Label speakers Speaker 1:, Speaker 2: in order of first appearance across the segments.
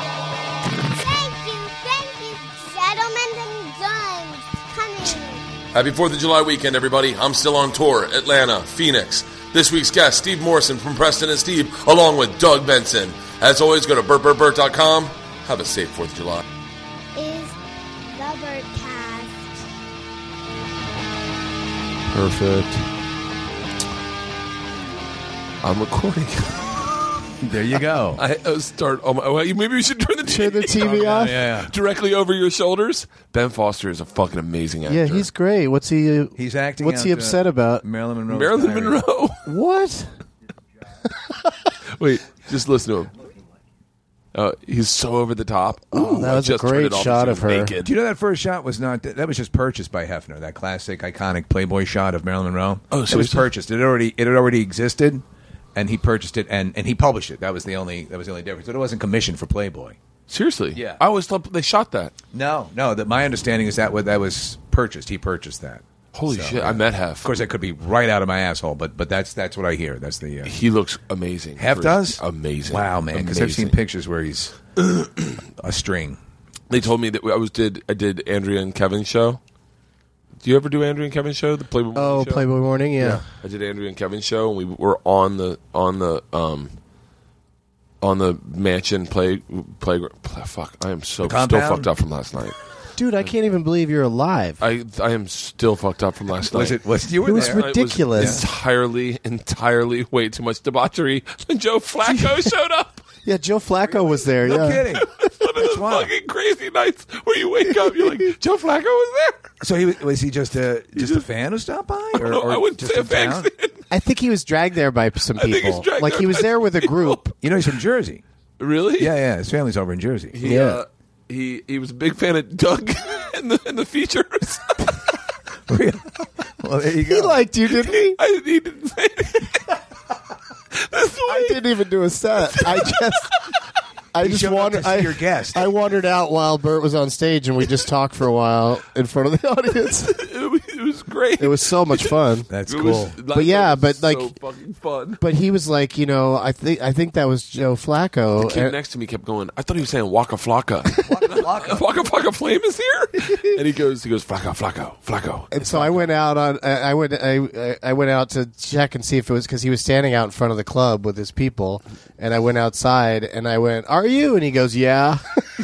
Speaker 1: Thank you, thank you, gentlemen and guns coming.
Speaker 2: Happy 4th of July weekend, everybody. I'm still on tour, Atlanta, Phoenix. This week's guest, Steve Morrison from Preston and Steve, along with Doug Benson. As always, go to burtburtburt.com. Have a safe 4th of July.
Speaker 1: Is the birdcast.
Speaker 3: Perfect. I'm recording.
Speaker 4: There you go.
Speaker 2: I uh, start. Oh my, well, you- maybe we should turn the
Speaker 3: Turn the TV
Speaker 4: yeah,
Speaker 3: off.
Speaker 4: yeah.
Speaker 2: directly over your shoulders. Ben Foster is a fucking amazing actor.
Speaker 3: Yeah, he's great. What's he? uh,
Speaker 4: He's acting.
Speaker 3: What's he
Speaker 4: out, uh,
Speaker 3: upset about?
Speaker 4: Marilyn Monroe.
Speaker 2: Marilyn Monroe.
Speaker 3: What?
Speaker 2: Wait, just listen to him. Uh, he's so over the top. Ooh,
Speaker 3: Oh, that
Speaker 2: I
Speaker 3: was a
Speaker 2: just turned
Speaker 3: great
Speaker 2: it off.
Speaker 3: shot
Speaker 2: He's
Speaker 3: of her.
Speaker 2: naked.
Speaker 4: Do you know that first shot was not that, that was just purchased by Hefner, that classic iconic Playboy shot of Marilyn Monroe.
Speaker 2: Oh, so
Speaker 4: it was
Speaker 2: it's-
Speaker 4: purchased. It already it had already existed, and he purchased it and, and he published it. That was the only that was the only difference. But it wasn't commissioned for Playboy.
Speaker 2: Seriously?
Speaker 4: Yeah.
Speaker 2: I always thought they shot that.
Speaker 4: No, no. That my understanding is that what that was purchased. He purchased that.
Speaker 2: Holy
Speaker 4: So,
Speaker 2: shit!
Speaker 4: yeah.
Speaker 2: I met Hef.
Speaker 4: Of course, that could be right out of my asshole, but but that's that's what I hear. That's the uh,
Speaker 2: he looks amazing.
Speaker 4: Hef
Speaker 2: for-
Speaker 4: does
Speaker 2: amazing.
Speaker 4: Wow, man! Because I've seen
Speaker 2: Amazing.
Speaker 4: pictures where he's a string.
Speaker 2: They told me that I was did I did Andrea and Kevin's show. Do you ever do Andrea and Kevin's show? The Playboy.
Speaker 3: Oh,
Speaker 2: Morning show?
Speaker 3: Playboy Morning. Yeah.
Speaker 2: I did Andrea and Kevin's show, and we were on the on the um on the mansion play playground. Play, fuck, I am so still
Speaker 4: compound?
Speaker 2: fucked up from last night.
Speaker 3: Dude, I can't even believe you're alive.
Speaker 2: I I am still fucked up from last night.
Speaker 4: Was it? Was you were
Speaker 3: It was
Speaker 4: there?
Speaker 2: I
Speaker 3: ridiculous.
Speaker 2: entirely, entirely way too much debauchery. Then Joe Flacco showed up.
Speaker 3: yeah, Joe Flacco was there.
Speaker 4: no
Speaker 3: yeah.
Speaker 2: uh,
Speaker 4: kidding.
Speaker 2: One of those
Speaker 4: wild.
Speaker 2: fucking crazy nights where you wake up, you're like, Joe Flacco was there.
Speaker 4: So he was, was he just a just a fan who stopped by, or,
Speaker 2: No,
Speaker 4: or
Speaker 2: I wouldn't
Speaker 4: just
Speaker 2: say a
Speaker 4: in town?
Speaker 2: fan.
Speaker 3: I think he was dragged there by some
Speaker 2: think he was
Speaker 3: people.
Speaker 2: dragged
Speaker 3: Like
Speaker 2: there
Speaker 3: he was
Speaker 2: by
Speaker 3: there with a
Speaker 2: people.
Speaker 3: group.
Speaker 4: You know, he's from Jersey.
Speaker 2: Really?
Speaker 4: Yeah, yeah. His family's over in Jersey.
Speaker 2: He,
Speaker 3: Yeah.
Speaker 2: Uh, he he was a big fan of Doug and the and the features.
Speaker 4: well, there you go.
Speaker 3: He liked you, didn't he?
Speaker 2: I he didn't say That's the
Speaker 3: I
Speaker 2: way-
Speaker 3: didn't even do a set. I just. I just
Speaker 4: showed up
Speaker 3: wandered.
Speaker 4: to see
Speaker 3: I,
Speaker 4: your guest.
Speaker 3: I wandered out while Bert was on stage, and we just talked for a while in front of the audience.
Speaker 2: it, was, it was great.
Speaker 3: It was so much fun.
Speaker 4: That's
Speaker 2: It
Speaker 4: cool.
Speaker 2: was- like,
Speaker 3: But yeah,
Speaker 2: it was
Speaker 3: but, like-
Speaker 2: so fucking fun.
Speaker 3: But he was like, you know, I think I think that was Joe Flacco.
Speaker 2: kid
Speaker 3: And-
Speaker 2: next to me kept going. I thought he was saying Waka Flocka. Waka Flocka Flame is here, and he goes, he goes Flacco Flacco Flacco.
Speaker 3: And so I went out on I I went I I- I went out to check and see if it was because he was standing out in front of the club with his people, and I went outside and I went, "Are you?" And he goes, "Yeah."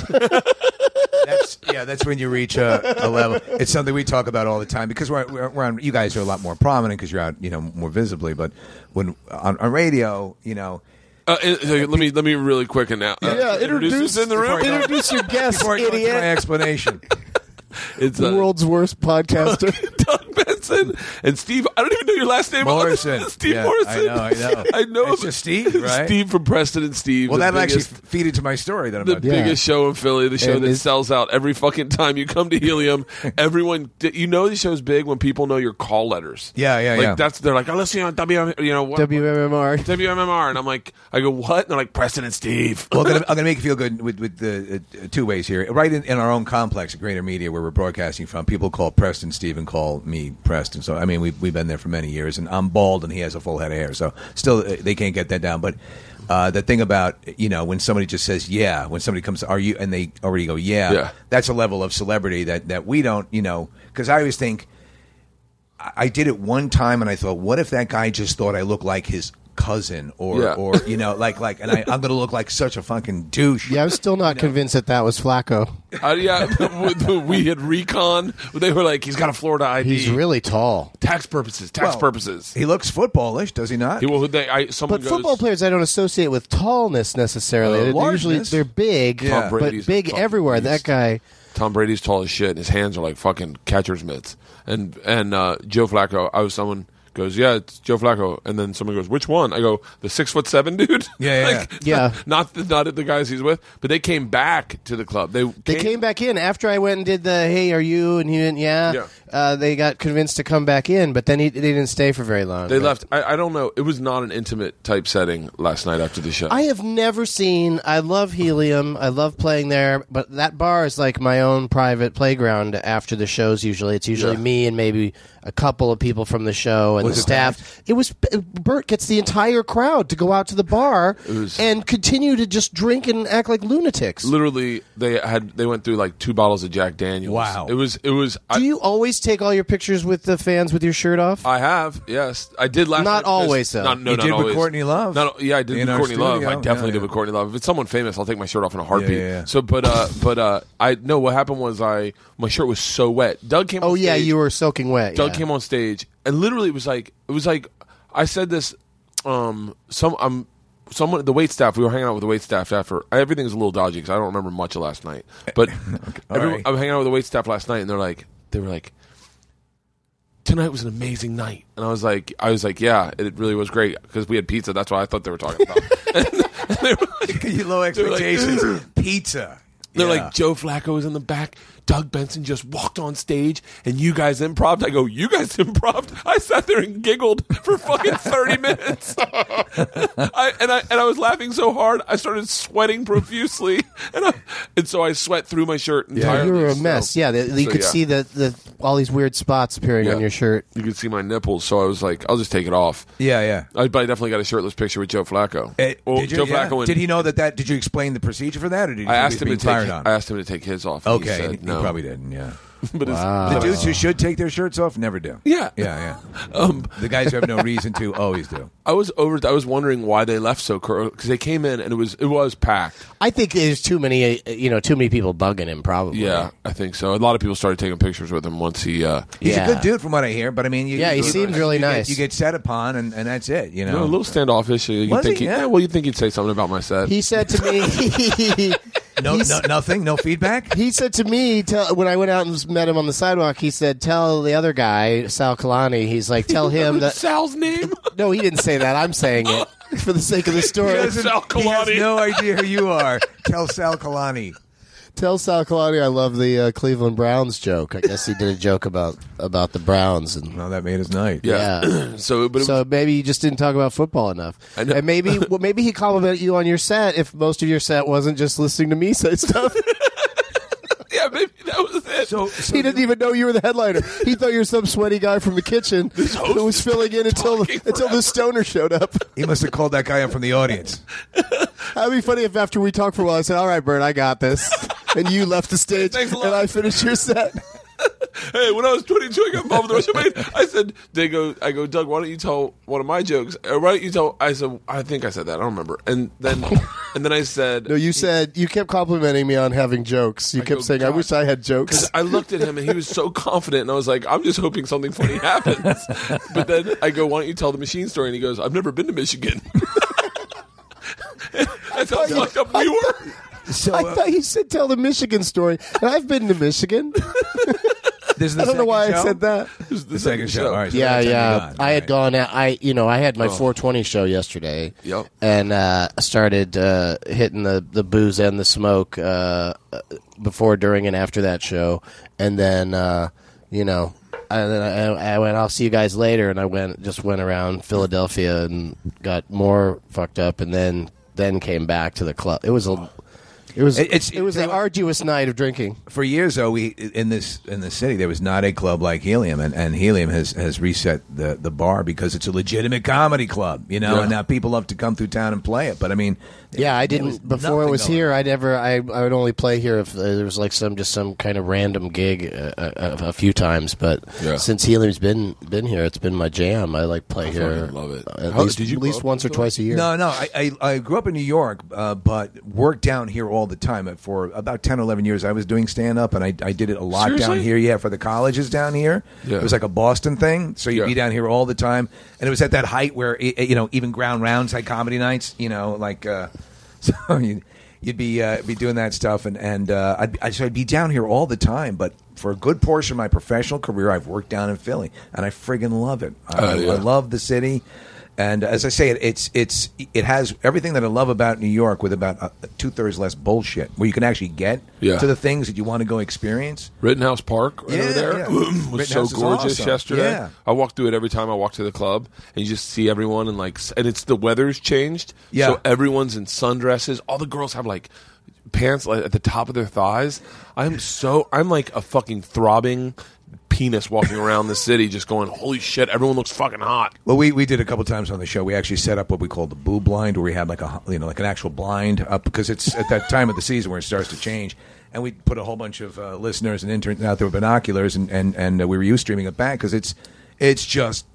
Speaker 4: That's, yeah, that's when you reach a, a level. It's something we talk about all the time because we're, we're, we're on. You guys are a lot more prominent because you're out, you know, more visibly. But when on, on radio, you know,
Speaker 2: Uh, uh, let me let me really quick and now. Uh, who's in the room.
Speaker 3: Introduce your guest,
Speaker 4: before I go into my
Speaker 3: idiot.
Speaker 4: explanation,
Speaker 2: It's
Speaker 3: The
Speaker 2: uh,
Speaker 3: world's worst podcaster.
Speaker 2: Doug Benson and Steve. I don't even know your last name.
Speaker 4: Morrison.
Speaker 2: Steve
Speaker 4: Yeah,
Speaker 2: Morrison.
Speaker 4: I know, I know.
Speaker 2: I know.
Speaker 4: It's just Steve, right?
Speaker 2: Steve from Preston and Steve.
Speaker 4: Well,
Speaker 2: the
Speaker 4: that'll actually
Speaker 2: biggest-
Speaker 4: feed into my story that I'm
Speaker 2: the
Speaker 4: about to
Speaker 3: Yeah.
Speaker 2: biggest show in Philly, the show
Speaker 3: And
Speaker 2: that
Speaker 3: it's-
Speaker 2: sells out every fucking time you come to Helium. Everyone, you know, the show's big when people know your call letters.
Speaker 4: Yeah, yeah,
Speaker 2: like,
Speaker 4: yeah.
Speaker 2: That's they're like, I listen on W, you know, what,
Speaker 3: WMMR.
Speaker 2: WMMR, and I'm like, I go, what? And they're like, Preston and Steve.
Speaker 4: Well, I'm gonna, I'm gonna make you feel good with, with the uh, two ways here. Right in, in our own complex at Greater Media, where we're broadcasting from, people call Preston Steve and call me Preston. So I mean, we've we've been there for many years, and I'm bald, and he has a full head of hair. So still, uh, they can't get that down. But uh, the thing about you know when somebody just says yeah, when somebody comes, are you, and they already go yeah,
Speaker 2: Yeah.
Speaker 4: that's a level of celebrity that that we don't, you know, because I always think. I- I did it one time, and I thought, what if that guy just thought I look like his cousin, or
Speaker 2: Yeah.
Speaker 4: or you know, like like, and I, I'm gonna look like such a fucking douche.
Speaker 3: Yeah, I was still not convinced that that was Flacco.
Speaker 2: Uh, yeah, with- we had recon. They were like, he's got a Florida ID.
Speaker 3: He's really tall.
Speaker 2: tax purposes. Tax
Speaker 4: Well,
Speaker 2: purposes.
Speaker 4: He looks footballish, does he not?
Speaker 2: He, well, they, I, someone
Speaker 3: But
Speaker 2: goes,
Speaker 3: football players, I don't associate with tallness necessarily.
Speaker 4: Uh,
Speaker 3: They're usually
Speaker 4: largeness.
Speaker 3: they're big,
Speaker 4: Tom
Speaker 3: but
Speaker 2: Brady's a
Speaker 3: big
Speaker 2: fucking
Speaker 3: everywhere. That
Speaker 2: beast.
Speaker 3: guy.
Speaker 2: Tom Brady's tall as shit, and his hands are like fucking catcher's mitts. And and uh, Joe Flacco, I was someone goes, yeah, it's Joe Flacco, and then someone goes, which one? I go, the six foot seven dude.
Speaker 4: Yeah, yeah,
Speaker 2: like,
Speaker 3: yeah.
Speaker 2: Not the, not the guys he's with, but they came back to the club. They
Speaker 3: They came back in after I went and did the hey, are you? And he went, yeah.
Speaker 2: Yeah.
Speaker 3: uh, they got convinced to come back in, but then he, they didn't stay for very long.
Speaker 2: They
Speaker 3: But-
Speaker 2: left. I, I don't know. It was not an intimate type setting last night after the show.
Speaker 3: I have never seen. I love Helium. I love playing there, but that bar is like my own private playground after the shows. Usually, it's usually
Speaker 2: Yeah.
Speaker 3: me and maybe a couple of people from the show and
Speaker 4: Was
Speaker 3: the
Speaker 4: it
Speaker 3: staff. It was uh, Bert gets the entire crowd to go out to the bar
Speaker 2: was-
Speaker 3: and continue to just drink and act like lunatics.
Speaker 2: Literally, they had they went through like two bottles of Jack Daniels.
Speaker 4: Wow.
Speaker 2: It was it was.
Speaker 3: Do
Speaker 2: I,
Speaker 3: you always take all your pictures with the fans with your shirt off?
Speaker 2: I have yes, I did last.
Speaker 3: Not
Speaker 2: night 'cause-
Speaker 3: always, though.
Speaker 2: Not, no,
Speaker 4: You
Speaker 2: not
Speaker 4: did with
Speaker 2: always.
Speaker 4: Courtney Love.
Speaker 2: Not, yeah, I did
Speaker 4: In
Speaker 2: with
Speaker 4: our
Speaker 2: Courtney Love. I
Speaker 4: studio.
Speaker 2: definitely
Speaker 4: Yeah,
Speaker 2: did with
Speaker 4: yeah.
Speaker 2: Courtney Love. If it's someone famous, I'll take my shirt off in a heartbeat.
Speaker 4: Yeah, yeah, yeah.
Speaker 2: So, but uh, but uh, I no. What happened was I my shirt was so wet. Doug came.
Speaker 3: oh
Speaker 2: on
Speaker 3: yeah,
Speaker 2: stage.
Speaker 3: you were soaking wet.
Speaker 2: Doug
Speaker 3: yeah.
Speaker 2: came on stage and literally it was like it was like I said this um some um someone the wait staff we were hanging out with the wait staff after everything's a little dodgy because I don't remember much of last night but everyone,
Speaker 4: right.
Speaker 2: I was hanging out with the wait staff last night and they're like they were like tonight was an amazing night and I was like I was like yeah it really was great because we had pizza that's what I thought they were talking about and they were like,
Speaker 4: Low expectations. Pizza.
Speaker 2: they're
Speaker 4: Yeah.
Speaker 2: like Joe Flacco was in the back. Doug Benson just walked on stage, and you guys improv. I go, you guys improv. I sat there and giggled for fucking thirty minutes, I, and I and I was laughing so hard I started sweating profusely, and I, and so I sweat through my shirt
Speaker 3: Yeah,
Speaker 2: entirely.
Speaker 3: Oh, you were a
Speaker 2: so-
Speaker 3: mess. Yeah, the, you
Speaker 2: so,
Speaker 3: could
Speaker 2: yeah.
Speaker 3: see the, the all these weird spots appearing
Speaker 2: Yeah.
Speaker 3: on your shirt.
Speaker 2: you could see my nipples. So I was like, I'll just take it off.
Speaker 4: Yeah, yeah.
Speaker 2: I, but I definitely got a shirtless picture with Joe Flacco.
Speaker 4: Eh,
Speaker 2: Uh, Well,
Speaker 4: did, you-
Speaker 2: Joe
Speaker 4: yeah.
Speaker 2: Flacco. and-
Speaker 4: did he know that? That did you explain the procedure for that, or did you
Speaker 2: I asked him to
Speaker 4: being
Speaker 2: take.
Speaker 4: fired on?
Speaker 2: I asked him to take his off. and
Speaker 4: okay,
Speaker 2: he,
Speaker 4: he,
Speaker 2: said no.
Speaker 4: probably didn't. Yeah,
Speaker 2: But it's-
Speaker 4: the dudes who should take their shirts off never do.
Speaker 2: Yeah.
Speaker 4: yeah, yeah.
Speaker 2: Um,
Speaker 4: the guys who have no reason to always do.
Speaker 2: I was over. I was wondering why they left so because they came in and it was it was packed.
Speaker 3: I think there's too many, uh, you know, too many people bugging him. Probably.
Speaker 2: Yeah, I think so. A lot of people started taking pictures with him once he. Uh,
Speaker 4: He's
Speaker 3: Yeah.
Speaker 4: a good dude, from what I hear. But I mean, you,
Speaker 3: Yeah, he
Speaker 4: you-
Speaker 3: seemed really
Speaker 4: you get-
Speaker 3: nice.
Speaker 4: you get set upon, and, and that's it. You
Speaker 2: you know,
Speaker 4: know,
Speaker 2: a little standoffish. You
Speaker 4: Was
Speaker 2: think
Speaker 4: he?
Speaker 2: he-
Speaker 4: Yeah.
Speaker 2: well, you think he'd say something about my set.
Speaker 3: He said to me.
Speaker 4: no,
Speaker 3: he's-
Speaker 4: no, nothing, no feedback.
Speaker 3: He said to me, tell, when I went out and met him on the sidewalk, he said, "Tell the other guy, Sal Kalani." He's like, "Tell him that."
Speaker 2: Sal's name.
Speaker 3: No, he didn't say that. I'm saying it for the sake of the story.
Speaker 4: Doesn't-
Speaker 2: Sal
Speaker 4: he has
Speaker 2: Kalani.
Speaker 4: no idea who you are. Tell Sal Kalani.
Speaker 3: Tell Sal Kalani I love the uh, Cleveland Browns joke. I guess he did a joke about about the Browns and
Speaker 4: No, that made his night.
Speaker 2: Yeah. so, but it was,
Speaker 3: So maybe you just didn't talk about football enough,
Speaker 2: I know.
Speaker 3: and maybe well, maybe he complimented you on your set if most of your set wasn't just listening to me say stuff.
Speaker 2: yeah, maybe that was it.
Speaker 4: So, so
Speaker 3: he didn't even know you were the headliner. He thought you were some sweaty guy from the kitchen who was filling in until
Speaker 2: talking
Speaker 3: until the stoner showed up.
Speaker 4: he must have called that guy up from the audience.
Speaker 3: That'd be funny if after we talked for a while, I said, "All right, Bert, I got this," and you left the stage,
Speaker 2: Thanks a lot.
Speaker 3: and I finished your set.
Speaker 2: hey, when I was 22, I got involved with the Russian maid. I said, they go, I go, Doug, why don't you tell one of my jokes? Or why don't you tell? I said, I think I said that. I don't remember. And then, and then I said,
Speaker 3: No, you said you kept complimenting me on having jokes. You
Speaker 2: go,
Speaker 3: kept saying, "I
Speaker 2: "God."
Speaker 3: wish I had jokes."
Speaker 2: I looked at him and he was so confident, and I was like, I'm just hoping something funny happens. But then I go, Why don't you tell the machine story? And he goes, I've never been to Michigan. That's how fucked up we were.
Speaker 4: So
Speaker 3: I
Speaker 4: uh,
Speaker 3: thought you said tell the Michigan story, and I've been to Michigan.
Speaker 4: this is the
Speaker 3: I don't
Speaker 4: second
Speaker 3: know why I
Speaker 4: show?
Speaker 3: said that.
Speaker 2: This is
Speaker 4: The second show. All right. so
Speaker 3: yeah,
Speaker 4: that's how you're
Speaker 3: yeah.
Speaker 4: done.
Speaker 3: I had
Speaker 4: All right. Oh.
Speaker 3: gone out. I, you know, I had my 420 show yesterday.
Speaker 2: Yep.
Speaker 3: And uh, started uh, hitting the the booze and the smoke uh, uh, before, during, and after that show, and then uh, you know. And then I, I went. I'll see you guys later. And I went, just went around Philadelphia and got more fucked up, and then then came back to the club. It was a, it was
Speaker 4: It- it's-
Speaker 3: it was an arduous night of drinking.
Speaker 4: for years though we in this in the city there was not a club like helium and, and helium has, has reset the, the bar because it's a legitimate comedy club you know
Speaker 2: Yeah.
Speaker 4: and now people love to come through town and play it but i mean
Speaker 3: Yeah, I
Speaker 4: there
Speaker 3: didn't
Speaker 4: was
Speaker 3: before it
Speaker 4: nothing
Speaker 3: was
Speaker 4: going
Speaker 3: here. I never. I I would only play here if uh, there was like some just some kind of random gig uh, uh, a, a few times. But
Speaker 2: Yeah.
Speaker 3: since Helium's been been here, it's been my jam. I like play here.
Speaker 2: fucking love it.
Speaker 3: At
Speaker 2: How-
Speaker 3: least,
Speaker 2: did you
Speaker 3: at
Speaker 2: grow
Speaker 3: least
Speaker 2: up
Speaker 3: once or
Speaker 2: with
Speaker 3: twice a year?
Speaker 4: No, no. I, I, I grew up in New York, uh, but worked down here all the time. For about 10 or 11 years, I was doing stand up, and I, I did it a lot down
Speaker 2: Seriously?
Speaker 4: here. Yeah, for the colleges down here.
Speaker 2: Yeah.
Speaker 4: It was like a Boston thing. So you'd
Speaker 2: Yeah.
Speaker 4: be down here all the time. And it was at that height where, i i- you know, even ground rounds had comedy nights, you know, like. Uh, so you'd, you'd be uh, be doing that stuff. And, and uh, I'd, be- I, so I'd be down here all the time, but. For a good portion of my professional career, I've worked down in Philly, and I friggin' love it. I,
Speaker 2: Oh,
Speaker 4: I-
Speaker 2: yeah.
Speaker 4: I love the city, And as I say, it, it's it's it has everything that I love about New York, with about uh, two thirds less bullshit, where you can actually get
Speaker 2: Yeah.
Speaker 4: to the things that you want to go experience.
Speaker 2: Rittenhouse Park right
Speaker 4: Yeah,
Speaker 2: over there
Speaker 4: yeah.
Speaker 2: was so
Speaker 4: Rittenhouse is
Speaker 2: gorgeous
Speaker 4: awesome.
Speaker 2: yesterday.
Speaker 4: Yeah.
Speaker 2: I walk through it every time I walk to the club, and you just see everyone and like, s- and it's the weather's changed,
Speaker 4: Yeah.
Speaker 2: so everyone's in sundresses. All the girls have like pants like, at the top of their thighs. I'm so I'm like a fucking throbbing penis walking around the city, just going, holy shit, everyone looks fucking hot.
Speaker 4: Well, we, we did a couple times on the show. We actually set up what we call the boo blind, where we had like a you know like an actual blind up because it's at that time of the season where it starts to change, and we put a whole bunch of uh, listeners and interns out there with binoculars, and and and uh, we were you streaming it back because it's it's just.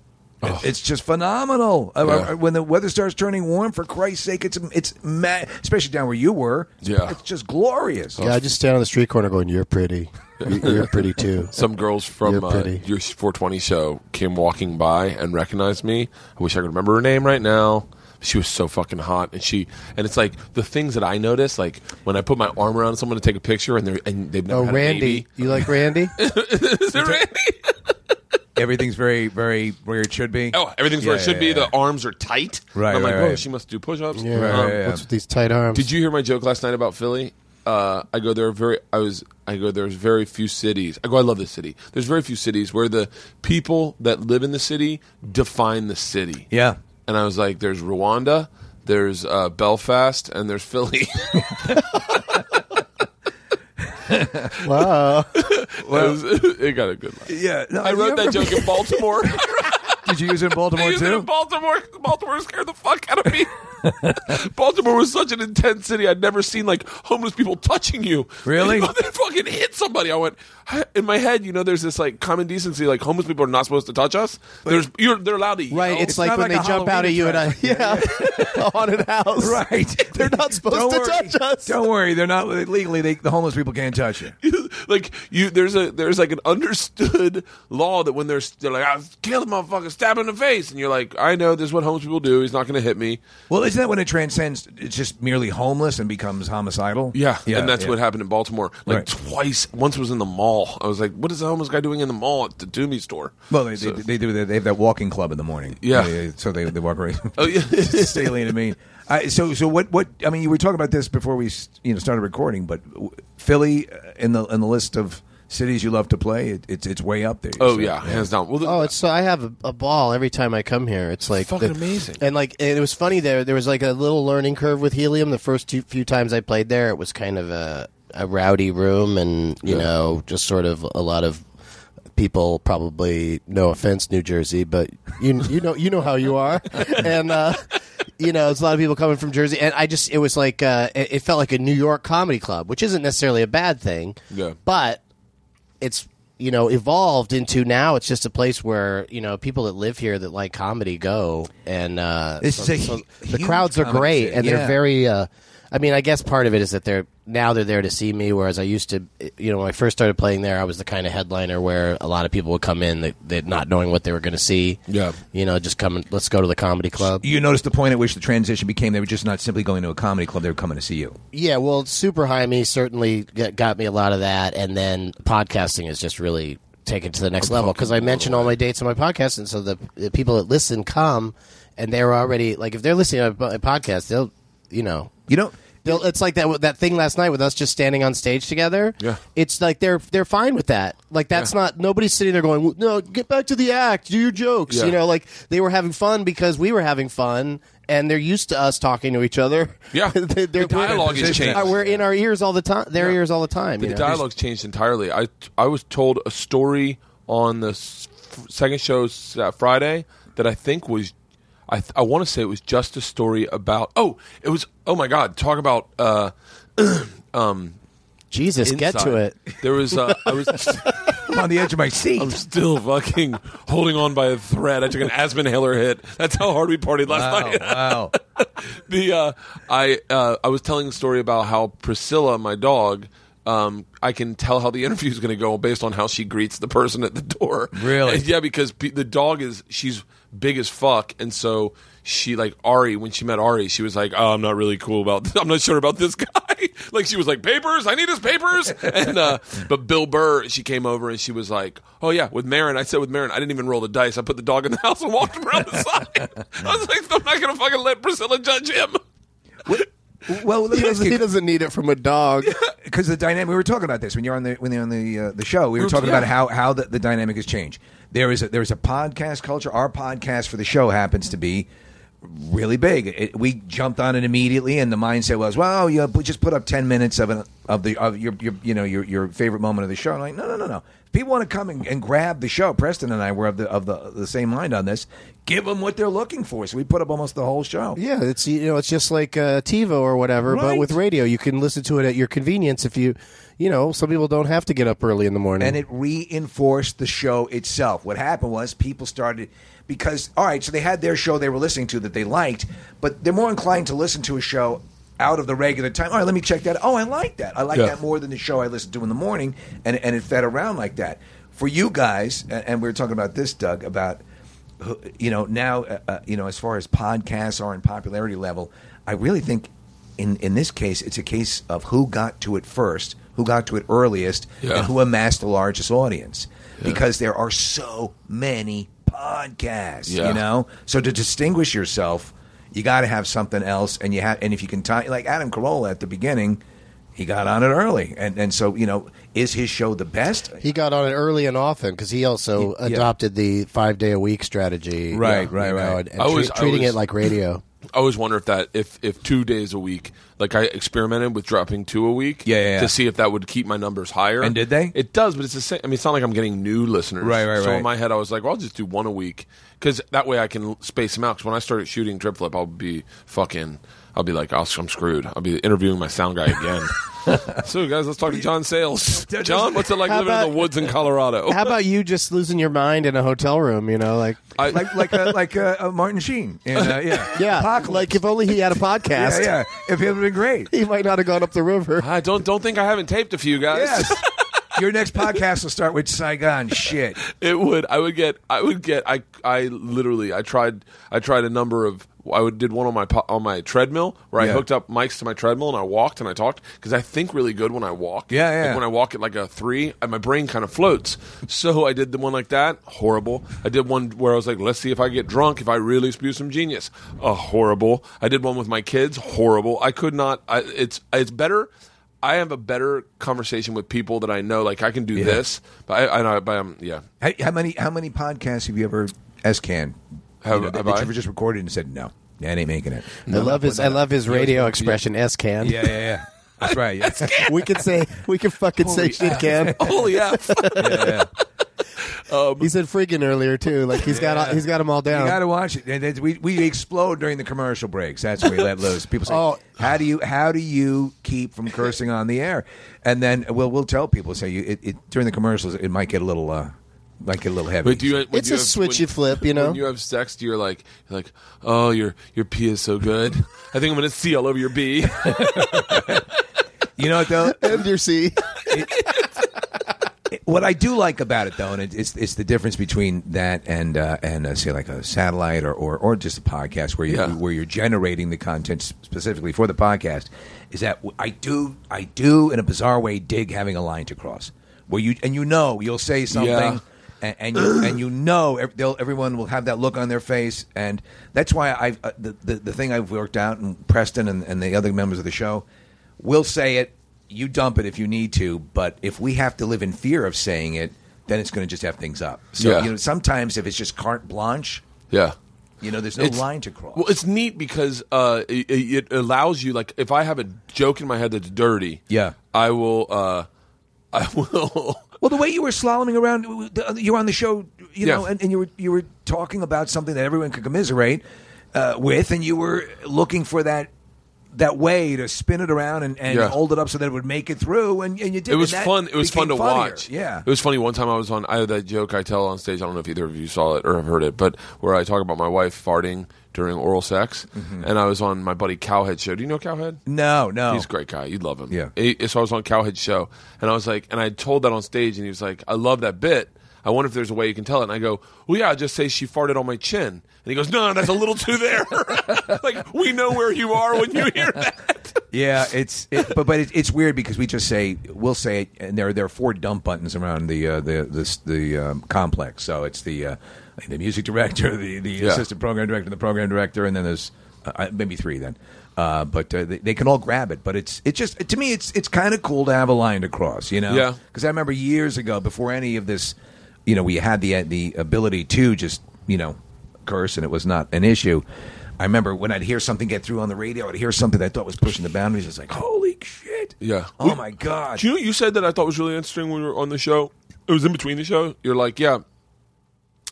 Speaker 4: It's just phenomenal Uh,
Speaker 2: Yeah.
Speaker 4: uh, when the weather starts turning warm. For Christ's sake, it's it's ma- especially down where you were.
Speaker 2: Yeah.
Speaker 4: it's just glorious.
Speaker 3: Yeah, I just stand on the street corner going, "You're pretty. You're, you're pretty too."
Speaker 2: Some girls from
Speaker 3: You're
Speaker 2: uh,
Speaker 3: pretty.
Speaker 2: your 420 show came walking by and recognized me. I wish I could remember her name right now. She was so fucking hot, and she and it's like the things that I notice, like when I put my arm around someone to take a picture, and they're and they've never
Speaker 3: Oh,
Speaker 2: had a
Speaker 3: Randy,
Speaker 2: baby.
Speaker 3: you like Randy?
Speaker 2: Is it Randy?
Speaker 4: Everything's very very where it should be.
Speaker 2: Oh, everything's where it
Speaker 4: Yeah,
Speaker 2: should
Speaker 4: yeah,
Speaker 2: be.
Speaker 4: yeah.
Speaker 2: The arms are tight.
Speaker 4: Right,
Speaker 2: I'm like,
Speaker 4: right,
Speaker 2: oh,
Speaker 4: right.
Speaker 2: she must do push-ups.
Speaker 3: Yeah.
Speaker 4: Right,
Speaker 2: Um,
Speaker 4: right, right.
Speaker 3: What's with these tight arms?
Speaker 2: Did you hear my joke last night about Philly? Uh, I go there very. I was. I go there's very few cities. I go. I love this city. There's very few cities where the people that live in the city define the city.
Speaker 4: Yeah.
Speaker 2: And I was like, there's Rwanda, there's uh, Belfast, and there's Philly.
Speaker 3: Wow.
Speaker 2: it, was- it got a good laugh.
Speaker 4: Yeah, no,
Speaker 2: I
Speaker 4: have
Speaker 2: wrote
Speaker 4: you
Speaker 2: that
Speaker 4: ever-
Speaker 2: joke in Baltimore.
Speaker 4: Did you use it in Baltimore
Speaker 2: I used it
Speaker 4: too?
Speaker 2: in Baltimore. 'cause Baltimore scared the fuck out of me. Baltimore was such an intense city. I'd never seen like homeless people touching you.
Speaker 4: Really?
Speaker 2: You know, they fucking hit somebody. I went "Huh?" in my head. You know, there's this like common decency. Like homeless people are not supposed to touch us. There's you're they're allowed to.
Speaker 3: Right,
Speaker 2: yell.
Speaker 3: it's, like
Speaker 4: not
Speaker 3: when
Speaker 4: like
Speaker 3: they
Speaker 4: a
Speaker 3: jump out at you
Speaker 4: Halloween
Speaker 3: and I, yeah, a haunted house.
Speaker 4: Right.
Speaker 3: They're not supposed
Speaker 4: Don't
Speaker 3: to
Speaker 4: worry.
Speaker 3: touch us.
Speaker 4: Don't worry, they're not legally. They, the homeless people can't touch you.
Speaker 2: like you there's a there's like an understood law that when they're, they're like I kill the motherfucker, stab him in the face, and you're like I know this is what homeless people do. He's not going to hit me.
Speaker 4: Well, isn't that when it transcends? It's just merely homeless and becomes homicidal.
Speaker 2: Yeah, and that's
Speaker 4: yeah.
Speaker 2: what happened in Baltimore. Like
Speaker 4: Right.
Speaker 2: twice. Once was in the mall. I was like, "What is the homeless guy doing in the mall at the Toomey store?"
Speaker 4: Well, they,
Speaker 2: So-
Speaker 4: they, they do. that- They have that walking club in the morning.
Speaker 2: Yeah.
Speaker 4: so they, they walk around.
Speaker 2: oh yeah,
Speaker 4: Stay lean and mean. I, so so what what I mean you were talking about this before we s- you know started recording, but w- Philly uh, in the in the list of cities you love to play, it, it's it's way up there.
Speaker 2: oh
Speaker 4: So,
Speaker 2: yeah, hands down. Well, the,
Speaker 3: Oh, it's so I have a, a ball every time I come here. It's like
Speaker 2: fucking amazing.
Speaker 3: And like and it was funny there. There was like a little learning curve with helium. The first two, few times I played there, it was kind of a a rowdy room, and you
Speaker 2: Yeah.
Speaker 3: know, just sort of a lot of people. Probably no offense, New Jersey, but you you know you know how you are, and. uh you know, it's a lot of people coming from Jersey, and I just it was like uh, it it felt like a New York comedy club, which isn't necessarily a bad thing.
Speaker 2: Yeah.
Speaker 3: But it's you know evolved into now it's just a place where you know people that live here that like comedy go and uh
Speaker 4: This is a
Speaker 3: the
Speaker 4: huge
Speaker 3: crowds are
Speaker 4: comedy
Speaker 3: great
Speaker 4: city,
Speaker 3: and
Speaker 4: yeah.
Speaker 3: they're very uh I mean I guess part of it is that they're now they're there to see me whereas I used to you know when I first started playing there I was the kind of headliner where a lot of people would come in that, that not knowing what they were going to see
Speaker 2: Yeah.
Speaker 3: you know just come and let's go to the comedy club
Speaker 4: You noticed the point at which the transition became they were just not simply going to a comedy club; they were coming to see you.
Speaker 3: Yeah, well, Super High Me certainly got got me a lot of that, and then podcasting is just really taken to the next level because I mention all my dates on my podcast, and so the, the people that listen come, and they're already like if they're listening to a podcast, they'll you know
Speaker 4: You know,
Speaker 3: They'll, it's like that that thing last night with us just standing on stage together.
Speaker 2: Yeah.
Speaker 3: it's like they're they're fine with that. Like that's not nobody's sitting there going, "No, get back to the act, do your jokes."
Speaker 2: Yeah.
Speaker 3: You know, like they were having fun because we were having fun, and they're used to us talking to each other.
Speaker 2: Yeah.
Speaker 3: They- they're
Speaker 2: The dialogue
Speaker 4: has changed.
Speaker 3: Uh, We're in our ears all the time. Their
Speaker 2: Yeah.
Speaker 3: ears all the time. you
Speaker 2: the
Speaker 3: know?
Speaker 2: dialogue's changed entirely. I I was told a story on the s- f- second show s- uh, Friday that I think was I th- I want to say it was just a story about oh it was oh my god talk about uh
Speaker 3: Jesus, get
Speaker 2: inside.
Speaker 3: to it.
Speaker 2: there was uh, I was.
Speaker 4: I'm on the edge of my seat.
Speaker 2: I'm still fucking holding on by a thread. I took an asthma inhaler hit. That's how hard we partied last
Speaker 4: Wow,
Speaker 2: night.
Speaker 4: wow.
Speaker 2: the uh, I uh, I was telling a story about how Priscilla, my dog, um, I can tell how the interview's going to go based on how she greets the person at the door.
Speaker 4: Really?
Speaker 2: And yeah, because pe- the dog is she's big as fuck, and so she like Ari when she met Ari, she was like, "Oh, I'm not really cool about. I'm not sure about this guy." like she was like papers. I need his papers. And uh, but Bill Burr, she came over and she was like, oh yeah, with Marin. I said with Marin, I didn't even roll the dice. I put the dog in the house and walked him around the side. I was like, I'm not gonna fucking let Priscilla judge him.
Speaker 4: Well, let me ask
Speaker 3: He doesn't, he
Speaker 4: you
Speaker 3: doesn't need it from a dog.
Speaker 4: because the dynamic we were talking about this when you're on the when you're on the uh, the show we were talking about
Speaker 2: yeah.
Speaker 4: how how the, the dynamic has changed. There is a, there is a podcast culture. Our podcast for the show happens to be really big. It, we jumped on it immediately, and the mindset was, "Well, you put- just put up ten minutes of an of the of your, your you know your your favorite moment of the show." And I'm like, no, no, no, no. If people want to come and, and grab the show. Preston and I were of the of the, the same mind on this. Give them what they're looking for. So we put up almost the whole show.
Speaker 3: Yeah, it's you know, it's just like uh, TiVo or whatever, but
Speaker 4: Right.
Speaker 3: with radio, you can listen to it at your convenience. If you, you know, some people don't have to get up early in the morning.
Speaker 4: and it reinforced the show itself. What happened was people started because all right, so they had their show they were listening to that they liked, but they're more inclined to listen to a show out of the regular time. All right, let me check that. Oh, I like that. I like
Speaker 2: Yeah.
Speaker 4: that more than the show I listened to in the morning, and and it fed around like that. For you guys, and, and we were talking about this, Doug, about who- you know now uh, uh, you know as far as podcasts are in popularity level, I really think in in this case it's a case of who got to it first, who got to it earliest,
Speaker 2: Yeah.
Speaker 4: and who amassed the largest audience because there are so many podcasts,
Speaker 2: Yeah.
Speaker 4: you know. So to distinguish yourself, you got to have something else, and you have, and if you can tie like Adam Carolla at the beginning, he got on it early, and and so you know, is his show the best?
Speaker 3: he got on it early and often because he also
Speaker 4: Yeah.
Speaker 3: adopted the five day a week strategy.
Speaker 4: Right,
Speaker 3: you
Speaker 4: right,
Speaker 3: know,
Speaker 4: right.
Speaker 3: And, and
Speaker 2: I
Speaker 3: tre-
Speaker 2: was- I
Speaker 3: treating
Speaker 2: was-
Speaker 3: it like radio.
Speaker 2: I always wonder if that if if two days a week, like I experimented with dropping two a week,
Speaker 4: Yeah, yeah, yeah.
Speaker 2: to see if that would keep my numbers higher.
Speaker 4: And did they?
Speaker 2: It does, but it's the same. I mean, it's not like I'm getting new listeners,
Speaker 4: Right, right,
Speaker 2: So
Speaker 4: right.
Speaker 2: in my head, I was like, well, I'll just do one a week because that way I can space them out. Because when I started shooting Drip Flip, I'll be fucking. I'll be like, I'll, I'm screwed. I'll be interviewing my sound guy again. so, guys, let's talk to John Sales. John, what's it like
Speaker 3: How
Speaker 2: living in
Speaker 3: about-
Speaker 2: the woods in Colorado?
Speaker 3: How about you just losing your mind in a hotel room? You know, like
Speaker 2: I-
Speaker 4: Like like uh, like uh, uh, Martin Sheen, and, uh, yeah,
Speaker 3: yeah,
Speaker 4: Apocalypse.
Speaker 3: like if only he had a
Speaker 4: yeah,
Speaker 3: podcast,
Speaker 4: yeah. If it would have been great,
Speaker 3: he might not have gone up the river.
Speaker 2: I don't don't think I haven't taped a few guys.
Speaker 4: yes. Your next podcast will start with Saigon shit.
Speaker 2: It would. I would get. I would get. I. I literally. I tried. I tried a number of. I would, did one on my po- on my treadmill where
Speaker 4: Yeah.
Speaker 2: I hooked up mics to my treadmill and I walked and I talked because I think really good when I walk.
Speaker 4: Yeah, yeah.
Speaker 2: Like when I walk at like a three, and my brain kind of floats. So I did the one like that. Horrible. I did one where I was like, let's see if I get drunk if I really spew some genius. Uh, horrible. I did one with my kids. Horrible. I could not. I, it's it's better. I have a better conversation with people that I know. Like I can do this, but I, I, but I'm, yeah.
Speaker 4: How, how many how many podcasts have you ever S can?
Speaker 2: Have-
Speaker 4: that,
Speaker 2: have
Speaker 4: that
Speaker 2: I?
Speaker 4: you ever just recorded and said no, that ain't making it.
Speaker 3: I love his. I love his radio expression. S can.
Speaker 4: Yeah, yeah, yeah. That's right. Yeah.
Speaker 3: We could say we could fucking say shit can.
Speaker 2: Holy F.
Speaker 4: yeah, yeah.
Speaker 2: Um,
Speaker 3: He said friggin' earlier too. Like he's got all, he's got them all down.
Speaker 4: You got to watch it. And it's- We, we explode during the commercial breaks. That's where we let loose. People say,
Speaker 3: Oh.
Speaker 4: "How do you how do you keep from cursing on the air?" And then we'll we'll tell people say you it, it, during the commercials it might get a little uh might get a little heavy.
Speaker 2: But do you, when
Speaker 3: It's
Speaker 2: you
Speaker 3: a
Speaker 2: have-
Speaker 3: switch
Speaker 2: when-
Speaker 3: you flip, you know?
Speaker 2: When you have sex, do you're like, you're like, oh, your your pee is so good. I think I'm gonna see all over your B.
Speaker 4: you know what though?
Speaker 3: And your C.
Speaker 4: what I do like about it though, and it, it's it's the difference between that and uh, and uh, say like a satellite or, or, or just a podcast where you
Speaker 2: Yeah.
Speaker 4: where you're generating the content specifically for the podcast, is that w- I do I do in a bizarre way dig having a line to cross where you and you know you'll say something.
Speaker 2: Yeah.
Speaker 4: And, and you and you know ev- they'll, everyone will have that look on their face, and that's why I've uh, the, the the thing I've worked out, and Preston and, and the other members of the show will say it. You dump it if you need to, but if we have to live in fear of saying it, then it's going to just have things up. So
Speaker 2: Yeah.
Speaker 4: you know, sometimes if it's just carte blanche,
Speaker 2: yeah.
Speaker 4: you know, there's no
Speaker 2: It's-
Speaker 4: line to cross.
Speaker 2: Well, it's neat because uh, it, it allows you, like, if I have a joke in my head that's dirty,
Speaker 4: Yeah.
Speaker 2: I will, uh, I will.
Speaker 4: Well, the way you were slaloming around, you were on the show, you
Speaker 2: Yeah.
Speaker 4: know, and, and you were you were talking about something that everyone could commiserate uh, with, and you were looking for that that way to spin it around and, and
Speaker 2: Yeah.
Speaker 4: hold it up so that it would make it through, and, and you did.
Speaker 2: It was
Speaker 4: and that
Speaker 2: fun. It was fun to
Speaker 4: became funnier.
Speaker 2: watch.
Speaker 4: Yeah,
Speaker 2: it was funny. One time I was on. I had that joke I tell on stage. I don't know if either of you saw it or have heard it, but where I talk about my wife farting during oral sex,
Speaker 4: Mm-hmm.
Speaker 2: and I was on my buddy Cowhead show. Do you know Cowhead?
Speaker 4: no, no,
Speaker 2: He's a great guy. You'd love him.
Speaker 4: Yeah.
Speaker 2: He- so I was on Cowhead's show, and I was like, and I told that on stage, and he was like, I love that bit. I wonder if there's a way you can tell it. And I go, well, yeah, just say she farted on my chin. And he goes, no, that's a little too there. like, we know where you are when you hear that.
Speaker 4: Yeah, it's it, but but it, it's weird because we just say we'll say it, and there there are four dump buttons around the uh, the the, the um, complex. So it's the uh, the music director, the the
Speaker 2: Yeah.
Speaker 4: assistant program director, the program director, and then there's uh, uh, maybe three then. Uh, but uh, they, they can all grab it. But it's it's just to me it's it's kind of cool to have a line to cross, you know?
Speaker 2: Yeah.
Speaker 4: Because I remember years ago before any of this, you know, we had the the ability to just you know curse and it was not an issue. I remember when I'd hear something get through on the radio, I'd hear something that I thought was pushing the boundaries. It's like, holy shit!
Speaker 2: Yeah.
Speaker 4: Oh
Speaker 2: We-
Speaker 4: my god.
Speaker 2: Do you know what you said that I thought was really interesting when we were on the show? It was in between the show. You're like, yeah,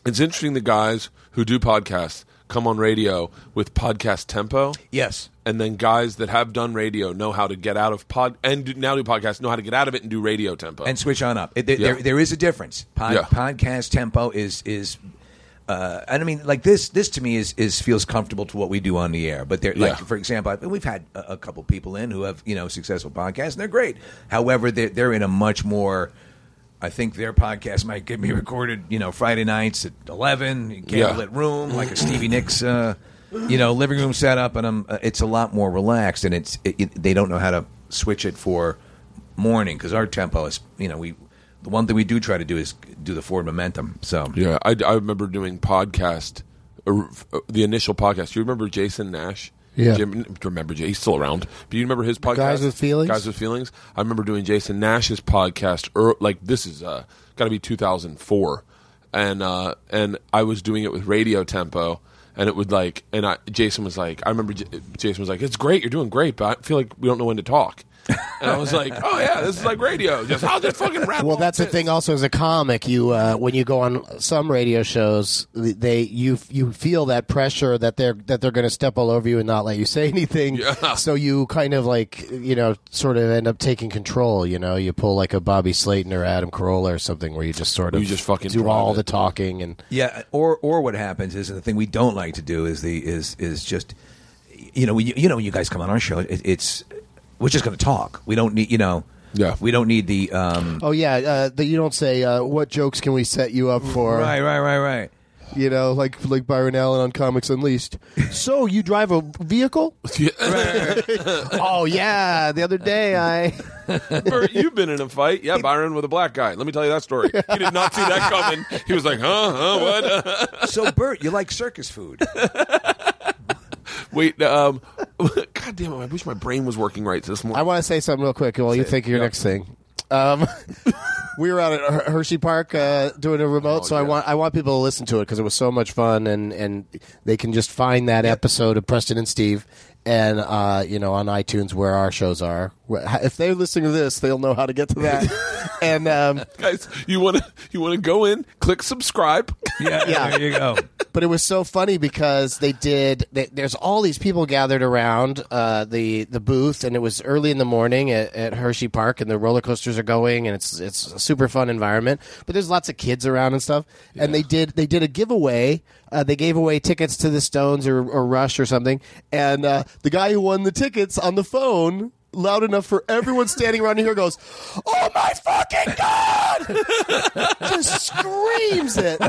Speaker 2: it's interesting the guys who do podcasts come on radio with podcast tempo.
Speaker 4: yes.
Speaker 2: And then guys that have done radio know how to get out of pod and do, now do podcasts know how to get out of it and do radio tempo.
Speaker 4: and switch on up. It, there,
Speaker 2: Yeah.
Speaker 4: there, there is a difference. Pod,
Speaker 2: Yeah.
Speaker 4: Podcast tempo is is, uh, and I mean, like this this to me is is feels comfortable to what we do on the air. But there, like
Speaker 2: Yeah.
Speaker 4: for example, I, we've had a, a couple people in who have you know successful podcasts and they're great. However, they're, they're in a much more. I think their podcast might get me recorded, you know, Friday nights at eleven,
Speaker 2: Yeah.
Speaker 4: candlelit room, like a Stevie Nicks, uh, you know, living room setup, and I'm. Uh, it's a lot more relaxed, and it's it, it, they don't know how to switch it for morning because our tempo is, you know, we the one thing we do try to do is do the forward momentum. So
Speaker 2: yeah, I, I remember doing podcast, or, uh, the initial podcast. You remember Jason Nash?
Speaker 3: Yeah.
Speaker 2: Jim, do you remember Jay? He's still around. But you remember his podcast?
Speaker 3: Guys with Feelings?
Speaker 2: Guys with Feelings. I remember doing Jason Nash's podcast. Or, like this is uh, got to be 2004, and uh, and I was doing it with Radio Tempo, and it would like, and I Jason was like, I remember J- Jason was like, it's great, you're doing great, but I feel like we don't know when to talk. and I was like, "Oh yeah, this is like radio. Just I'll just fucking rap."
Speaker 3: Well,
Speaker 2: on
Speaker 3: that's the
Speaker 2: this."
Speaker 3: thing. Also, as a comic, you uh, when you go on some radio shows, they you you feel that pressure that they're that they're going to step all over you and not let you say anything.
Speaker 2: Yeah.
Speaker 3: So you kind of like you know sort of end up taking control. You know, you pull like a Bobby Slayton or Adam Carolla or something where you just sort of
Speaker 2: You just fucking
Speaker 3: do
Speaker 2: drive
Speaker 3: all
Speaker 2: it.
Speaker 3: the talking and
Speaker 4: Yeah, or or what happens is and the thing we don't like to do is the is is just you know when you, you know when you guys come on our show it, it's we're just going to talk. We don't need you know
Speaker 2: Yeah.
Speaker 4: we don't need the um
Speaker 3: oh yeah, uh, that you don't say uh, what jokes can we set you up for?
Speaker 4: right right right right.
Speaker 3: You know, like like Byron Allen on Comics Unleashed. so you drive a vehicle? oh yeah, the other day I.
Speaker 2: Bert, you've been in a fight. Yeah, Byron with a black guy. Let me tell you that story. He did not see that coming. He was like, huh, huh, what? Uh,
Speaker 4: So Bert, you like circus food?
Speaker 2: wait, um, God damn it. I wish my brain was working right this
Speaker 3: I
Speaker 2: morning.
Speaker 3: want to say something real quick while you think of your next thing. Um, we were out at Her- Hershey Park uh, doing a remote, so I want I want people to listen to it because it was so much fun, and and they can just find that episode of Preston and Steve, and uh, you know on iTunes where our shows are. Wh- If they're listening to this, they'll know how to get to that. and um,
Speaker 2: Guys, you want to you want to go in, click subscribe.
Speaker 4: yeah,
Speaker 3: Yeah.
Speaker 4: there you go.
Speaker 3: but it was so funny because they did. They, there's all these people gathered around uh, the the booth, and it was early in the morning at, at Hershey Park, and the roller coasters are going, and it's it's a super fun environment. But there's lots of kids around and stuff, and they did they did a giveaway. Uh, they gave away tickets to the Stones or, or Rush or something, and uh, the guy who won the tickets on the phone. Loud enough for everyone standing around here goes, Oh my fucking God! Just screams it.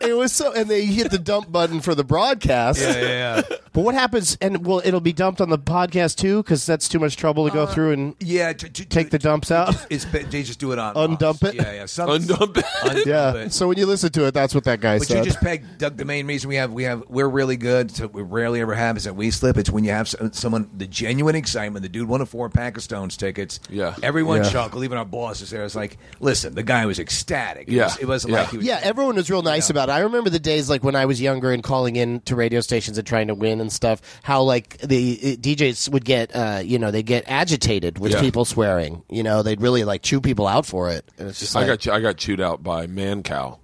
Speaker 3: It was so, and they hit the dump button for the broadcast.
Speaker 4: Yeah, yeah, yeah.
Speaker 3: But what happens? And well, it'll be dumped on the podcast too, because that's too much trouble to go through and
Speaker 4: Yeah, to, to,
Speaker 3: take the dumps out.
Speaker 4: It's, they just do it on
Speaker 3: Undump it?
Speaker 4: Yeah, yeah. Some,
Speaker 2: Undump it.
Speaker 4: undump
Speaker 3: yeah.
Speaker 4: it.
Speaker 3: So when you listen to it, that's what that guy
Speaker 4: But
Speaker 3: said.
Speaker 4: you just pegged Doug the main reason we have we have we're really good. So it rarely ever happens that we slip. It's when you have so- someone the genuine excitement. The dude won a four pack of Stones tickets.
Speaker 2: Yeah.
Speaker 4: everyone
Speaker 3: Yeah.
Speaker 4: chuckled. Even our boss is there. It's like, listen, the guy was ecstatic. It
Speaker 2: Yeah.
Speaker 4: was, it wasn't
Speaker 2: Yeah.
Speaker 4: like he was.
Speaker 3: yeah, everyone was real nice about it. I remember the days like when I was younger and calling in to radio stations and trying to win and stuff. How like the uh, DJs would get, uh, you know, they would get agitated with
Speaker 2: Yeah.
Speaker 3: people swearing. You know, they'd really like chew people out for it. And it's just
Speaker 2: I
Speaker 3: like,
Speaker 2: got I got chewed out by Man Cow.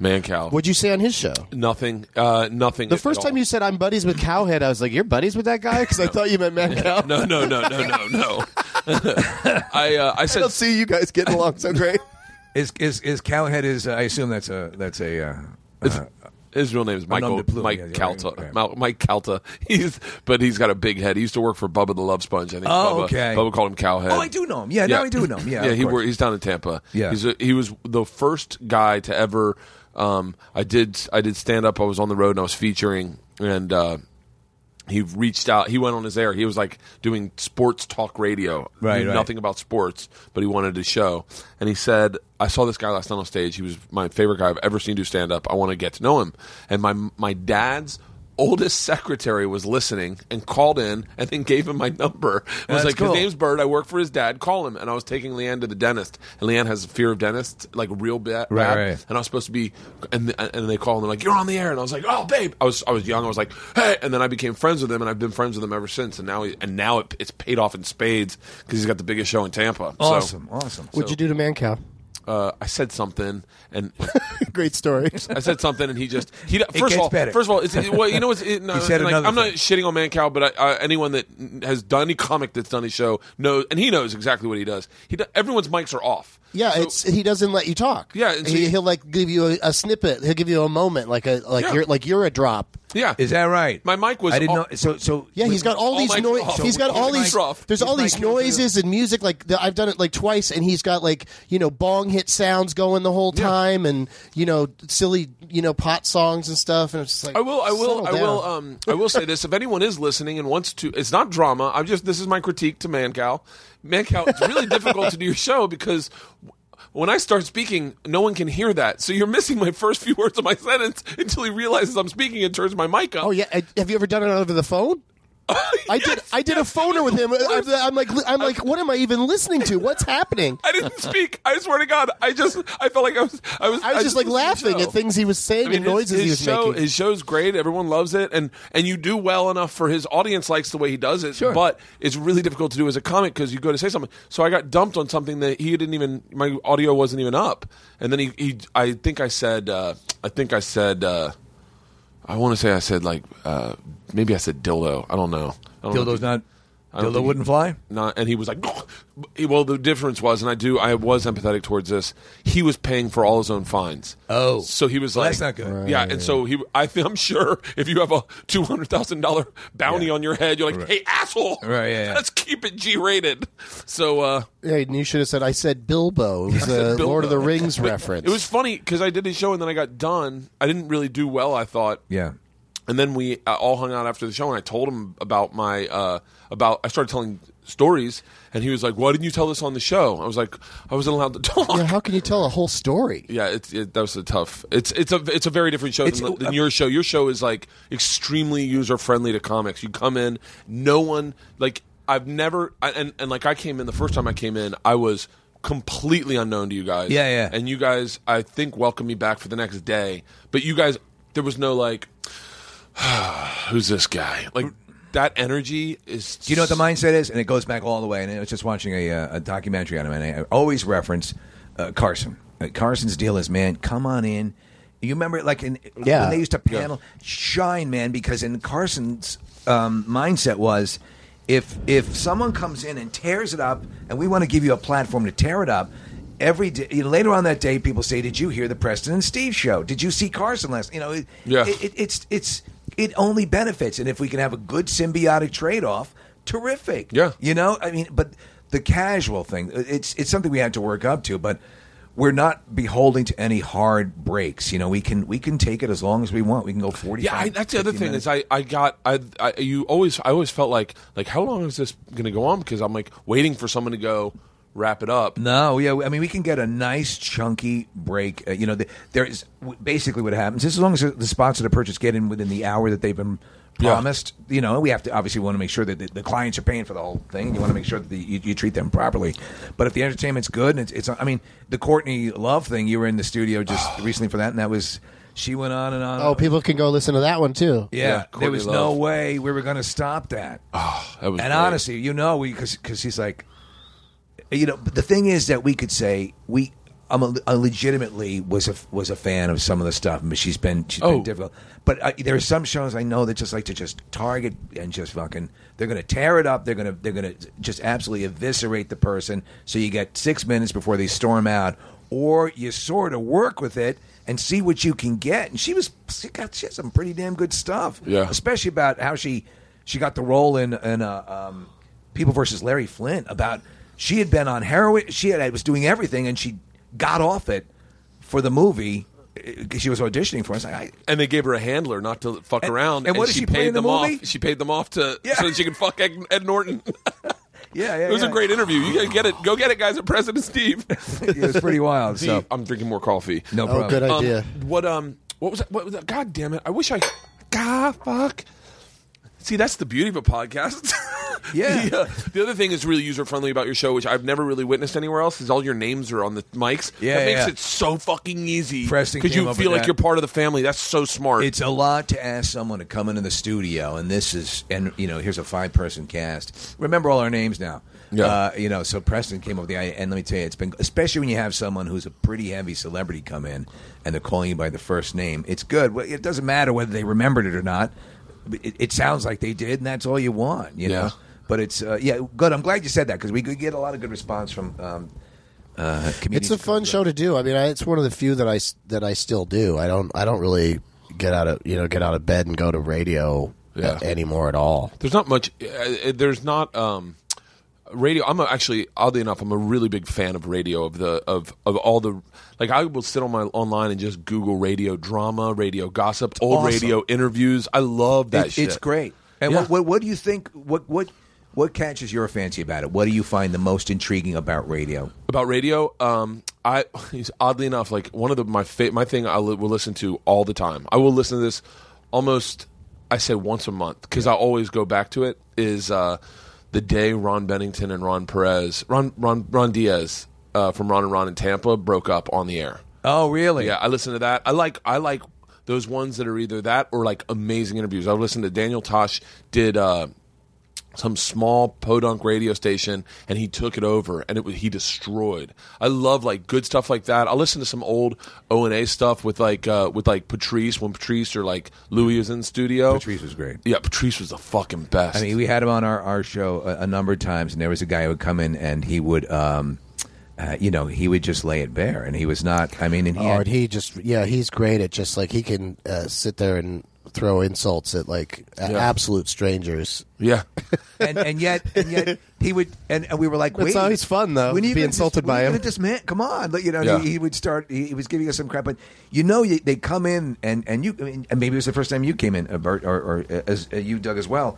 Speaker 2: Man Cow.
Speaker 3: what'd you say on his show?
Speaker 2: Nothing. Uh, nothing.
Speaker 3: The first time you said I'm buddies with Cowhead, I was like, "You're buddies with that guy?" Because I thought you meant Matt Cow.
Speaker 2: No, no, no, no, no, no. I uh, I said
Speaker 3: see you guys getting along so great.
Speaker 4: Is is is Cowhead is? Uh, I assume that's a that's a. Uh, uh,
Speaker 2: His real name is Michael
Speaker 4: Nom de plume,
Speaker 2: Mike
Speaker 4: yeah, yeah,
Speaker 2: Calta.
Speaker 4: yeah.
Speaker 2: Mal- Mike Calta. He's but he's got a big head. He used to work for Bubba the Love Sponge. I think
Speaker 4: Oh,
Speaker 2: Bubba,
Speaker 4: okay.
Speaker 2: Bubba called him Cowhead.
Speaker 4: Oh, I do know him. Yeah, now I do know him. Yeah,
Speaker 2: yeah.
Speaker 4: of
Speaker 2: He
Speaker 4: course.
Speaker 2: wor- he's down in Tampa.
Speaker 4: Yeah.
Speaker 2: he's a, he was the first guy to ever. Um, I did I did stand up. I was on the road and I was featuring and. Uh, he reached out. He went on his air. He was like doing sports talk radio.
Speaker 4: Right,
Speaker 2: Knew
Speaker 4: right.
Speaker 2: Nothing about sports, but he wanted to show. And he said, "I saw this guy last night on stage. He was my favorite guy I've ever seen do stand up. I want to get to know him." And my my dad's oldest secretary was listening and called in and then gave him my number. I was
Speaker 4: That's
Speaker 2: like,
Speaker 4: cool.
Speaker 2: "His name's Bird. I work for his dad. Call him." And I was taking Leanne to the dentist, and Leanne has a fear of dentists, like real bad.
Speaker 4: Right,
Speaker 2: bad.
Speaker 4: right.
Speaker 2: And I was supposed to be, and and they call and they're like, "You're on the air," and I was like, "Oh, babe." I was I was young. I was like, "Hey," and then I became friends with him, and I've been friends with him ever since. And now he, and now it, it's paid off in spades because he's got the biggest show in Tampa. So,
Speaker 4: Awesome, awesome.
Speaker 3: What'd you do to Man Cow?
Speaker 2: uh, I said something, and
Speaker 3: Great story.
Speaker 2: I said something, and he just he. First
Speaker 4: gets
Speaker 2: of all,
Speaker 4: better.
Speaker 2: first of all, it's, it- well, you know, it's, it, no,
Speaker 4: He said
Speaker 2: like,
Speaker 4: another
Speaker 2: I'm not
Speaker 4: thing.
Speaker 2: shitting on Mancow, but I, uh, anyone that has done any comic that's done his show knows, and he knows exactly what he does. He do, everyone's mics are off.
Speaker 3: Yeah,
Speaker 2: So-
Speaker 3: it's he doesn't let you talk.
Speaker 2: Yeah, and so
Speaker 3: he,
Speaker 2: you-
Speaker 3: he'll like give you a, a snippet. He'll give you a moment, like a like
Speaker 2: Yeah.
Speaker 3: you're like you're a drop.
Speaker 2: yeah.
Speaker 4: Is that right?
Speaker 2: My mic was
Speaker 4: I didn't
Speaker 2: all-
Speaker 4: know. So, so
Speaker 3: Yeah, he's got all
Speaker 2: all
Speaker 3: these
Speaker 2: my-
Speaker 3: noise.
Speaker 2: oh,
Speaker 3: he's got
Speaker 2: with
Speaker 3: all
Speaker 2: my
Speaker 3: these.
Speaker 2: trough.
Speaker 3: There's all
Speaker 4: With my
Speaker 3: these
Speaker 4: trough.
Speaker 3: noises and music. Like the, I've done it like twice, and he's got like you know bong hit sounds going the whole
Speaker 2: Yeah.
Speaker 3: time, and you know silly you know pot songs and stuff. And it's just like
Speaker 2: I will. I will.
Speaker 3: settle
Speaker 2: I
Speaker 3: down.
Speaker 2: will. Um, I will say this: if anyone is listening and wants to, it's not drama. I'm just. This is my critique to Mancow. Mancow, it's really difficult to do your show because. w- When I start speaking, no one can hear that. So you're missing my first few words of my sentence until he realizes I'm speaking and turns my mic up.
Speaker 3: Oh yeah, I, have you ever done it over the phone? I did. I did a phoner with him. I'm, I'm like, li- I'm like, what am I even listening to? What's happening?
Speaker 2: I didn't speak. I swear to God, I just I felt like I was I was
Speaker 3: I was just like laughing at things he was saying and noises
Speaker 2: his,
Speaker 3: he was
Speaker 2: show,
Speaker 3: making.
Speaker 2: His show's great. Everyone loves it, and and you do well enough for his audience likes the way he does it.
Speaker 4: Sure.
Speaker 2: But it's really difficult to do as a comic because you go to say something. So I got dumped on something that he didn't even. My audio wasn't even up, and then he. he I think I said. Uh, I think I said. Uh, I want to say I said like uh, maybe I said dildo. I don't know. I don't know if
Speaker 4: dildo's
Speaker 2: he-
Speaker 4: not.
Speaker 2: I don't
Speaker 4: Dildo
Speaker 2: think-
Speaker 4: wouldn't fly.
Speaker 2: not, and he was like, well, the difference was, and I do, I was empathetic towards this. He was paying for all his own fines.
Speaker 4: Oh.
Speaker 2: so he was
Speaker 4: Well,
Speaker 2: like,
Speaker 4: that's not good.
Speaker 2: Yeah, and so he, I think I'm sure if you have a two hundred thousand dollar bounty
Speaker 4: Yeah.
Speaker 2: on your head, you're like,
Speaker 4: Right.
Speaker 2: hey asshole,
Speaker 4: Right, yeah, yeah.
Speaker 2: let's keep it G rated. So uh,
Speaker 3: Yeah, and you should have said, "I said Bilbo." It was a
Speaker 2: Bilbo.
Speaker 3: Lord of the Rings
Speaker 2: but
Speaker 3: reference.
Speaker 2: It was funny because I did his show and then I got done. I didn't really do well. I thought,
Speaker 4: Yeah.
Speaker 2: and then we uh, all hung out after the show, and I told him about my uh, about. I started telling stories, and he was like, "Why didn't you tell this on the show?" I was like, "I wasn't allowed to talk."
Speaker 3: Yeah,
Speaker 2: Yeah,
Speaker 3: how can you tell a whole story?
Speaker 2: it's it, that was a tough. It's it's a it's a very different show
Speaker 4: It's-
Speaker 2: than, than your show. Your show is like extremely user friendly to comics. You come in, no one like I've never I, and and like I came in the first time I came in, I was completely unknown to you guys.
Speaker 4: Yeah, yeah.
Speaker 2: And you guys, I think, welcomed me back for the next day. But you guys, there was no like who's this guy? Like that energy is.
Speaker 4: Do you know what the mindset is? And it goes back all the way. And I was just watching a, uh, a documentary on him, and I always reference uh, Carson. Uh, Carson's deal is, man, come on in. You remember, like, in,
Speaker 3: Yeah.
Speaker 4: when they used to panel, shine, man, because in Carson's um, mindset was, if if someone comes in and tears it up, and we want to give you a platform to tear it up. Every day, you know, later on that day, people say, "Did you hear the Preston and Steve show? Did you see Carson last?" You know, it,
Speaker 2: Yeah.
Speaker 4: it, it, it's it's it only benefits, and if we can have a good symbiotic trade off, terrific.
Speaker 2: Yeah.
Speaker 4: you know, I mean, but the casual thing, it's it's something we had to work up to, but we're not beholden to any hard breaks. You know, we can we can take it as long as we want. We can go forty.
Speaker 2: Yeah, I, that's the other thing is I, I got I, I you always I always felt like like how long is this going to go on because I'm like waiting for someone to go wrap it up.
Speaker 4: No, yeah, I mean we can get a nice chunky break. Uh, you know, the, there is w- basically what happens. As long as the spots of the purchase get in within the hour that they've been
Speaker 2: Yeah.
Speaker 4: promised, you know, we have to obviously want to make sure that the, the clients are paying for the whole thing. You want to make sure that the, you, you treat them properly. But if the entertainment's good and it's, it's, I mean, the Courtney Love thing, you were in the studio just recently for that, and that was she went on and on.
Speaker 3: Oh, people can go listen to that one too.
Speaker 2: Yeah,
Speaker 4: yeah,
Speaker 2: Courtney
Speaker 4: there was no
Speaker 2: Love. Ah,
Speaker 4: way we were going to stop that.
Speaker 2: That was
Speaker 4: And
Speaker 2: great.
Speaker 4: honestly, you know, because because he's like, you know, but the thing is that we could say we. I'm a, I legitimately was a was a fan of some of the stuff, but she's been she's
Speaker 2: Oh.
Speaker 4: been difficult. But I, there are some shows I know that just like to just target and just fucking they're going to tear it up. They're going to they're going to just absolutely eviscerate the person. So you get six minutes before they storm out, or you sort of work with it and see what you can get. And she was she got she had some pretty damn good stuff.
Speaker 2: Yeah.
Speaker 4: especially about how she she got the role in in uh, um, People versus Larry Flint about she had been on heroin. She had was doing everything, and she got off it for the movie. uh, she was auditioning for us. I, I,
Speaker 2: and they gave her a handler not to fuck
Speaker 4: And-
Speaker 2: around.
Speaker 4: and what did she play
Speaker 2: paid
Speaker 4: in the
Speaker 2: them
Speaker 4: movie?
Speaker 2: off. She paid them off to
Speaker 4: Yeah.
Speaker 2: so that she could fuck Ed, Ed Norton.
Speaker 4: yeah, yeah,
Speaker 2: it was
Speaker 4: yeah.
Speaker 2: a great interview. You gotta get it. Go get it, guys. At President Steve.
Speaker 4: it was pretty wild. So
Speaker 2: Gee, I'm drinking more coffee.
Speaker 4: no
Speaker 3: Oh,
Speaker 4: problem.
Speaker 3: good
Speaker 2: Um,
Speaker 3: idea.
Speaker 2: What um? What was that? What was that? God damn it! I wish I. God fuck. See, that's the beauty of a podcast.
Speaker 4: Yeah.
Speaker 2: the, uh, the other thing is really user friendly about your show, which I've never really witnessed anywhere else, is all your names are on the mics.
Speaker 4: Yeah,
Speaker 2: that makes
Speaker 4: yeah.
Speaker 2: it so fucking easy
Speaker 4: Preston
Speaker 2: because
Speaker 4: came
Speaker 2: you
Speaker 4: up
Speaker 2: feel
Speaker 4: with
Speaker 2: like
Speaker 4: that.
Speaker 2: you're part of the family. That's so smart.
Speaker 4: It's a lot to ask someone to come into the studio, and this is, and you know, here's a five person cast. Remember all our names now.
Speaker 2: Yeah.
Speaker 4: Uh, you know, so Preston came up with the idea, and let me tell you, it's been, especially when you have someone who's a pretty heavy celebrity come in and they're calling you by the first name, it's good. Well, It doesn't matter whether they remembered it or not. But It, it sounds like they did, and that's all you want, you
Speaker 2: Yeah.
Speaker 4: know? But it's, uh, yeah, good. I'm glad you said that because we could get a lot of good response from um, uh, comedians.
Speaker 3: It's a fun show to do. I mean, I, it's one of the few that I s- that I still do. I don't I don't really get out of you know get out of bed and go to radio uh,
Speaker 2: Yeah.
Speaker 3: anymore at all.
Speaker 2: There's not much. uh, Uh, there's not um, radio. I'm a, actually oddly enough, I'm a really big fan of radio. Of the of of all the like, I will sit on my online and just Google radio drama, radio gossip, old
Speaker 4: awesome.
Speaker 2: radio interviews. I love that.
Speaker 4: It-
Speaker 2: shit.
Speaker 4: It's great. And
Speaker 2: Yeah.
Speaker 4: what, what what do you think? What what what catches your fancy about it? What do you find the most intriguing about radio?
Speaker 2: about radio. Um, I oddly enough, like one of the my fa- my thing I li- will listen to all the time. I will listen to this almost. I say once a month because I always go back to it. Is uh, the day Ron Bennington and Ron Perez, Ron Ron Ron Diaz uh, from Ron and Ron in Tampa broke up on the air.
Speaker 4: Oh, really?
Speaker 2: Yeah, I listen to that. I like I like those ones that are either that or like amazing interviews. I listened to Daniel Tosh did uh, some small podunk radio station and he took it over and it was, he destroyed. I love like good stuff like that. I listen to some old O and A stuff with like uh, with like Patrice when Patrice or like Louis was in the studio.
Speaker 4: Patrice was great.
Speaker 2: Yeah, Patrice was the fucking best.
Speaker 4: I mean, we had him on our, our show a, a number of times, and there was a guy who would come in and he would, um, uh, you know, he would just lay it bare, and he was not. I mean, and he,
Speaker 3: Or
Speaker 4: had-
Speaker 3: he just yeah he's great at just like he can uh, sit there and throw insults at like a-
Speaker 2: Yeah.
Speaker 3: absolute strangers.
Speaker 2: yeah.
Speaker 4: and, and yet, and yet, he would, and, and we were like,
Speaker 3: It's
Speaker 4: "Wait,
Speaker 3: always fun, though,
Speaker 4: when
Speaker 3: to
Speaker 4: you
Speaker 3: be
Speaker 4: gonna
Speaker 3: insulted
Speaker 4: dis-
Speaker 3: by
Speaker 4: when you
Speaker 3: him.
Speaker 4: gonna Dis- man, come on, like, you know,
Speaker 2: Yeah.
Speaker 4: he, he would start. He, he was giving us some crap, but you know, you, they come in, and and you, I mean, and maybe it was the first time you came in, uh, Bert, or, or uh, as uh, you, Doug, as well.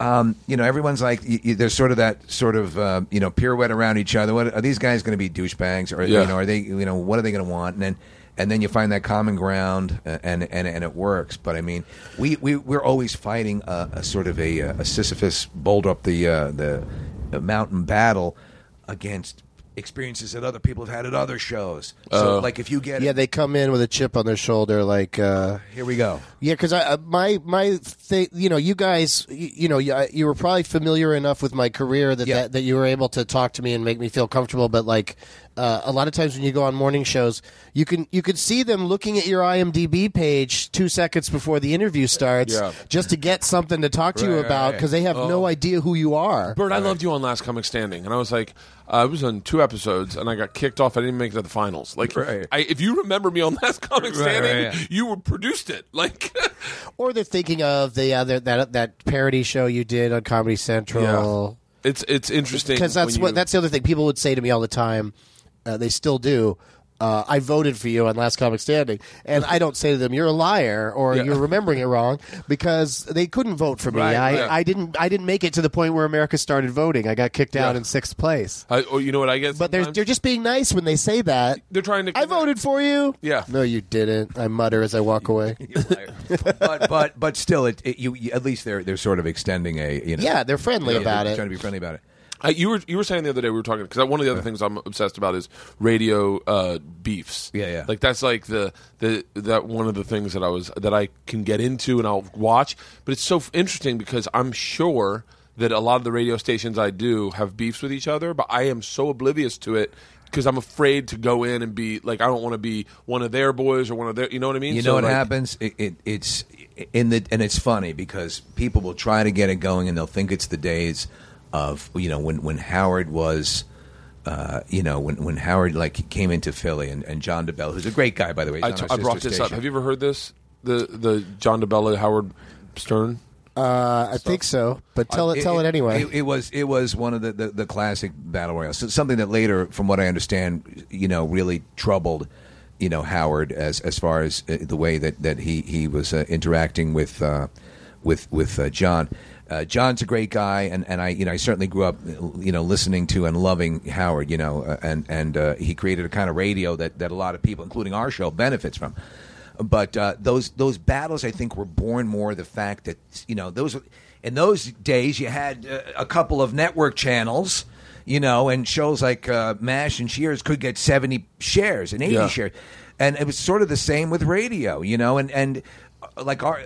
Speaker 4: Um, you know, everyone's like, you, you, there's sort of that sort of uh, you know pirouette around each other. What are these guys going to be douchebags, or
Speaker 2: Yeah.
Speaker 4: you know, are they, you know, what are they going to want? And then. And then you find that common ground, uh, and and, and it works. But I mean, we we we are always fighting a, a sort of a, uh, a Sisyphus boulder up the uh, the the mountain battle against experiences that other people have had at other shows. So, like, if you get
Speaker 3: Yeah,
Speaker 4: it,
Speaker 3: they come in with a chip on their shoulder like. Uh,
Speaker 4: here we go.
Speaker 3: Yeah, because I uh, my my thing, you know, you guys, you, you know, you, I- you were probably familiar enough with my career that,
Speaker 4: Yeah.
Speaker 3: that that you were able to talk to me and make me feel comfortable. But like, uh, a lot of times when you go on morning shows, you can you can see them looking at your IMDb page two seconds before the interview starts,
Speaker 2: Yeah.
Speaker 3: just to get something to talk to you
Speaker 4: Right,
Speaker 3: about
Speaker 4: right. Oh.
Speaker 3: because they have no idea who you are.
Speaker 2: Bert, I loved you on Last Comic Standing, and I was like, I was on two episodes, and I got kicked off. I didn't make it to the finals. Like,
Speaker 4: Right.
Speaker 2: I, if you remember me on Last Comic
Speaker 4: Right, right,
Speaker 2: Standing,
Speaker 4: yeah.
Speaker 2: you were produced it. Like,
Speaker 3: Or they're thinking of the other that that parody show you did on Comedy Central.
Speaker 2: it's it's interesting
Speaker 3: because that's
Speaker 2: when
Speaker 3: what
Speaker 2: you-
Speaker 3: that's the other thing people would say to me all the time. Uh, they still do. Uh, I voted for you on Last Comic Standing, and I don't say to them, "You're a liar" or "You're remembering it wrong," because they couldn't vote for me.
Speaker 2: Right,
Speaker 3: I,
Speaker 2: right.
Speaker 3: I didn't. I didn't make it to the point where America started voting. I got kicked out
Speaker 2: Yeah.
Speaker 3: in sixth place.
Speaker 2: I, oh, you know what I guess.
Speaker 3: But they're they're just being nice when they say that.
Speaker 2: they're trying to.
Speaker 3: I voted for you.
Speaker 2: Yeah.
Speaker 3: No, you didn't. I mutter as I walk away.
Speaker 4: but but but still, it, it you, you at least they're they're sort of extending a you know
Speaker 3: Yeah, they're friendly
Speaker 4: they're
Speaker 3: about it.
Speaker 4: trying to be friendly about it.
Speaker 2: I, you were you were saying the other day we were talking because one of the other things I'm obsessed about is radio uh, beefs.
Speaker 4: Yeah, yeah.
Speaker 2: Like that's like the the that one of the things that I was that I can get into and I'll watch. But it's so f- interesting because I'm sure that a lot of the radio stations I do have beefs with each other, but I am so oblivious to it because I'm afraid to go in and be like I don't want to be one of their boys or one of their. You know what I mean?
Speaker 4: You
Speaker 2: So,
Speaker 4: know what
Speaker 2: like,
Speaker 4: happens? It, it, it's in the and it's funny because people will try to get it going and they'll think it's the days of you know when when Howard was. Uh, you know when, when Howard like came into Philly and, and John DeBell, who's a great guy by the way. he's
Speaker 2: I
Speaker 4: on
Speaker 2: t-
Speaker 4: our
Speaker 2: I brought
Speaker 4: sister
Speaker 2: this up.
Speaker 4: station.
Speaker 2: Have you ever heard this? The the John DeBella Howard Stern.
Speaker 3: Uh, I think so, but tell
Speaker 2: Uh,
Speaker 3: it tell it anyway.
Speaker 4: It, it was it was one of the, the, the classic battle royals. So something that later, from what I understand, you know, really troubled. you know Howard as as far as uh, the way that that he he was uh, interacting with uh, with with uh, John. Uh, John's a great guy, and, and I you know I certainly grew up you know listening to and loving Howard. You know, uh, and and uh, he created a kind of radio that that a lot of people, including our show, benefits from. But uh, those those battles, I think, were born more the fact that you know those in those days you had uh, a couple of network channels you know, and shows like uh, MASH and Shears could get 70 shares and 80
Speaker 2: Yeah.
Speaker 4: shares. And it was sort of the same with radio, you know, and, and uh, like our.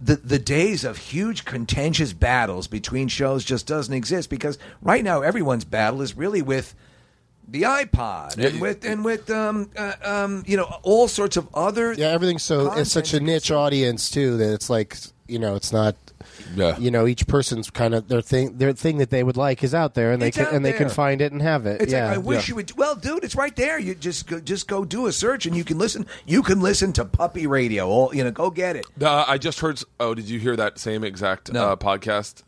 Speaker 4: The, the days of huge contentious battles between shows just doesn't exist because right now everyone's battle is really with the iPod and
Speaker 2: Yeah.
Speaker 4: with and with um, uh, um, you know all sorts of other
Speaker 3: Yeah, everything's so
Speaker 4: Content
Speaker 3: it's such a
Speaker 4: you
Speaker 3: niche audience too that it's like you know it's not.
Speaker 2: Yeah.
Speaker 3: You know, each person's kind of their thing. Their thing that they would like is out there, and they
Speaker 4: It's
Speaker 3: can
Speaker 4: out
Speaker 3: and they can
Speaker 4: there.
Speaker 3: find it and have it.
Speaker 4: It's
Speaker 3: yeah,
Speaker 4: like I wish you would. Well, dude, it's right there. You just go, just go do a search and you can listen. You can listen to Puppy Radio. All you know, go get it.
Speaker 2: Uh, I just heard. s- Oh, did you hear that same exact
Speaker 4: No.
Speaker 2: uh, podcast?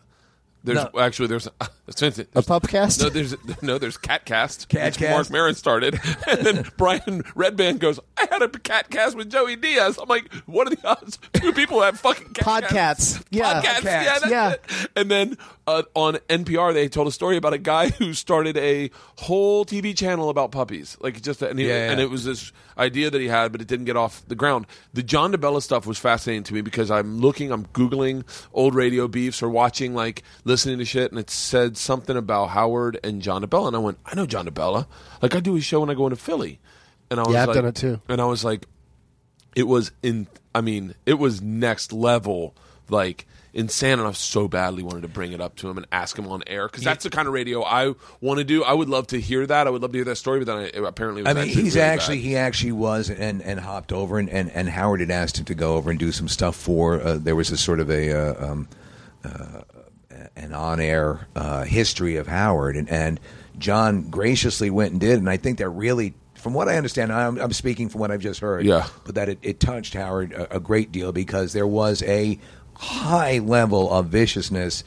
Speaker 2: There's
Speaker 4: No.
Speaker 2: actually there's, there's
Speaker 3: a pubcast.
Speaker 2: No, there's no, there's Catcast. which
Speaker 4: Catcast.
Speaker 2: Mark Maron started, and then Brian Redband goes, "I had a Catcast with Joey Diaz." I'm like, "What are the odds? Two people have fucking Catcasts.
Speaker 3: Podcasts. Yeah.
Speaker 2: Podcasts. Yeah, that's
Speaker 3: Yeah.
Speaker 2: it. And then uh, on NPR, they told a story about a guy who started a whole TV channel about puppies, like just and, he-
Speaker 4: Yeah, yeah.
Speaker 2: and it was this idea that he had, but it didn't get off the ground. The John DeBella stuff was fascinating to me because I'm looking, I'm googling old radio beefs or watching like listening to shit, and it said something about Howard and John DeBella, and I went, I know John DeBella, like I do his show when I go into Philly, and I was
Speaker 3: I've
Speaker 2: like,
Speaker 3: done it too.
Speaker 2: and I was like, it was in i mean it was next level like insane and i so badly wanted to bring it up to him and ask him on air because that's the kind of radio i want to do i would love to hear that i would love to hear that story but then I, it apparently was
Speaker 4: I mean,
Speaker 2: actually
Speaker 4: he's
Speaker 2: really
Speaker 4: actually
Speaker 2: bad.
Speaker 4: he actually was and and hopped over and, and and Howard had asked him to go over and do some stuff for. Uh, there was a sort of a uh, um, uh, an on air uh, history of Howard and and John graciously went and did, and I think that really. From what I understand, I'm, I'm speaking from what I've just heard.
Speaker 2: Yeah.
Speaker 4: but that it, it touched Howard a, a great deal because there was a high level of viciousness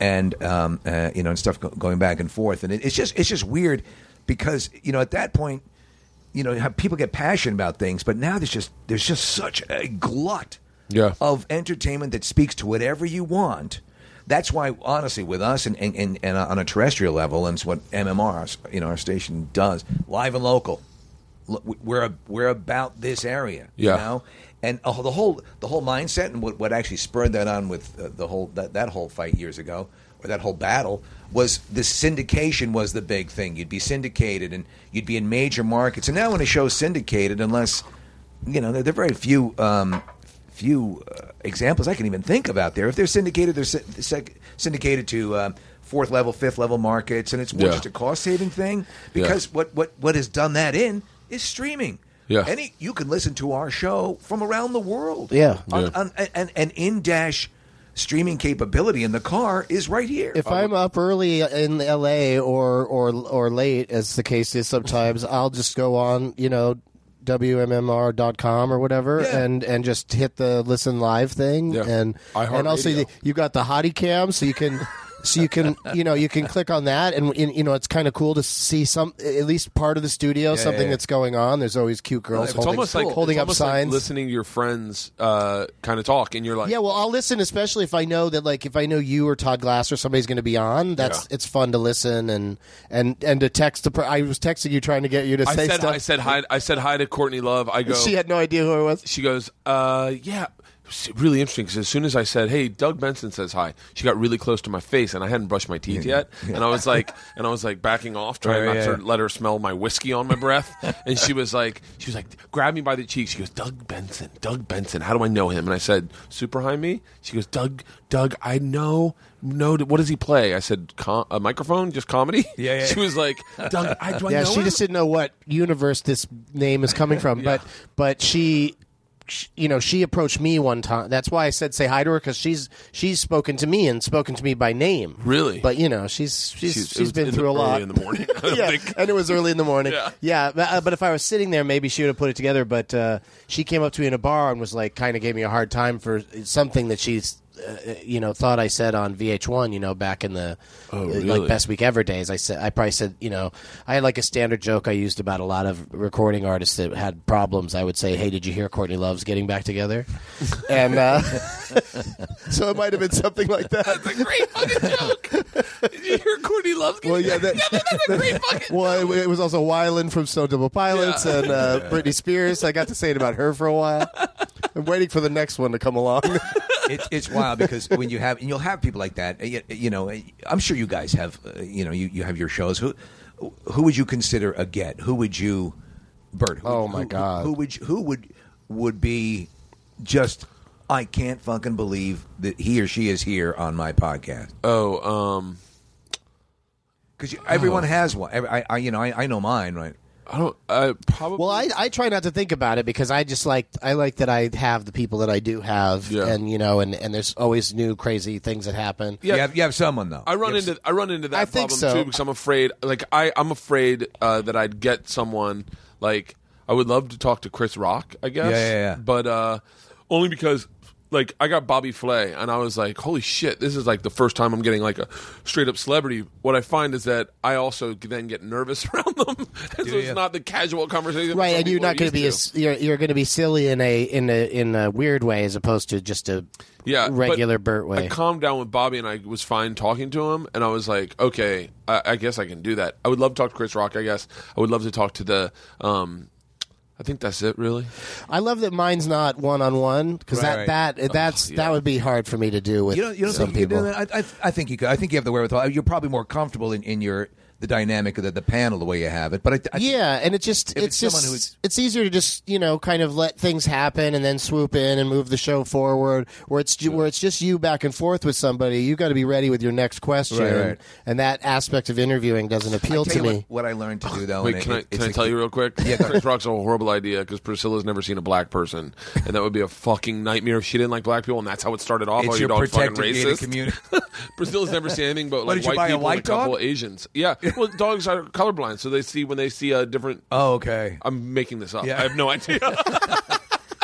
Speaker 4: and um, uh, you know and stuff go, going back and forth, and it, it's just it's just weird because you know at that point you know how people get passionate about things, but now there's just there's just such a glut
Speaker 2: Yeah.
Speaker 4: of entertainment that speaks to whatever you want. That's why, honestly, with us and, and, and, and on a terrestrial level, and it's what MMR, you know, our station does, live and local. L- We're a, we're about this area,
Speaker 2: Yeah.
Speaker 4: you know, and uh, the whole the whole mindset and what, what actually spurred that on with uh, the whole that, that whole fight years ago or that whole battle was the syndication was the big thing. You'd be syndicated and you'd be in major markets. And now when a show's syndicated, unless you know there, there are very few um, few uh, examples I can even think of out there. If they're syndicated, they're sy- sec- syndicated to um, fourth level, fifth level markets, and it's more
Speaker 2: Yeah.
Speaker 4: just a cost saving thing
Speaker 2: Yeah.
Speaker 4: because what what what has done that in is streaming.
Speaker 2: Yeah.
Speaker 4: any you can listen to our show from around the world.
Speaker 3: Yeah.
Speaker 4: on,
Speaker 2: Yeah.
Speaker 4: on- and- and and in dash streaming capability in the car is right here.
Speaker 3: If I'm up early in LA or or or late, as the case is sometimes, I'll just go on, you know, wmmr.com or whatever,
Speaker 4: Yeah.
Speaker 3: and and just hit the listen live thing,
Speaker 2: Yeah.
Speaker 3: and
Speaker 2: iHeartRadio.
Speaker 3: and also you, you got the hottie cam, so you can. So you can you know you can click on that and and, you know it's kind of cool to see some at least part of the studio something
Speaker 4: yeah.
Speaker 3: that's going on. There's always cute girls
Speaker 4: It's
Speaker 2: it's
Speaker 3: holding,
Speaker 2: almost like
Speaker 3: holding
Speaker 2: it's
Speaker 3: up
Speaker 2: almost like
Speaker 3: signs.
Speaker 2: listening to your friends uh, kind of talk and you're like
Speaker 3: Yeah, well, I'll listen, especially if I know that, like, if I know you or Todd Glass or somebody's going to be on. That's
Speaker 2: Yeah.
Speaker 3: it's fun to listen and and and to text. The per- I was texting you trying to get you to
Speaker 2: I
Speaker 3: say
Speaker 2: said
Speaker 3: stuff.
Speaker 2: I said hi I said hi to Courtney Love I go
Speaker 3: she had no idea who I was.
Speaker 2: she goes, uh, yeah, it was really interesting because as soon as I said, hey, Doug Benson says hi, she got really close to my face and I hadn't brushed my teeth yet. And I was like, and I was like backing off, trying
Speaker 4: Right,
Speaker 3: Oh,
Speaker 2: not
Speaker 4: yeah.
Speaker 2: to let her smell my whiskey on my breath. and she was like, she was like, grab me by the cheek. She goes, Doug Benson, Doug Benson, how do I know him? And I said, super high me? She goes, Doug, Doug, I know, no, what does he play? I said, Com- a microphone, just comedy?
Speaker 4: Yeah, yeah.
Speaker 2: She was like, Doug, I, do I
Speaker 3: Yeah,
Speaker 2: know
Speaker 3: she
Speaker 2: him?"
Speaker 3: just didn't know what universe this name is coming from. But but she, sh you know, she approached me one time. That's why I said say hi to her because she's she's spoken to me and spoken to me by name.
Speaker 2: Really?
Speaker 3: But you know, she's she's
Speaker 2: She's- it was
Speaker 3: she's been
Speaker 2: in
Speaker 3: through
Speaker 2: the-
Speaker 3: a lot
Speaker 2: early in the morning. I don't
Speaker 3: yeah,
Speaker 2: think-
Speaker 3: and it was early in the morning.
Speaker 2: Yeah.
Speaker 3: yeah, but, uh, but if I was sitting there, maybe she would have put it together. But uh, she came up to me in a bar and was like, kind of gave me a hard time for something that she's uh, you know thought I said on VH1, you know, back in the
Speaker 2: Oh,
Speaker 3: uh,
Speaker 2: really?
Speaker 3: like best week ever days. I said I probably said you know I had like a standard joke I used about a lot of recording artists that had problems. I would say, hey, did you hear Courtney Love's getting back together? and uh, so it might have been something like that.
Speaker 2: That's a great fucking joke. Did you hear Courtney Love?
Speaker 3: Well, yeah, that-
Speaker 2: that's a great fucking.
Speaker 3: Well, it, it was also Weiland from Snow Double Pilots
Speaker 2: Yeah.
Speaker 3: and uh, Britney Spears. I got to say it about her for a while. I'm waiting for the next one to come along.
Speaker 4: it's it's wild because when you have and you'll have people like that. uh, You, you know, uh, I'm sure you guys have. uh, You know, you, you have your shows. Who who would you consider a get? Who would you, Bert? Who,
Speaker 3: Oh, my
Speaker 4: who-
Speaker 3: God.
Speaker 4: Who, would you, who would would be just? I can't fucking believe that he or she is here on my podcast
Speaker 2: Oh, um,
Speaker 4: because everyone
Speaker 3: Oh.
Speaker 4: has one. Every, I, I you know I, I know mine right.
Speaker 2: I don't. I probably.
Speaker 3: Well, I, I try not to think about it because I just like I like that I have the people that I do have,
Speaker 2: Yeah.
Speaker 3: and you know, and, and there's always new crazy things that happen.
Speaker 2: Yeah.
Speaker 4: You have, you have someone though.
Speaker 2: I run
Speaker 4: You have
Speaker 2: into I run into that
Speaker 3: I think
Speaker 2: problem
Speaker 3: so.
Speaker 2: too because I'm afraid like I I'm afraid uh, that I'd get someone like I would love to talk to Chris Rock I guess
Speaker 4: Yeah, yeah, yeah.
Speaker 2: but uh, only because like I got Bobby Flay and I was like holy shit this is like the first time I'm getting like a straight up celebrity what I find is that I also then get nervous around them so
Speaker 4: Yeah, yeah.
Speaker 2: it's not the casual conversation that
Speaker 3: Right,
Speaker 2: some
Speaker 3: and you're
Speaker 2: people are
Speaker 3: not going
Speaker 2: used
Speaker 3: to be
Speaker 2: to.
Speaker 3: as you're, you're going to be silly in a in a in a weird way as opposed to just a
Speaker 2: yeah, but
Speaker 3: regular Burt
Speaker 2: I
Speaker 3: way.
Speaker 2: calmed down with Bobby, and I was fine talking to him. And I was like, okay, I, I guess I can do that. I would love to talk to Chris Rock. I guess I would love to talk to the. Um, I think that's it, really.
Speaker 3: I love that mine's not one on one because
Speaker 4: Right.
Speaker 3: that that that's
Speaker 2: yeah.
Speaker 3: that would be hard for me to do with
Speaker 4: You don't, you don't
Speaker 3: some
Speaker 4: think
Speaker 3: people.
Speaker 4: you could do that? I, I, I think you could. I think you have the wherewithal. Uh, You're probably more comfortable in, in your the dynamic of the, the panel the way you have it. But I, I
Speaker 3: yeah, and it
Speaker 4: If
Speaker 3: just it's,
Speaker 4: it's someone
Speaker 3: just
Speaker 4: who's-
Speaker 3: it's easier to just you know kind of let things happen and then swoop in and move the show forward. Where it's ju- where it's just you back and forth with somebody, you got to be ready with your next question,
Speaker 4: Right, right.
Speaker 3: and that aspect of interviewing doesn't appeal
Speaker 4: tell
Speaker 3: to
Speaker 4: you
Speaker 3: me.
Speaker 4: What, what I learned to do though.
Speaker 2: Wait,
Speaker 4: and
Speaker 2: can
Speaker 4: Oh, it-
Speaker 2: I
Speaker 4: it's
Speaker 2: can I
Speaker 4: a-
Speaker 2: tell you real quick? Yeah, Chris Rock's a horrible idea because Priscilla's never seen a black person, and that would be a fucking nightmare if she didn't like black people, and that's how it started off.
Speaker 4: It's
Speaker 2: oh,
Speaker 4: your
Speaker 2: your dog's fucking
Speaker 4: protected gated
Speaker 2: racist.
Speaker 4: community.
Speaker 2: Priscilla's never seen anything but
Speaker 4: What,
Speaker 2: like
Speaker 4: did you buy
Speaker 2: white people
Speaker 4: a
Speaker 2: and a
Speaker 4: white dog?
Speaker 2: couple Asians. Yeah, well, dogs are colorblind, so they see when they see a different.
Speaker 4: Oh, okay.
Speaker 2: I'm making this up.
Speaker 4: Yeah.
Speaker 2: I have no idea.
Speaker 4: Do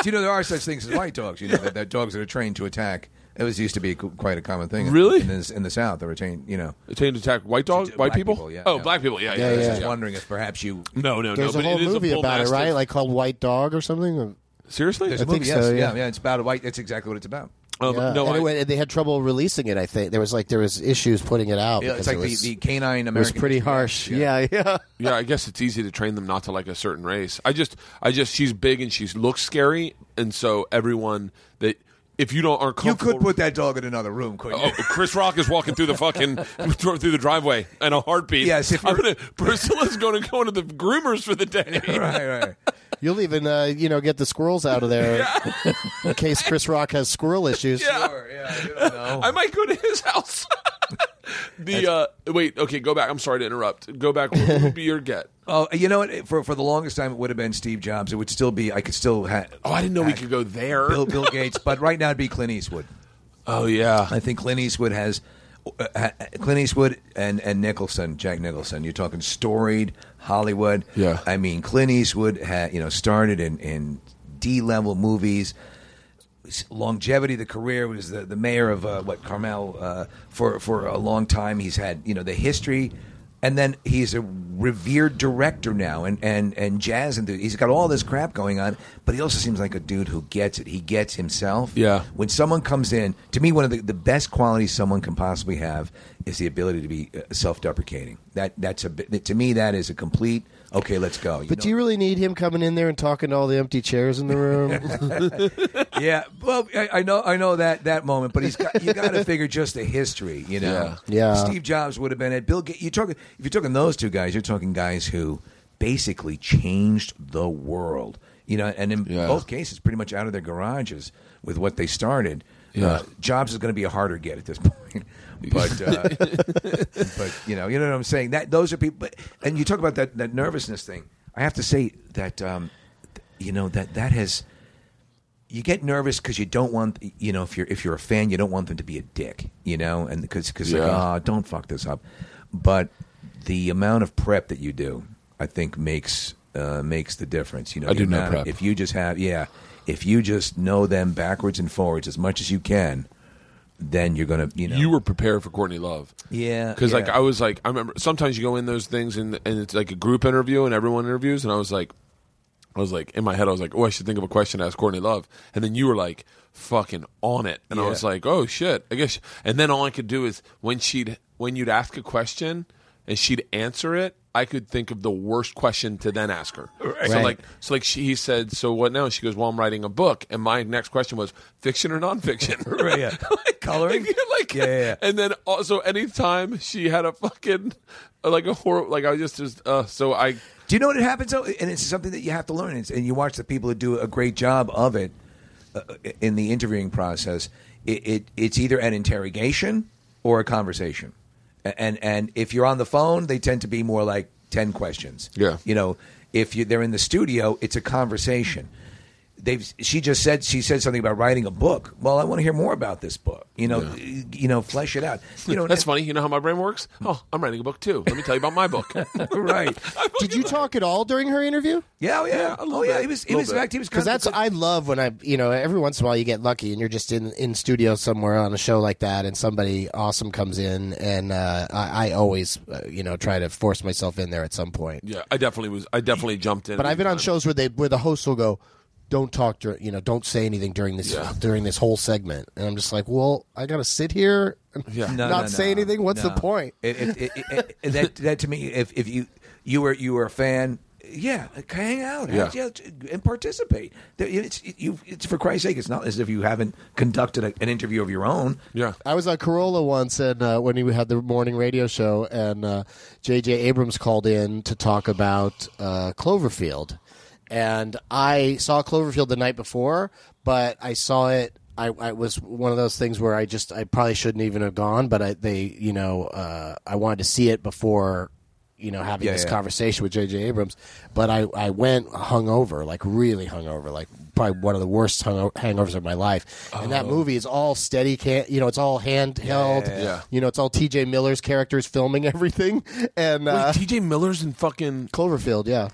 Speaker 4: you know there are such things as white dogs? You know that, that dogs that are trained to attack. It was used to be qu- quite a common thing.
Speaker 2: Really?
Speaker 4: in, the- in the South, they were trained. You know,
Speaker 2: Attempt to attack white dogs,
Speaker 4: Black
Speaker 2: white people.
Speaker 4: people, yeah,
Speaker 2: oh,
Speaker 4: yeah.
Speaker 2: black people. Yeah,
Speaker 3: Yeah,
Speaker 2: yeah.
Speaker 4: I was
Speaker 2: yeah,
Speaker 4: just
Speaker 2: yeah.
Speaker 4: wondering if perhaps you.
Speaker 2: No, no,
Speaker 3: There's
Speaker 2: no.
Speaker 3: a
Speaker 2: but
Speaker 3: whole
Speaker 2: it is
Speaker 3: movie
Speaker 2: bull
Speaker 3: about it,
Speaker 2: mastiff.
Speaker 3: right? Like called White Dog or something.
Speaker 2: seriously?
Speaker 4: There's a
Speaker 3: I think
Speaker 4: movie, yes,
Speaker 3: so, yeah.
Speaker 4: yeah, It's about a white. That's exactly what it's about.
Speaker 2: Um,
Speaker 3: yeah.
Speaker 2: No, I-
Speaker 3: anyway, they had trouble releasing it. I think there was like there was issues putting it out.
Speaker 4: Yeah,
Speaker 3: because
Speaker 4: it's like
Speaker 3: it was,
Speaker 4: the, the canine
Speaker 3: it was
Speaker 4: American.
Speaker 3: pretty
Speaker 4: History
Speaker 3: harsh.
Speaker 4: Act.
Speaker 3: Yeah, yeah.
Speaker 2: yeah, I guess it's easy to train them not to like a certain race. I just, I just, she's big and she looks scary, and so everyone that if you don't aren't
Speaker 4: You
Speaker 2: comfortable,
Speaker 4: could put that dog in another room, couldn't you?
Speaker 2: Oh, Chris Rock is walking through the fucking through the driveway in a heartbeat.
Speaker 4: Yes, if
Speaker 2: I'm
Speaker 4: you're-
Speaker 2: gonna. Priscilla's going to go into the groomers for the day.
Speaker 4: right, right.
Speaker 3: You'll even uh, you know get the squirrels out of there in case Chris Rock has squirrel issues.
Speaker 2: Yeah.
Speaker 4: Sure, yeah, you don't know.
Speaker 2: I might go to his house. the uh, wait, okay, go back. I'm sorry to interrupt. Go back. What would be your get?
Speaker 4: Oh, you know what? For for the longest time, it would have been Steve Jobs. It would still be. I could still have.
Speaker 2: Oh, I didn't know we could go there.
Speaker 4: Bill Bill Gates, but right now it'd be Clint Eastwood.
Speaker 2: Oh yeah,
Speaker 4: I think Clint Eastwood has. Uh, ha- Clint Eastwood and, and Nicholson, Jack Nicholson. You're talking storied Hollywood.
Speaker 2: Yeah.
Speaker 4: I mean, Clint Eastwood had you know started in, in D level movies. Longevity of the career was the, the mayor of uh, what Carmel uh, for for a long time. He's had you know the history, and then he's a revered director now, and and and jazz enthusiast. He's got all this crap going on, but he also seems like a dude who gets it. He gets himself.
Speaker 2: Yeah.
Speaker 4: When someone comes in, to me, one of the, the best qualities someone can possibly have is the ability to be uh, self-deprecating. That that's a bi- to me that is a complete okay. Let's go.
Speaker 3: But do you really need him coming in there and talking to all the empty chairs in the room?
Speaker 4: know? yeah. Well, I, I know I know that that moment, but he's got, you got to figure just the history. You know.
Speaker 3: Yeah. Yeah.
Speaker 4: Steve Jobs would have been at Bill. Gates. You talking if you're talking those two guys, you're talking guys who basically changed the world. You know, and in
Speaker 2: Yeah.
Speaker 4: both cases, pretty much out of their garages with what they started.
Speaker 2: Yeah.
Speaker 4: Uh, Jobs is going to be a harder get at this point, but uh, but you know, you know what I'm saying. That those are people, but, and you talk about that that nervousness thing. I have to say that um, th- you know that that has you get nervous because you don't want you know if you're if you're a fan, you don't want them to be a dick, you know, and because because like,
Speaker 2: Yeah.
Speaker 4: oh, don't fuck this up. But the amount of prep that you do, I think makes uh, makes the difference. You know,
Speaker 2: I
Speaker 4: the
Speaker 2: do no
Speaker 4: amount of-
Speaker 2: prep.
Speaker 4: If you just have yeah, if you just know them backwards and forwards as much as you can, then you're gonna you know
Speaker 2: You were prepared for Courtney Love.
Speaker 4: yeah
Speaker 2: Because
Speaker 4: yeah.
Speaker 2: like I was like I remember sometimes you go in those things and and it's like a group interview and everyone interviews and I was like I was like in my head I was like oh I should think of a question to ask Courtney Love and then you were like fucking on it and I
Speaker 4: Yeah.
Speaker 2: was like oh shit I guess and then all I could do is when she'd when you'd ask a question and she'd answer it I could think of the worst question to then ask her so
Speaker 3: Right.
Speaker 2: like so like she, he said so what now she goes well I'm writing a book and my next question was fiction or nonfiction
Speaker 4: Right, yeah. Coloring?
Speaker 2: like
Speaker 4: Yeah, yeah, yeah.
Speaker 2: and then also anytime she had a fucking like a horror like I just just uh so I
Speaker 4: Do you know what it happens though? And it's something that you have to learn. It's, and you watch the people who do a great job of it uh, in the interviewing process. It, it it's either an interrogation or a conversation. A- And and if you're on the phone, they tend to be more like ten questions.
Speaker 2: Yeah.
Speaker 4: you know, if you they're in the studio, it's a conversation. They've she just said she said something about writing a book. Well, I want to hear more about this book. You know, you know, flesh it out. You know,
Speaker 2: that's funny you know how my brain works
Speaker 3: Hmm.
Speaker 2: oh I'm writing a book too let me tell you about my book
Speaker 4: right?
Speaker 3: Did you talk at all during her interview?
Speaker 4: Yeah, oh, yeah, oh yeah. He was, he
Speaker 2: Little
Speaker 4: was. In
Speaker 2: bit.
Speaker 4: fact, he was
Speaker 3: Because
Speaker 4: kind of-
Speaker 3: that's I love when I you know every once in a while you get lucky and you're just in in studio somewhere on a show like that and somebody awesome comes in and uh, I, I always uh, you know try to force myself in there at some point.
Speaker 2: yeah I definitely was I definitely jumped in uh,
Speaker 3: But I've been on shows where they where the host will go, "Don't talk during you know, don't say anything during this
Speaker 2: Yeah.
Speaker 3: during this whole segment," and I'm just like, "Well, I gotta sit here and
Speaker 2: Yeah.
Speaker 4: No,
Speaker 3: not
Speaker 4: no,
Speaker 3: say
Speaker 4: no,
Speaker 3: anything. What's
Speaker 4: no.
Speaker 3: the point?"
Speaker 4: It- it- it- it- it- that that to me, if if you you were you were a fan, yeah, like, hang out,
Speaker 2: Yeah.
Speaker 4: yeah, and participate. There- It's you. It's for Christ's sake. It's not as if you haven't conducted a, an interview of your own.
Speaker 2: yeah
Speaker 3: I was on Corolla once, and uh, when he had the morning radio show, and uh, J.J. Abrams called in to talk about uh, Cloverfield, and I saw Cloverfield the night before, but I saw it. I, I was one of those things where I just I probably shouldn't even have gone, but I they you know uh, I wanted to see it before you know having
Speaker 4: Yeah,
Speaker 3: this
Speaker 4: yeah.
Speaker 3: conversation with J.J. Abrams, but I I went hungover, like really hungover, like probably one of the worst hungo- hangovers of my life, and that movie is all steady can you know it's all handheld
Speaker 4: Yeah.
Speaker 2: Yeah.
Speaker 3: you know it's all T.J. Miller's characters filming everything and uh,
Speaker 2: wait TJ Miller's in fucking
Speaker 3: Cloverfield yeah.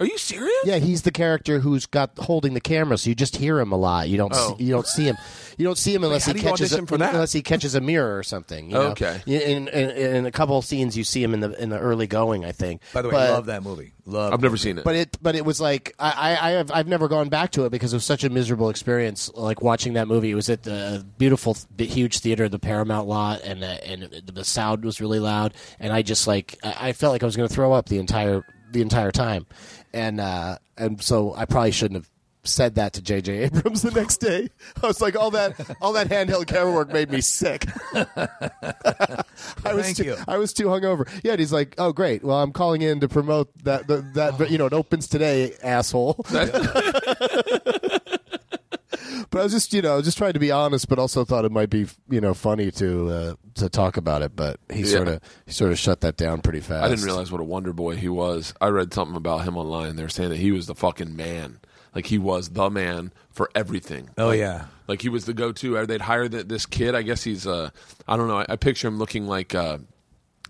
Speaker 2: are you serious
Speaker 3: Yeah, he's the character who's got holding the camera, so you just hear him a lot. You don't
Speaker 2: Oh.
Speaker 3: see, you don't see him. You don't see him unless
Speaker 2: how
Speaker 3: he
Speaker 2: do you
Speaker 3: catches a,
Speaker 2: audition for that?
Speaker 3: unless he catches a mirror or something. You know?
Speaker 2: Okay.
Speaker 3: Y- In, in, in a couple of scenes, you see him in the in the early going. I think.
Speaker 4: By the way,
Speaker 3: But-
Speaker 4: love that movie. Love.
Speaker 2: I've never seen it
Speaker 3: But it but it was like I, I I have I've never gone back to it because it was such a miserable experience. Like watching that movie, it was at the beautiful th- huge theater, the Paramount lot, and uh, and the sound was really loud, and I just like I, I felt like I was going to throw up the entire the entire time, and uh and so I probably shouldn't have said that to JJ Abrams the next day. I was like all that all that handheld camera work made me sick. I was
Speaker 4: Thank
Speaker 3: too,
Speaker 4: you.
Speaker 3: I was too hungover. Yeah, and he's like, "Oh, great. Well, I'm calling in to promote that the, that you know it opens today, asshole." but I was just you know just trying to be honest, but also thought it might be you know funny to uh, to talk about it. But he sort of he sort of shut that down pretty fast.
Speaker 2: I didn't realize what a wonder boy he was. I read something about him online. They were saying that he was the fucking man. Like he was the man for everything.
Speaker 4: Oh yeah.
Speaker 2: Like he was the go-to. Or They'd hire th this kid. I guess he's. Uh, I don't know. I, I picture him looking like. Uh,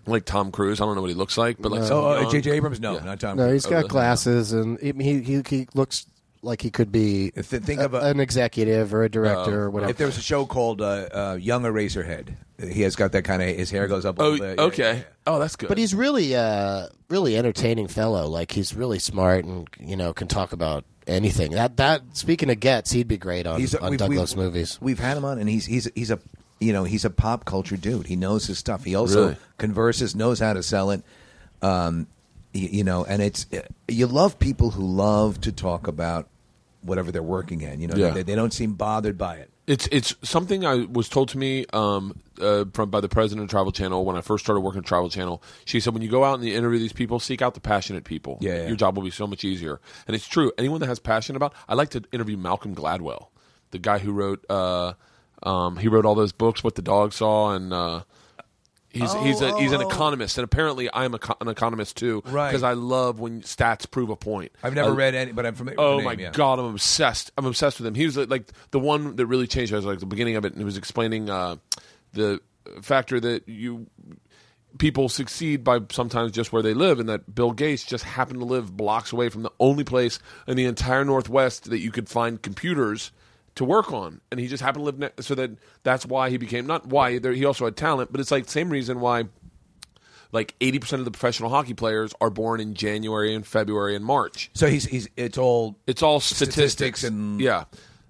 Speaker 2: like Tom Cruise, I don't know what he looks like, but like
Speaker 4: Oh,
Speaker 2: some
Speaker 4: oh,
Speaker 2: young-
Speaker 4: J.J. Abrams. No, not Tom.
Speaker 3: No,
Speaker 4: Cruise.
Speaker 3: he's
Speaker 2: Oh,
Speaker 3: got
Speaker 2: no.
Speaker 3: glasses, and he he, he, he looks like he could be
Speaker 4: If they think
Speaker 3: a-
Speaker 4: of a-
Speaker 3: an executive or a director or whatever.
Speaker 4: If there was a show called uh, uh, Young Eraserhead, he has got that kind of. His hair goes up. a
Speaker 2: Oh,
Speaker 4: little bit. Yeah,
Speaker 2: okay.
Speaker 4: yeah, yeah.
Speaker 2: Oh, that's good.
Speaker 3: But he's really, uh, really entertaining fellow. Like he's really smart, and you know can talk about anything. That that speaking of gets, he'd be great on,
Speaker 4: a-
Speaker 3: on Doug Love's movies.
Speaker 4: We've had him on, and he's he's he's a you know he's a pop culture dude. He knows his stuff. He also
Speaker 2: Really?
Speaker 4: converses, knows how to sell it. Um, y- you know, and it's uh, you love people who love to talk about whatever they're working in. You know,
Speaker 2: Yeah.
Speaker 4: they, they don't seem bothered by it.
Speaker 2: It's it's something I was told to me um, uh, from by the president of Travel Channel when I first started working at Travel Channel. She said, when you go out and you interview these people, seek out the passionate people.
Speaker 4: Yeah, yeah.
Speaker 2: your job will be so much easier. And it's true. Anyone that has passion about, I like to interview Malcolm Gladwell, the guy who wrote uh, um, he wrote all those books, What the Dog Saw, and uh, he's he's a, he's an
Speaker 4: oh, oh.
Speaker 2: economist, and apparently I'm a, co- an economist too,
Speaker 4: Right.
Speaker 2: Because I love when stats prove a point.
Speaker 4: I've never
Speaker 2: I-
Speaker 4: read any, but I'm familiar.
Speaker 2: Oh
Speaker 4: with the
Speaker 2: my
Speaker 4: name, yeah.
Speaker 2: god, I'm obsessed. I'm obsessed with him. He was like the one that really changed. I was like the beginning of it, and he was explaining uh, the factor that you people succeed by sometimes just where they live, and that Bill Gates just happened to live blocks away from the only place in the entire Northwest that you could find computers to work on, and he just happened to live next. So that that's why he became not why there, he also had talent, but it's like same reason why like eighty percent of the professional hockey players are born in January and February and March.
Speaker 4: So he's he's it's all
Speaker 2: It's all statistics,
Speaker 4: Statistics and-
Speaker 2: yeah,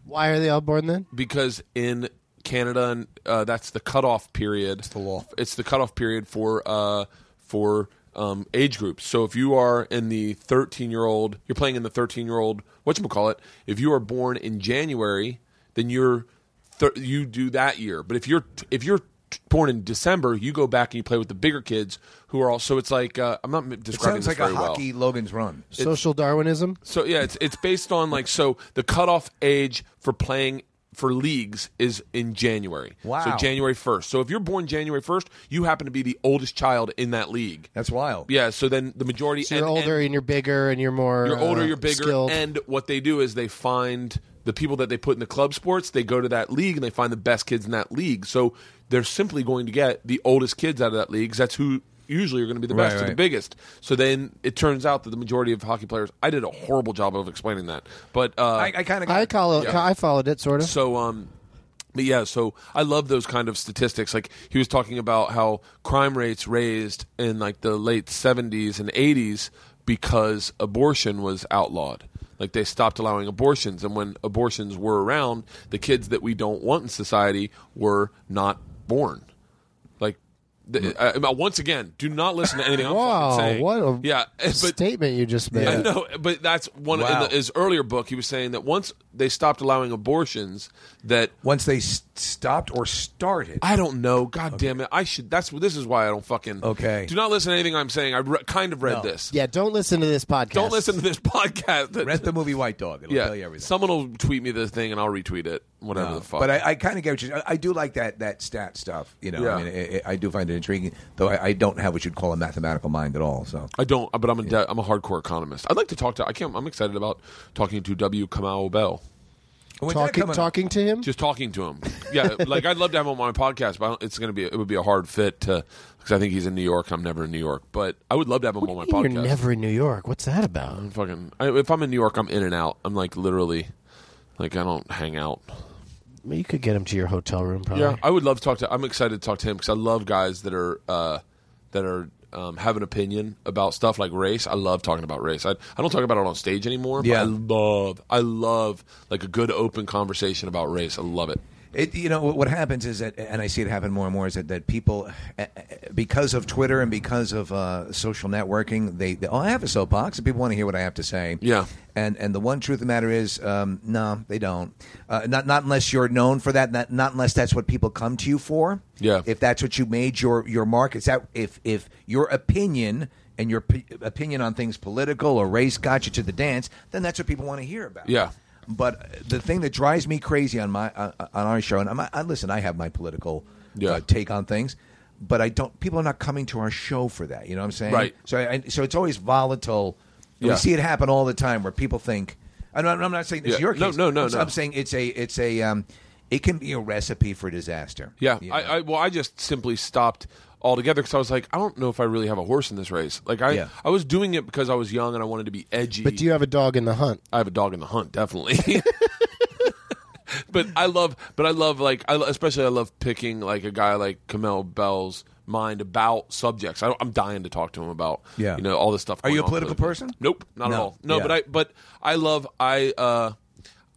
Speaker 3: Why are they all born then?
Speaker 2: because in Canada, and, uh, that's the cutoff period. It's
Speaker 4: the law.
Speaker 2: It's the cutoff period for uh, for um, age groups. So if you are in the 13 year old, you're playing in the 13 year old. What you call it? If you are born in January, then you're thir- you do that year. But if you're if you're t- born in December, you go back and you play with the bigger kids who are all. So it's like uh, I'm not m-
Speaker 4: it
Speaker 2: describing
Speaker 4: sounds
Speaker 2: this
Speaker 4: like a
Speaker 2: very well.
Speaker 4: hockey Logan's Run.
Speaker 3: Social Darwinism.
Speaker 2: So yeah, it's it's based on like so the cutoff age for playing for leagues is in January. So
Speaker 4: Wow.
Speaker 2: January first. So if you're born January first, you happen to be the oldest child in that league.
Speaker 4: That's wild.
Speaker 2: Yeah. So then the majority
Speaker 3: So you're
Speaker 2: and- and
Speaker 3: older and you're bigger and you're more.
Speaker 2: you're older,
Speaker 3: uh,
Speaker 2: you're bigger,
Speaker 3: skilled.
Speaker 2: and what they do is they find the people that they put in the club sports. They go to that league and they find the best kids in that league. So they're simply going to get the oldest kids out of that league. 'cause that's who usually are going to be the
Speaker 4: Right,
Speaker 2: best or the
Speaker 4: right.
Speaker 2: biggest. So then it turns out that the majority of hockey players. I did a horrible job of explaining that, but uh,
Speaker 4: I, I kind of
Speaker 3: I call it.
Speaker 2: Yeah.
Speaker 3: I followed it sort of.
Speaker 2: so um but yeah, so I love those kind of statistics. Like he was talking about how crime rates raised in like the late 70s and 80s because abortion was outlawed. Like they stopped allowing abortions and when abortions were around, the kids that we don't want in society were not born. Like the, I- I- once again, do not listen to anything I'm
Speaker 3: Hmm. wow,
Speaker 2: fucking saying.
Speaker 3: Oh, what a
Speaker 2: yeah, but
Speaker 3: statement you just made.
Speaker 2: I know, but that's one
Speaker 4: Wow.
Speaker 2: in the, his earlier book. He was saying that once they stopped allowing abortions, that
Speaker 4: once they s- stopped or started.
Speaker 2: I don't know. God damn it! I should. That's this is why I don't fucking.
Speaker 4: Okay.
Speaker 2: Do not listen to anything I'm saying. I re- kind of read this.
Speaker 3: Yeah, don't listen to this podcast.
Speaker 2: Don't listen to this podcast. That,
Speaker 4: Rent the movie White Dog. It'll
Speaker 2: yeah.
Speaker 4: tell you everything.
Speaker 2: Someone will tweet me the thing and I'll retweet it. Whatever
Speaker 4: No,
Speaker 2: the fuck.
Speaker 4: Um, But I, I kind of get what you. I, I do like that that stat stuff. You know,
Speaker 2: Yeah.
Speaker 4: I mean, I, I I do find it intriguing. Though I, I don't have what you'd call a mathematical mind at all. So
Speaker 2: I don't. But I'm a de- I'm a hardcore economist. I'd like to talk to. I can't. I'm excited about talking to W. Kamau Bell.
Speaker 4: When's that
Speaker 3: talking
Speaker 4: coming up?
Speaker 3: talking to him.
Speaker 2: Just talking to him. Yeah. like I'd love to have him on my podcast, but I don't, it's gonna be it would be a hard fit to because I think he's in New York. I'm never in New York, but I would love to have him on my
Speaker 3: You're
Speaker 2: podcast.
Speaker 3: never in New York. What's that about?
Speaker 2: fucking I, if I'm in New York, I'm in and out. I'm like literally, like I don't hang out.
Speaker 3: You could get him to your hotel room, probably.
Speaker 2: Yeah, I would love to talk to. I'm excited to talk to him because I love guys that are uh, that are um, have an opinion about stuff like race. I love talking about race. I, I don't talk about it on stage anymore.
Speaker 4: Yeah.
Speaker 2: but I love I love like a good open conversation about race. I love it.
Speaker 4: It, you know what what happens is that, and I see it happen more and more, is that, that people, uh, uh, because of Twitter and because of uh, social networking, they, they oh, I have a soapbox, and people want to hear what I have to say.
Speaker 2: Yeah.
Speaker 4: And and the one truth of the matter is, um, no, they don't. Uh, not not unless you're known for that. Not, not unless that's what people come to you for.
Speaker 2: Yeah.
Speaker 4: If that's what you made your your mark, is that if if your opinion and your p- opinion on things political or race got you to the dance, then that's what people want to hear about.
Speaker 2: Yeah.
Speaker 4: But the thing that drives me crazy on my uh, on our show, and I'm, I listen, I have my political
Speaker 2: Yeah.
Speaker 4: uh, take on things, but I don't. People are not coming to our show for that. You know what I'm saying?
Speaker 2: Right.
Speaker 4: So, I, so it's always volatile. And
Speaker 2: Yeah.
Speaker 4: We see it happen all the time where people think. I'm not, I'm not saying this is
Speaker 2: Yeah.
Speaker 4: your
Speaker 2: No,
Speaker 4: case.
Speaker 2: no, no,
Speaker 4: I'm,
Speaker 2: no.
Speaker 4: I'm saying it's a it's a um, it can be a recipe for disaster.
Speaker 2: Yeah,
Speaker 4: You
Speaker 2: I,
Speaker 4: know?
Speaker 2: I well, I just simply stopped altogether because I was like, I don't know if I really have a horse in this race. Like I
Speaker 4: Yeah.
Speaker 2: I was doing it because I was young and I wanted to be edgy.
Speaker 3: But do you have a dog in the hunt?
Speaker 2: I have a dog in the hunt, definitely. but I love, but I love like, I, lo- especially I love picking like a guy like Kamel Bell's mind about subjects. I don't, I'm dying to talk to him about,
Speaker 4: Yeah.
Speaker 2: you know, all this stuff.
Speaker 4: Are you
Speaker 2: going
Speaker 4: a
Speaker 2: on
Speaker 4: political
Speaker 2: politically.
Speaker 4: person?
Speaker 2: Nope, not at
Speaker 4: No.
Speaker 2: all. No,
Speaker 4: Yeah.
Speaker 2: but I, but I love, I, uh,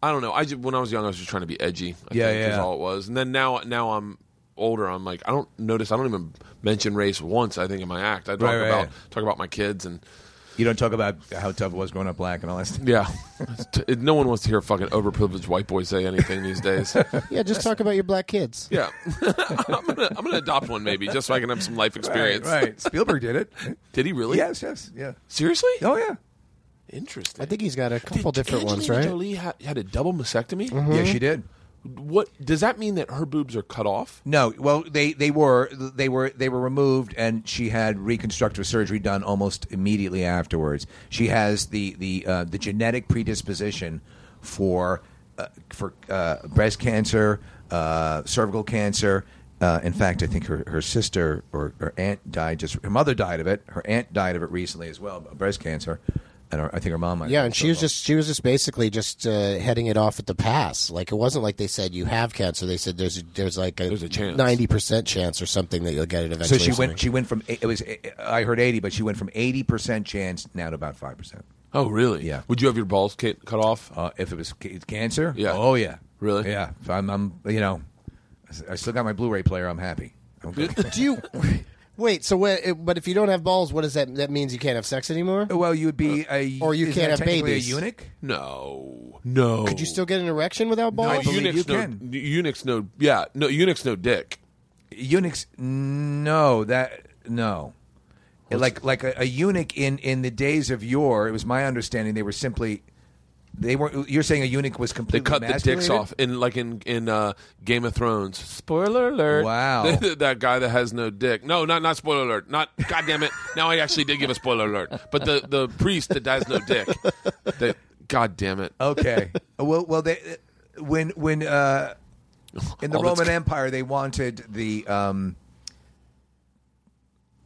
Speaker 2: I don't know. I just, when I was young, I was just trying to be edgy. I
Speaker 4: Yeah,
Speaker 2: think, is
Speaker 4: yeah.
Speaker 2: all it was. And then now, now I'm older. I'm like, I don't notice. I don't even mention race once. I think in my act, I talk
Speaker 4: Right, right,
Speaker 2: about
Speaker 4: right.
Speaker 2: talk about my kids and
Speaker 4: you don't talk about how tough it was growing up black and all that. Stuff.
Speaker 2: yeah. It's t- it- no one wants to hear fucking overprivileged white boys say anything these days.
Speaker 3: Yeah, just talk about your black kids.
Speaker 2: Yeah. I'm going to I'm gonna adopt one maybe just so I can have some life
Speaker 4: Right,
Speaker 2: experience.
Speaker 4: right. Spielberg did it.
Speaker 2: Did he really?
Speaker 4: Yes, yes, yeah.
Speaker 2: Seriously?
Speaker 4: Oh yeah.
Speaker 2: Interesting.
Speaker 3: I think he's got a couple
Speaker 2: Did
Speaker 3: different ones,
Speaker 2: Angelina
Speaker 3: right?
Speaker 2: Jolie ha- had a double mastectomy?
Speaker 4: Yeah, she did.
Speaker 2: What does that mean that her boobs are cut off?
Speaker 4: No, well, they, they were they were they were removed, and she had reconstructive surgery done almost immediately afterwards. She has the the uh, the genetic predisposition for uh, for uh, breast cancer, uh, cervical cancer. Uh, in fact, I think her, her sister or her aunt died. Just her mother died of it. Her aunt died of it recently as well, breast cancer. and our, I think her mom might.
Speaker 3: Yeah,
Speaker 4: have
Speaker 3: and
Speaker 4: been
Speaker 3: she was
Speaker 4: so-
Speaker 3: just she was just basically just uh, heading it off at the pass. Like it wasn't like they said you have cancer. They said there's there's like a
Speaker 2: There's a chance.
Speaker 3: ninety percent chance or something that you'll get it
Speaker 4: So
Speaker 3: eventually.
Speaker 4: she
Speaker 3: or
Speaker 4: went.
Speaker 3: something.
Speaker 4: She went from it was. I heard eighty, but she went from eighty percent chance now to about five percent.
Speaker 2: Oh, really?
Speaker 4: Yeah.
Speaker 2: Would you have your balls ca- cut off?
Speaker 4: Uh, if it was ca- cancer,
Speaker 2: Yeah.
Speaker 4: oh yeah,
Speaker 2: Really?
Speaker 4: yeah. If I'm, I'm, you know, I s- I still got my Blu-ray player. I'm happy. I'm good.
Speaker 3: Do you wait? So what? But if you don't have balls, what does that? That means you can't have sex anymore.
Speaker 4: well, you would be a
Speaker 3: Or you
Speaker 4: isn't
Speaker 3: can't
Speaker 4: that
Speaker 3: have
Speaker 4: technically
Speaker 3: babies.
Speaker 4: A eunuch.
Speaker 2: No. No.
Speaker 3: Could you still get an erection without balls?
Speaker 4: believe
Speaker 2: eunuchs
Speaker 4: you
Speaker 2: no,
Speaker 4: can.
Speaker 2: Eunuchs no. Yeah. No. Eunuchs no dick.
Speaker 4: eunuchs no that no like like a, a eunuch in in the days of yore it was my understanding they were simply they were you're saying a eunuch was
Speaker 2: They
Speaker 4: completely
Speaker 2: cut the dicks
Speaker 4: masturbated?
Speaker 2: off in like in in uh, Game of Thrones. Spoiler alert!
Speaker 4: Wow.
Speaker 2: that guy that has no dick. No, not not spoiler alert. Not God damn it! Now I actually did give a spoiler alert. But the the priest that has no dick. That God damn it!
Speaker 4: okay well well they when when uh in the
Speaker 2: All that's
Speaker 4: roman
Speaker 2: co-
Speaker 4: empire they wanted the um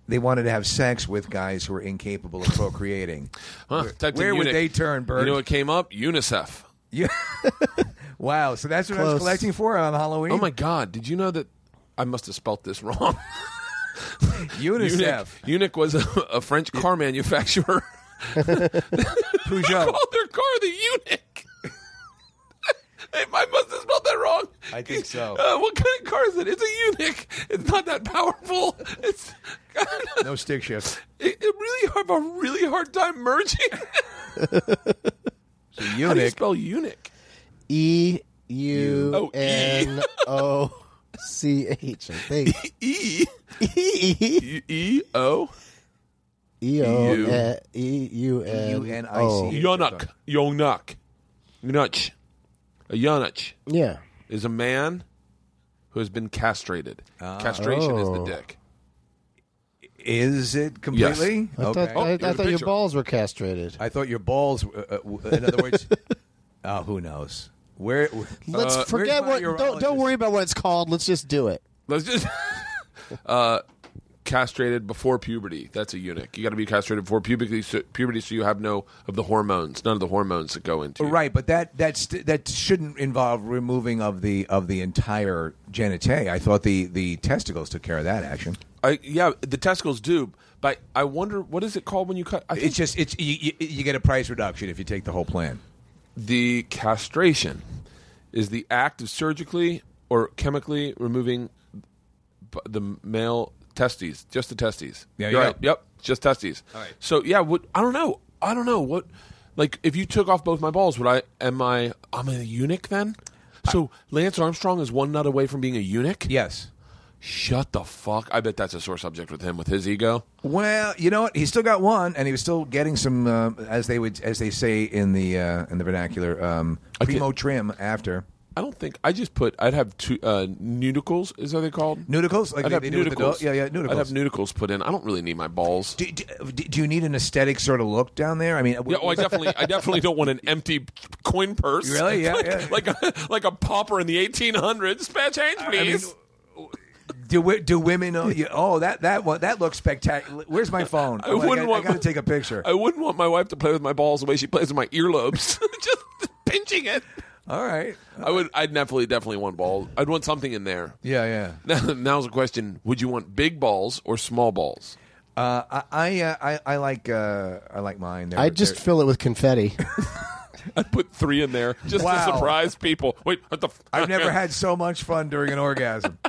Speaker 4: they wanted to have sex with guys who were incapable of procreating.
Speaker 2: Huh, typed in
Speaker 4: where would
Speaker 2: eunuch.
Speaker 4: they turn, Bert?
Speaker 2: You know what came up? UNICEF.
Speaker 4: Yeah. wow. So that's what I
Speaker 3: Close.
Speaker 4: was collecting for on Halloween.
Speaker 2: Oh my God! Did you know that? I must have spelt this wrong.
Speaker 4: UNICEF.
Speaker 2: Eunuch, Eunuch was a, a French car manufacturer.
Speaker 4: Peugeot.
Speaker 2: called their car the Eunuch. I I must have spelled that wrong.
Speaker 4: I think so.
Speaker 2: Uh, what kind of car is it? It's a eunuch. It's not that powerful. It's
Speaker 4: No stick shift.
Speaker 2: it, it really have a really hard time merging.
Speaker 4: So
Speaker 2: How do you
Speaker 4: eunuch.
Speaker 2: spell eunuch?
Speaker 3: E U N O C H. I think
Speaker 2: E
Speaker 3: E
Speaker 2: E- E O
Speaker 3: O N- E U N O.
Speaker 4: U-N-I-C.
Speaker 2: Yonuch. Yonuch. Yonuch. A Yonuch
Speaker 3: Yeah.
Speaker 2: is a man who has been castrated.
Speaker 4: Ah.
Speaker 2: Castration is the
Speaker 3: Oh.
Speaker 2: dick.
Speaker 4: Is it completely?
Speaker 3: I
Speaker 4: okay.
Speaker 3: thought, I,
Speaker 2: Oh,
Speaker 3: I
Speaker 2: here's a
Speaker 3: thought your
Speaker 2: picture.
Speaker 3: balls were castrated.
Speaker 2: Uh,
Speaker 4: I thought your balls. were- Uh, uh, in other words, oh, who knows? Where?
Speaker 3: Let's
Speaker 4: uh,
Speaker 3: forget what.
Speaker 4: where's my
Speaker 3: Don't, don't
Speaker 4: urologist?
Speaker 3: worry about what it's called. Let's just do it.
Speaker 2: Let's just uh, castrated before puberty. That's a eunuch. You got to be castrated before puberty, so, puberty, so you have no of the hormones, none of the hormones that go into. you.
Speaker 4: Right, but that that's that shouldn't involve removing of the of the entire genitalia. I thought the the testicles took care of that action.
Speaker 2: I, yeah, the testicles do, but I wonder what is it called when you cut. I think
Speaker 4: It's just it's you, you, you get a price reduction if you take the whole plan.
Speaker 2: the castration is the act of surgically or chemically removing b- the male testes, just the testes.
Speaker 4: Yeah,
Speaker 2: You're
Speaker 4: yeah.
Speaker 2: right. Yep, just testes.
Speaker 4: All right.
Speaker 2: So yeah, what I don't know. I don't know what. Like, if you took off both my balls, would I? Am I? I'm a eunuch then. So Lance Armstrong is one nut away from being a eunuch.
Speaker 4: Yes.
Speaker 2: Shut the fuck. I bet that's a sore subject with him with his ego.
Speaker 4: Well, you know what? He still got one, and he was still getting some, uh, as they would, as they say in the uh, in the vernacular, um,
Speaker 2: Okay.
Speaker 4: primo trim after.
Speaker 2: I don't think. I just put. I'd have two uh, nudicles. Is that what they called?
Speaker 4: Nudicles? Like
Speaker 2: I'd
Speaker 4: they-
Speaker 2: have
Speaker 4: they do with the dog?
Speaker 2: nudicles.
Speaker 4: Yeah, yeah, nudicles.
Speaker 2: I'd have nudicles put in. I don't really need my balls.
Speaker 4: Do, do, do you need an aesthetic sort of look down there? I mean,
Speaker 2: Yeah, oh, I definitely, I definitely don't want an empty coin purse.
Speaker 4: Really? Yeah,
Speaker 2: like,
Speaker 4: yeah.
Speaker 2: like a like a pauper in the 1800s. Spare change, please.
Speaker 4: do we, do women? Know, you, oh, that that one that looks spectacular. Where's my phone?
Speaker 2: I
Speaker 4: Oh,
Speaker 2: wouldn't
Speaker 4: I,
Speaker 2: want
Speaker 4: got to take a picture.
Speaker 2: I, wouldn't want my wife to play with my balls the way she plays with my earlobes, just pinching it.
Speaker 4: All right.
Speaker 2: I would. I'd definitely, definitely want balls. I'd want something in there.
Speaker 4: Yeah, yeah.
Speaker 2: Now, now's the question: Would you want big balls or small balls?
Speaker 4: Uh, I I, uh, I I like uh, I like mine. They're-
Speaker 3: I just
Speaker 4: they're-
Speaker 3: fill it with confetti.
Speaker 2: I'd put three in there just
Speaker 4: Wow.
Speaker 2: to surprise people. Wait, what the? F-
Speaker 4: I've never had so much fun during an orgasm.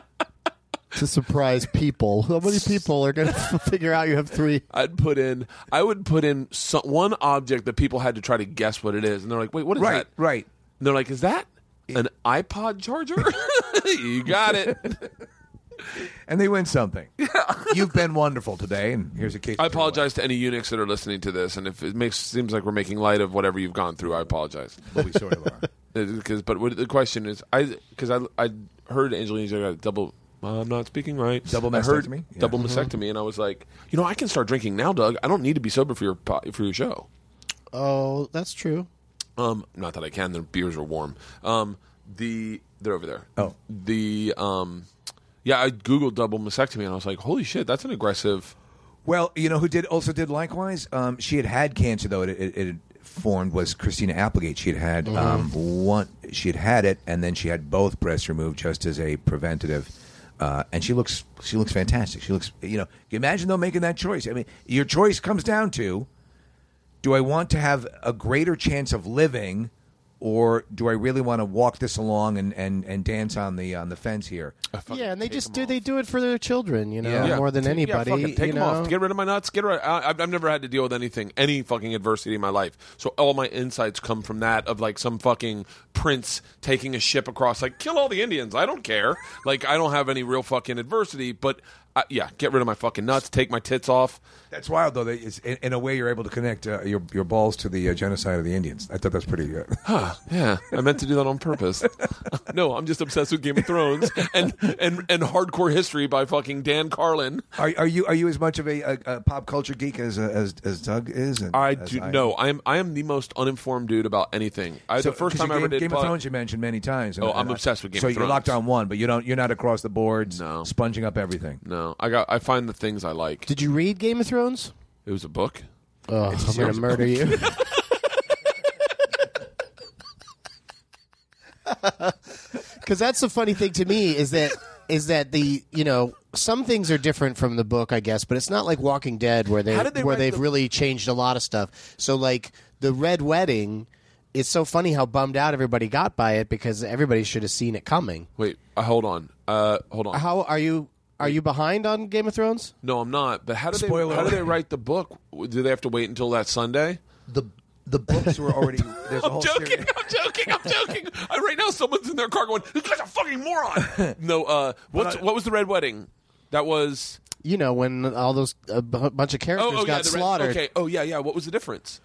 Speaker 3: to surprise people. How many people are going to figure out you have three?
Speaker 2: I'd put in. I would put in some, one object that people had to try to guess what it is, and they're like, "Wait, what is
Speaker 4: Right,
Speaker 2: that?"
Speaker 4: right.
Speaker 2: And they're like, "Is that an iPod charger?" you got it.
Speaker 4: and they win something. You've been wonderful today, and here's a case.
Speaker 2: I apologize to any eunuchs that are listening to this, and if it makes seems like we're making light of whatever you've gone through, I apologize.
Speaker 4: But we sort of are.
Speaker 2: Because, but what, the question is, I because I I heard Angelina Jolie got double. I'm not speaking right.
Speaker 4: Double
Speaker 2: I heard
Speaker 4: mastectomy? Yeah. Mm-hmm.
Speaker 2: Double mastectomy, and I was like, you know, I can start drinking now, Doug. I don't need to be sober for your po- for your show.
Speaker 3: Oh, that's true.
Speaker 2: Um, not that I can. The beers are warm. Um, the they're over there.
Speaker 4: Oh.
Speaker 2: the um, yeah, I googled double mastectomy, and I was like, holy shit, that's an aggressive.
Speaker 4: Well, you know who did also did likewise. Um, she had had cancer though. It, it, it had formed was Christina Applegate. She had had um, one. She had had it, and then she had both breasts removed just as a preventative. Uh, and she looks she looks fantastic. She looks you know imagine though making that choice. I mean, your choice comes down to do I want to have a greater chance of living, or do I really want to walk this along and, and, and dance on the on the fence here?
Speaker 2: uh,
Speaker 3: yeah, and they just do they do it for their children, you know,
Speaker 4: Yeah.
Speaker 3: more than
Speaker 2: Take-
Speaker 3: anybody.
Speaker 2: Yeah, fuck it. Take
Speaker 3: you
Speaker 2: them
Speaker 3: know?
Speaker 2: off. Get rid of my nuts. Get rid. I, I've I've never had to deal with anything, any fucking adversity in my life. So all my insights come from that of like some fucking prince taking a ship across, like kill all the Indians. I don't care. Like I don't have any real fucking adversity. But I, yeah, get rid of my fucking nuts. Take my tits off.
Speaker 4: That's wild, though. That it's, in, in a way, you're able to connect uh, your your balls to the uh, genocide of the Indians. I thought that's pretty. Uh,
Speaker 2: Huh, yeah, I meant to do that on purpose. no, I'm just obsessed with Game of Thrones and and and hardcore history by fucking Dan Carlin.
Speaker 4: are are you are you as much of a, a, a pop culture geek as uh, as, as Doug is? And
Speaker 2: I
Speaker 4: as
Speaker 2: do no. I am I am the most uninformed dude about anything. I, the first
Speaker 4: 'cause
Speaker 2: time
Speaker 4: you-
Speaker 2: I ever
Speaker 4: Game,
Speaker 2: did
Speaker 4: Game of
Speaker 2: pod-
Speaker 4: Thrones, you mentioned many times. and-
Speaker 2: Oh,
Speaker 4: and
Speaker 2: I'm
Speaker 4: I-
Speaker 2: obsessed with Game
Speaker 4: so
Speaker 2: of
Speaker 4: you're locked
Speaker 2: Thrones.
Speaker 4: on one, but you don't. You're not across the boards.
Speaker 2: No.
Speaker 4: sponging up everything.
Speaker 2: No, I got. I find the things I like.
Speaker 3: Did you read Game of Thrones?
Speaker 2: It was a book.
Speaker 3: Oh, I'm gonna murder you. Because that's the funny thing to me is that is that the you know some things are different from the book, I guess, but it's not like Walking Dead where they,
Speaker 2: How did they
Speaker 3: where
Speaker 2: write
Speaker 3: they've
Speaker 2: the-
Speaker 3: really changed a lot of stuff. So like the Red Wedding, it's so funny how bummed out everybody got by it because everybody should have seen it coming.
Speaker 2: Wait, uh, hold on. Uh, hold on.
Speaker 3: How are you? Are you behind on Game of Thrones?
Speaker 2: no, I'm not. But how do they?
Speaker 4: Spoiler.
Speaker 2: How do they write the book? Do they have to wait until that Sunday?
Speaker 4: The the books were already. There's a
Speaker 2: I'm
Speaker 4: whole
Speaker 2: joking.
Speaker 4: series.
Speaker 2: I'm joking. I'm joking. I, right now, someone's in their car going, "This guy's a fucking moron." no. Uh, what's, what was the red wedding? That was.
Speaker 3: You know when all those a bu- bunch of characters
Speaker 2: Oh, oh yeah. The
Speaker 3: got
Speaker 2: red-
Speaker 3: slaughtered.
Speaker 2: okay. Oh yeah, yeah. What was the difference?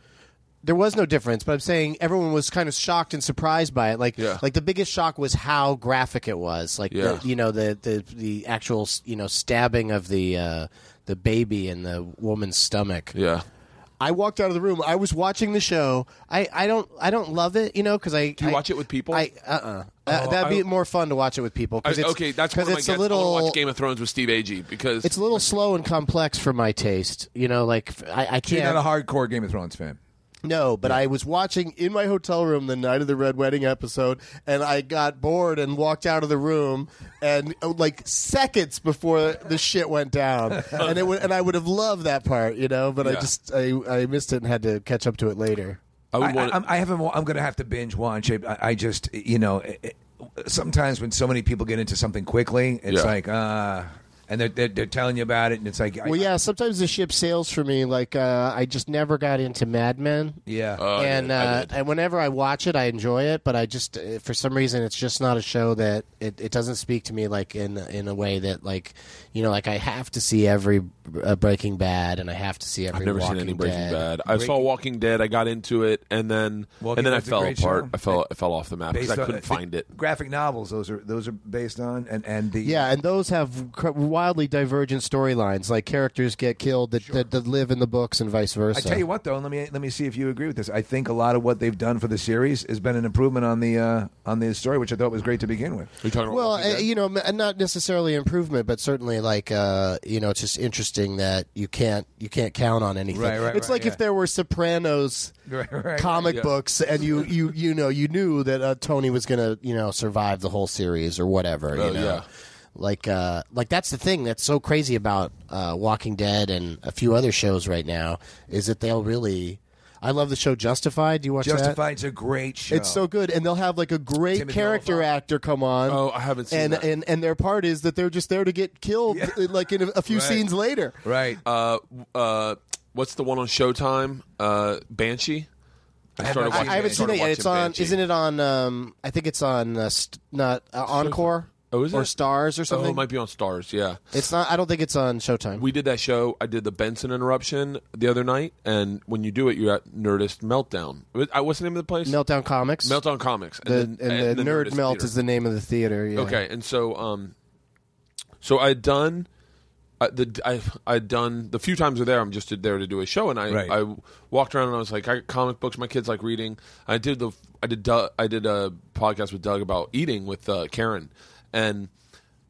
Speaker 3: there was no difference, but I'm saying everyone was kind of shocked and surprised by it. Like,
Speaker 2: Yeah.
Speaker 3: like the biggest shock was how graphic it was. Like,
Speaker 2: Yeah.
Speaker 3: the, you know, the, the the actual you know stabbing of the uh, the baby in the woman's stomach.
Speaker 2: Yeah.
Speaker 3: I walked out of the room. I was watching the show. I, I don't I don't love it, you know, because I do
Speaker 2: you watch it with people? Oh,
Speaker 3: I uh uh that'd be
Speaker 2: I-
Speaker 3: more fun to watch it with people.
Speaker 2: I,
Speaker 3: Cause it's,
Speaker 2: okay, that's one
Speaker 3: because
Speaker 2: of my
Speaker 3: it's
Speaker 2: guesses.
Speaker 3: a little
Speaker 2: I wanna watch Game of Thrones with Steve Agee because
Speaker 3: it's a little slow and complex for my taste. You know, like f- I, I can't.
Speaker 4: You're not a hardcore Game of Thrones fan.
Speaker 3: No, but I was watching in my hotel room the night of the Red Wedding episode, and I got bored and walked out of the room, and uh, like seconds before the shit went down, and it would, and I would have loved that part, you know, but I
Speaker 2: Yeah.
Speaker 3: just I, I missed it and had to catch up to it later.
Speaker 2: I would
Speaker 4: I,
Speaker 2: want.
Speaker 4: I, I'm- I haven't. wa- I'm going to have to binge watch it. I, I just, you know, it, it- sometimes when so many people get into something quickly, it's
Speaker 2: Yeah.
Speaker 4: like, uh, and they're, they're they're telling you about it, and it's like, I-
Speaker 3: Well, yeah, sometimes the ship sails for me. Like uh, I just never got into Mad Men.
Speaker 4: yeah.
Speaker 2: Oh, I
Speaker 3: and
Speaker 2: did, I
Speaker 3: uh,
Speaker 2: did.
Speaker 3: and whenever I watch it, I enjoy it. But I just uh, for some reason, it's just not a show that it, it doesn't speak to me like in in a way that like you know like I have to see every uh, Breaking Bad and I have to see every.
Speaker 2: I've never
Speaker 3: Walking
Speaker 2: seen any Breaking
Speaker 3: Dead.
Speaker 2: Bad. I saw Walking Dead. I got into it, and then
Speaker 4: Walking
Speaker 2: and then I
Speaker 4: Dead's a
Speaker 2: fell
Speaker 4: great
Speaker 2: apart.
Speaker 4: show.
Speaker 2: I fell I fell off the map because I
Speaker 4: Based on-
Speaker 2: couldn't
Speaker 4: the
Speaker 2: find it.
Speaker 4: Graphic novels; those are those are based on, and and the
Speaker 3: Yeah, and those have cr- wildly divergent storylines. Like characters get killed that, that, that live in the books and vice versa.
Speaker 4: I tell you what, though, let me let me see if you agree with this. I think a lot of what they've done for the series has been an improvement on the uh, on the story, which I thought was great to begin with.
Speaker 2: Are you talking about
Speaker 3: Well,
Speaker 2: Walking
Speaker 3: uh,
Speaker 2: Dead?
Speaker 3: you know, m- not necessarily improvement, but certainly like uh, you know, it's just interesting that you can't you can't count on anything.
Speaker 4: Right, right,
Speaker 3: it's
Speaker 4: right,
Speaker 3: like
Speaker 4: yeah.
Speaker 3: if there were Sopranos
Speaker 4: Right, right, right,
Speaker 3: comic
Speaker 2: yeah.
Speaker 3: books, and you you you know you knew that uh, Tony was gonna you know survive the whole series or whatever.
Speaker 2: Oh,
Speaker 3: you know?
Speaker 2: yeah.
Speaker 3: Like, uh, like that's the thing that's so crazy about uh, Walking Dead and a few other shows right now is that they'll really. I love the show Justified. Do you watch that?
Speaker 4: Justified's a great show.
Speaker 3: It's so good, and they'll have like a great
Speaker 4: Timothy
Speaker 3: character
Speaker 4: Oliphant.
Speaker 3: actor come on.
Speaker 2: Oh, I haven't seen
Speaker 3: and,
Speaker 2: that.
Speaker 3: And and their part is that they're just there to get killed,
Speaker 4: Yeah.
Speaker 3: uh, like in a, a few
Speaker 4: Right.
Speaker 3: scenes later.
Speaker 4: right.
Speaker 2: uh, w- uh, what's the one on Showtime? Uh, Banshee. I started
Speaker 4: haven't-
Speaker 2: watching.
Speaker 3: I, I haven't seen
Speaker 2: started
Speaker 3: it yet. It's
Speaker 2: watching
Speaker 3: on,
Speaker 2: Banshee.
Speaker 3: isn't it on? Um, I think it's on uh, st- not uh, Encore.
Speaker 2: Oh, is
Speaker 3: or
Speaker 2: it?
Speaker 3: Stars
Speaker 2: Oh,
Speaker 3: or something?
Speaker 2: it might be on Stars. Yeah.
Speaker 3: It's not. I don't think it's on Showtime.
Speaker 2: We did that show. I did the Benson interruption the other night, and when you do it, you're at Nerdist Meltdown. What- uh, What's the name of the place?
Speaker 3: Meltdown Comics.
Speaker 2: Meltdown Comics.
Speaker 3: The, and, the, Nerd
Speaker 2: Nerdist
Speaker 3: Melt
Speaker 2: Theater.
Speaker 3: is the name of the theater. yeah.
Speaker 2: Okay, and so um, so I had done, I, the I I had done the few times we we're there. I'm just there to do a show, and I
Speaker 4: Right.
Speaker 2: I walked around and I was like, I got comic books. My kids like reading. I did the I did Doug, I did a podcast with Doug about eating with uh, Karen, and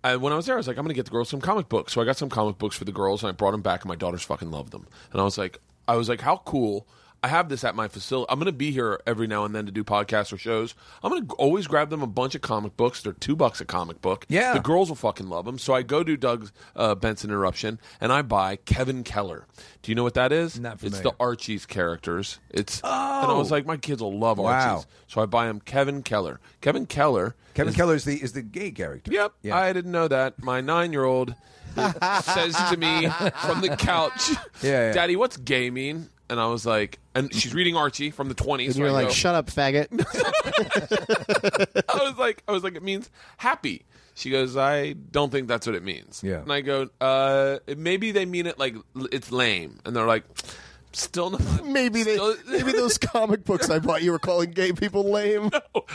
Speaker 2: I, when I was there, I was like, I'm going to get the girls some comic books. So I got some comic books for the girls, and I brought them back, and my daughters fucking loved them. And I was like, I was like, how cool! I have this at my facility. I'm going to be here every now and then to do podcasts or shows. I'm going to always grab them a bunch of comic books. They're two bucks a comic book.
Speaker 4: Yeah.
Speaker 2: the girls will fucking love them. So I go to Doug's uh, Benson Eruption, and I buy Kevin Keller. Do you know what that is?
Speaker 4: Not
Speaker 2: It's the
Speaker 4: familiar. Oh.
Speaker 2: Archie's characters. It's and I was like, my kids will love
Speaker 4: Wow.
Speaker 2: Archie's. So I buy them Kevin Keller. Kevin Keller.
Speaker 4: Kevin
Speaker 2: is-
Speaker 4: Keller's the is the gay character.
Speaker 2: Yep.
Speaker 4: Yeah.
Speaker 2: I didn't know that. My nine year old says to me from the couch,
Speaker 4: Yeah, yeah.
Speaker 2: Daddy, what's gay mean? And I was like, and she's reading Archie from the 20s.
Speaker 3: And
Speaker 2: so
Speaker 3: you're
Speaker 2: I
Speaker 3: like,
Speaker 2: go-
Speaker 3: shut up, faggot.
Speaker 2: I was like, I was like, it means happy. She goes, I don't think that's what it means.
Speaker 4: Yeah.
Speaker 2: And I go, uh, maybe they mean it like l- it's lame. And they're like, still not.
Speaker 3: maybe they,
Speaker 2: still-
Speaker 3: maybe those comic books I bought you were calling gay people lame.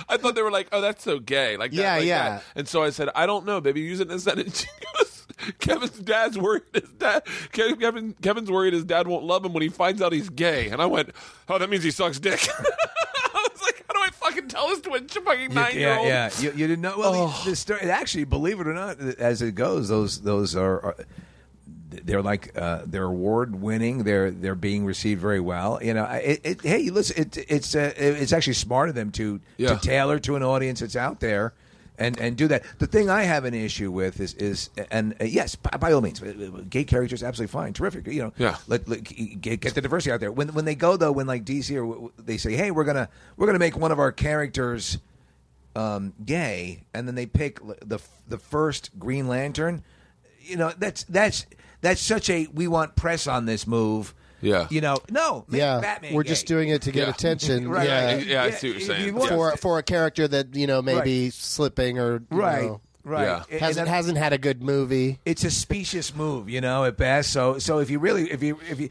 Speaker 2: I thought they were like, oh, that's so gay. Like, that,
Speaker 3: Yeah,
Speaker 2: like
Speaker 3: yeah.
Speaker 2: that. And so I said, I don't know, baby. Use it in a sentence. She goes, Kevin's dad's worried his dad. Ke- Kevin, Kevin's worried his dad won't love him when he finds out he's gay. And I went, oh, that means he sucks dick. I was like, how do I fucking tell this to a fucking
Speaker 4: You-
Speaker 2: nine year
Speaker 4: yeah,
Speaker 2: old? Oh.
Speaker 4: yeah. You, you didn't know. Well, the, the story. Actually, believe it or not, as it goes, those those are, are they're like uh, they're award winning. They're they're being received very well. You know, I- it, it, hey, listen, it, it's uh, it's actually smart of them to
Speaker 2: Yeah.
Speaker 4: to tailor to an audience that's out there. And, and do that. The thing I have an issue with is is and uh, yes, by, by all means, uh, uh, gay characters absolutely fine, terrific. You know,
Speaker 2: Yeah.
Speaker 4: Let, let get, get the diversity out there. When when they go though, when like DC or w- w- they say, hey, we're gonna we're gonna make one of our characters um, gay, and then they pick l- the the first Green Lantern. You know, that's that's that's such a we want press on this move.
Speaker 2: Yeah.
Speaker 4: you know, no, make
Speaker 3: yeah,
Speaker 4: Batman
Speaker 3: we're
Speaker 4: gay.
Speaker 3: just doing it to get
Speaker 2: Yeah.
Speaker 3: attention.
Speaker 4: right,
Speaker 3: yeah.
Speaker 4: right.
Speaker 2: Yeah, I see what you're
Speaker 4: if
Speaker 2: saying.
Speaker 4: you want-
Speaker 2: Yeah.
Speaker 3: For for a character that you know maybe slipping or you
Speaker 4: right,
Speaker 3: know,
Speaker 4: right.
Speaker 2: Yeah.
Speaker 4: And-
Speaker 3: hasn't
Speaker 4: and that-
Speaker 3: hasn't had a good movie.
Speaker 4: it's a specious move, you know, at best. So so if you really if you if you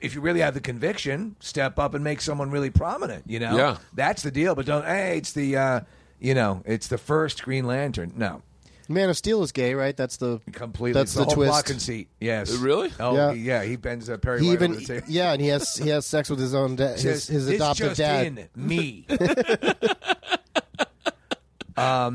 Speaker 4: if you really have the conviction, step up and make someone really prominent, you know?
Speaker 2: Yeah.
Speaker 4: That's the deal, but don't hey, it's the uh you know, it's the first Green Lantern. No.
Speaker 3: Man of Steel is gay, right? That's the
Speaker 4: Completely
Speaker 3: That's
Speaker 4: It's
Speaker 3: the,
Speaker 4: whole
Speaker 3: twist.
Speaker 4: block and seat. Yes.
Speaker 2: Uh, Really?
Speaker 4: Oh
Speaker 3: Yeah.
Speaker 4: yeah, he bends uh, Perry
Speaker 3: he
Speaker 4: White
Speaker 3: even
Speaker 4: over the table.
Speaker 3: yeah, and he has he has sex with his own dad, his,
Speaker 4: Says,
Speaker 3: his
Speaker 4: "This
Speaker 3: adoptive
Speaker 4: just
Speaker 3: dad.
Speaker 4: in, me.
Speaker 2: Uh,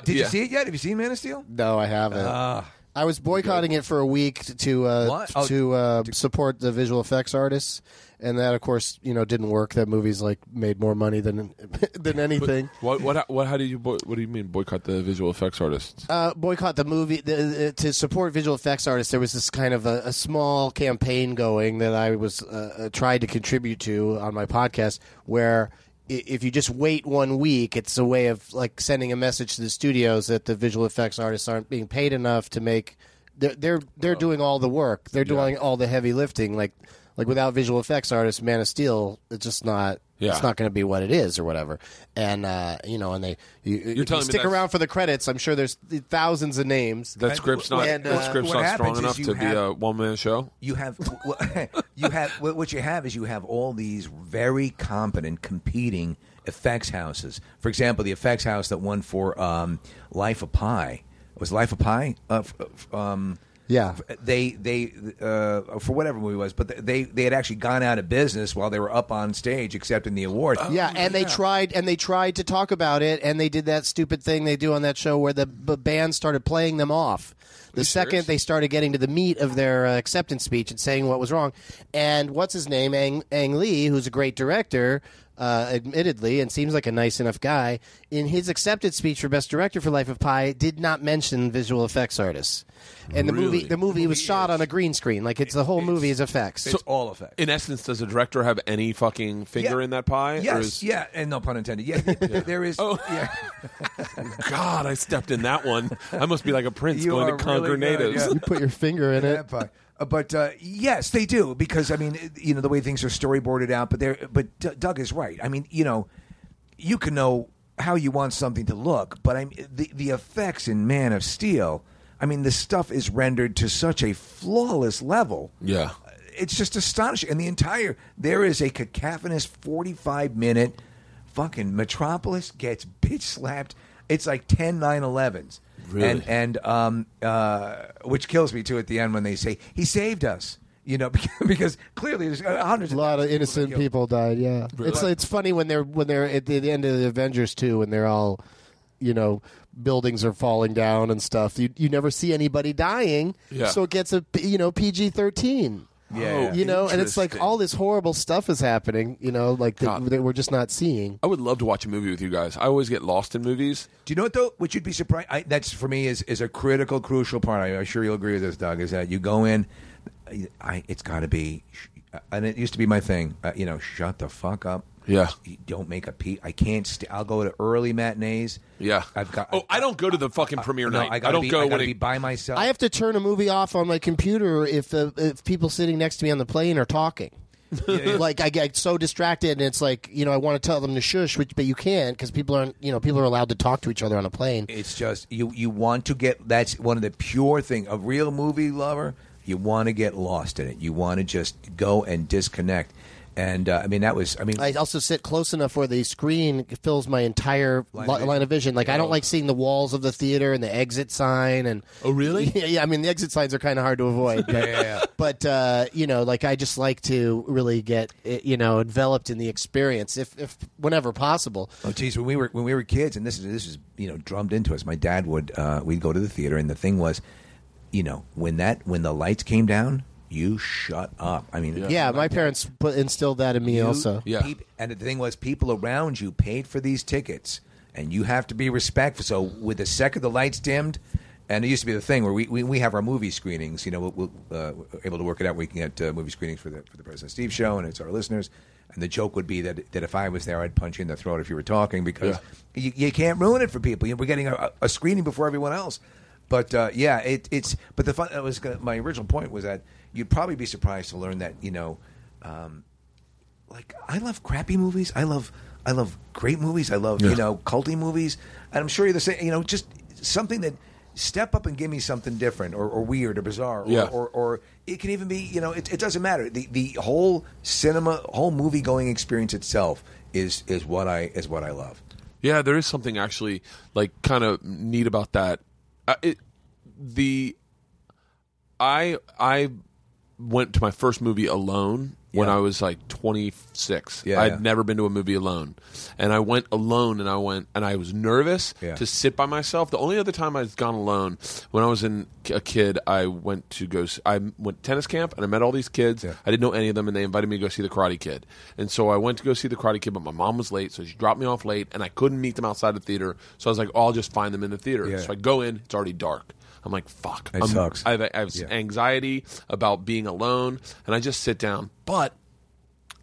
Speaker 4: Did you
Speaker 2: yeah.
Speaker 4: see it yet? Have you seen Man of Steel?
Speaker 3: No, I haven't. I was boycotting it for a week to uh,
Speaker 4: Ah. What? Oh,
Speaker 3: to uh, support the visual effects artists, and that, of course, you know, didn't work. That movie's like made more money than than anything.
Speaker 2: What, what, what, how do you, boy, what do you mean boycott the visual effects artists?
Speaker 3: uh, boycott the movie the, uh, to support visual effects artists. There was this kind of a, a small campaign going that I was uh, uh, tried to contribute to on my podcast, where i- if you just wait one week, it's a way of like sending a message to the studios that the visual effects artists aren't being paid enough to make. They're they're, they're
Speaker 2: Oh.
Speaker 3: doing all the work. They're doing all the heavy lifting. Like like without visual effects artists, Man of Steel, it's just not.
Speaker 2: Yeah.
Speaker 3: It's not going to be what it is or whatever. And uh, you know, and they you, if you
Speaker 2: telling me
Speaker 3: stick
Speaker 2: that's-
Speaker 3: around for the credits. I'm sure there's thousands of names.
Speaker 2: That script's not,
Speaker 3: and,
Speaker 2: that
Speaker 3: uh,
Speaker 2: script's
Speaker 4: what
Speaker 2: not strong
Speaker 4: happens is
Speaker 2: enough
Speaker 4: you
Speaker 2: to be
Speaker 4: have-
Speaker 2: a one man show.
Speaker 4: you have wha- you have wha- what you have is you have all these very competent competing effects houses. For example, the effects house that won for um, Life of Pi was Life of Pi. Uh, f- f- um,
Speaker 3: Yeah.
Speaker 4: f- they they uh, for whatever movie it was, but they they had actually gone out of business while they were up on stage accepting the award.
Speaker 3: Uh, yeah, and they tried and they tried to talk about it, and they did that stupid thing they do on that show where the b- band started playing them off. The second
Speaker 2: serious?
Speaker 3: they started getting to the meat of their uh, acceptance speech and saying what was wrong, and what's his name, Ang, Ang Lee, who's a great director, uh, admittedly, and seems like a nice enough guy, in his acceptance speech for Best Director for Life of Pi, did not mention visual effects artists, and the movie
Speaker 2: Really?
Speaker 3: the movie was shot on a green screen, like it's the whole movie is effects.
Speaker 4: It's all effects.
Speaker 2: In essence, does the director have any fucking finger
Speaker 4: Yeah.
Speaker 2: in that pie? or
Speaker 4: Yes,
Speaker 2: is- Oh.
Speaker 4: yeah, and no pun intended. Yeah, there is. yeah.
Speaker 2: God, I stepped in that one. I must be like a prince
Speaker 4: You
Speaker 2: going
Speaker 4: are
Speaker 2: to conquer
Speaker 4: really good,
Speaker 2: natives.
Speaker 4: yeah.
Speaker 3: you put your finger in it.
Speaker 4: that part. Uh, but uh, yes, they do because I mean, it- you know, the way things are storyboarded out. But they're but D- Doug is right. I mean, you know, you can know how you want something to look, but I'm the the effects in Man of Steel. I mean, the stuff is rendered to such a flawless level.
Speaker 2: Yeah.
Speaker 4: It's just astonishing, and the entire there is a cacophonous forty-five minute fucking Metropolis gets bitch slapped. It's like 10 9-11s.
Speaker 2: Really?
Speaker 4: and and um, uh, which kills me too at the end when they say he saved us. You know, because clearly there's hundreds
Speaker 3: A lot of innocent
Speaker 4: that killed.
Speaker 3: people died. Yeah, it's it's funny when they're when they're at the end of the Avengers too, when they're all you know buildings are falling down and stuff. You you never see anybody dying,
Speaker 2: Yeah.
Speaker 3: so it gets a you know PG thirteen.
Speaker 4: Yeah.
Speaker 3: You know, and it's like
Speaker 2: Interesting.
Speaker 3: all this horrible stuff is happening. You know, like that,
Speaker 2: God.
Speaker 3: that we're just not seeing.
Speaker 2: I would love to watch a movie with you guys. I always get lost in movies.
Speaker 4: Do you know what though? What you'd be surprised. I, that's for me is is a critical, crucial part. I, I'm sure you'll agree with this, Doug. Is that you go in? I, it's got to be, sh- uh, and it used to be my thing. Uh, you know, shut the fuck up.
Speaker 2: Yeah.
Speaker 4: You don't make a peep. I can't. St- I'll go to early matinees.
Speaker 2: Yeah,
Speaker 4: I've got.
Speaker 2: Oh, I don't go to the fucking premiere
Speaker 4: no,
Speaker 2: night.
Speaker 4: I,
Speaker 2: I,
Speaker 4: gotta
Speaker 2: don't
Speaker 4: be,
Speaker 2: go
Speaker 4: I
Speaker 2: when
Speaker 4: gotta
Speaker 2: it,
Speaker 4: be by myself.
Speaker 3: I have to turn a movie off on my computer if uh, if people sitting next to me on the plane are talking. like I get so distracted, and it's like you know I want to tell them to shush, which, but you can't because people aren't you know people are allowed to talk to each other on a plane.
Speaker 4: It's just you. You want to get. That's one of the pure thing. A real movie lover, you want to get lost in it. You want to just go and disconnect. And uh, I mean, that was. I mean,
Speaker 3: I also sit close enough where the screen fills my entire
Speaker 4: Line
Speaker 3: line,
Speaker 4: of vision.
Speaker 3: line of vision. Like I don't like seeing the walls of the theater and the exit sign. And
Speaker 2: Oh, really?
Speaker 3: Yeah, yeah. I mean, the exit signs are kind of hard to avoid. But,
Speaker 4: Yeah.
Speaker 3: But uh, you know, like I just like to really get eh, you know enveloped in the experience, if if whenever possible.
Speaker 4: Oh, geez, when we were when we were kids, and this is this is you know drummed into us. My dad would uh, we'd go to the theater, and the thing was, you know, when that when the lights came down, you shut up. I mean,
Speaker 3: Yeah, my parents put instilled that in me
Speaker 4: you-
Speaker 3: also.
Speaker 2: Yeah.
Speaker 4: peop- and the thing was, people around you paid for these tickets, and you have to be respectful. So, with the second the lights dimmed, and it used to be the thing where we, we, we have our movie screenings. You know, we'll, we'll, uh, we're able to work it out. We can get uh, movie screenings for the for the President Steve show, and it's our listeners. And the joke would be that that if I was there, I'd punch you in the throat if you were talking because you, you can't ruin it for people. You know, We're getting a, a screening before everyone else. But uh, yeah, it, it's but the fun. That was gonna, my original point was that you'd probably be surprised to learn that you know like I love crappy movies. I love I love great movies. I love
Speaker 2: Yeah.
Speaker 4: you know culty movies. And I'm sure you're the same. You know, just something that step up and give me something different or, or weird or bizarre. Or,
Speaker 2: Yeah.
Speaker 4: or, or it can even be you know it, it doesn't matter. The the whole cinema, whole movie going experience itself is is what I is what I love.
Speaker 2: Yeah, there is something actually like kind of neat about that. Uh, it, the I I went to my first movie alone when
Speaker 4: Yeah.
Speaker 2: I was like 26.
Speaker 4: Yeah,
Speaker 2: I'd
Speaker 4: yeah.
Speaker 2: never been to a movie alone. And I went alone and I went and I was nervous
Speaker 4: Yeah.
Speaker 2: to sit by myself. The only other time I've gone alone when I was in a kid, I went to go s- I went to tennis camp and I met all these kids.
Speaker 4: Yeah.
Speaker 2: I didn't know any of them and they invited me to go see the Karate Kid. And so I went to go see the Karate Kid, but my mom was late, so she dropped me off late and I couldn't meet them outside the theater. So I was like, oh, I'll just find them in the theater.
Speaker 4: Yeah.
Speaker 2: So I go in, it's already dark. I'm like, fuck.
Speaker 4: It
Speaker 2: I'm-
Speaker 4: sucks.
Speaker 2: I have, I have
Speaker 4: Yeah.
Speaker 2: anxiety about being alone, and I just sit down. But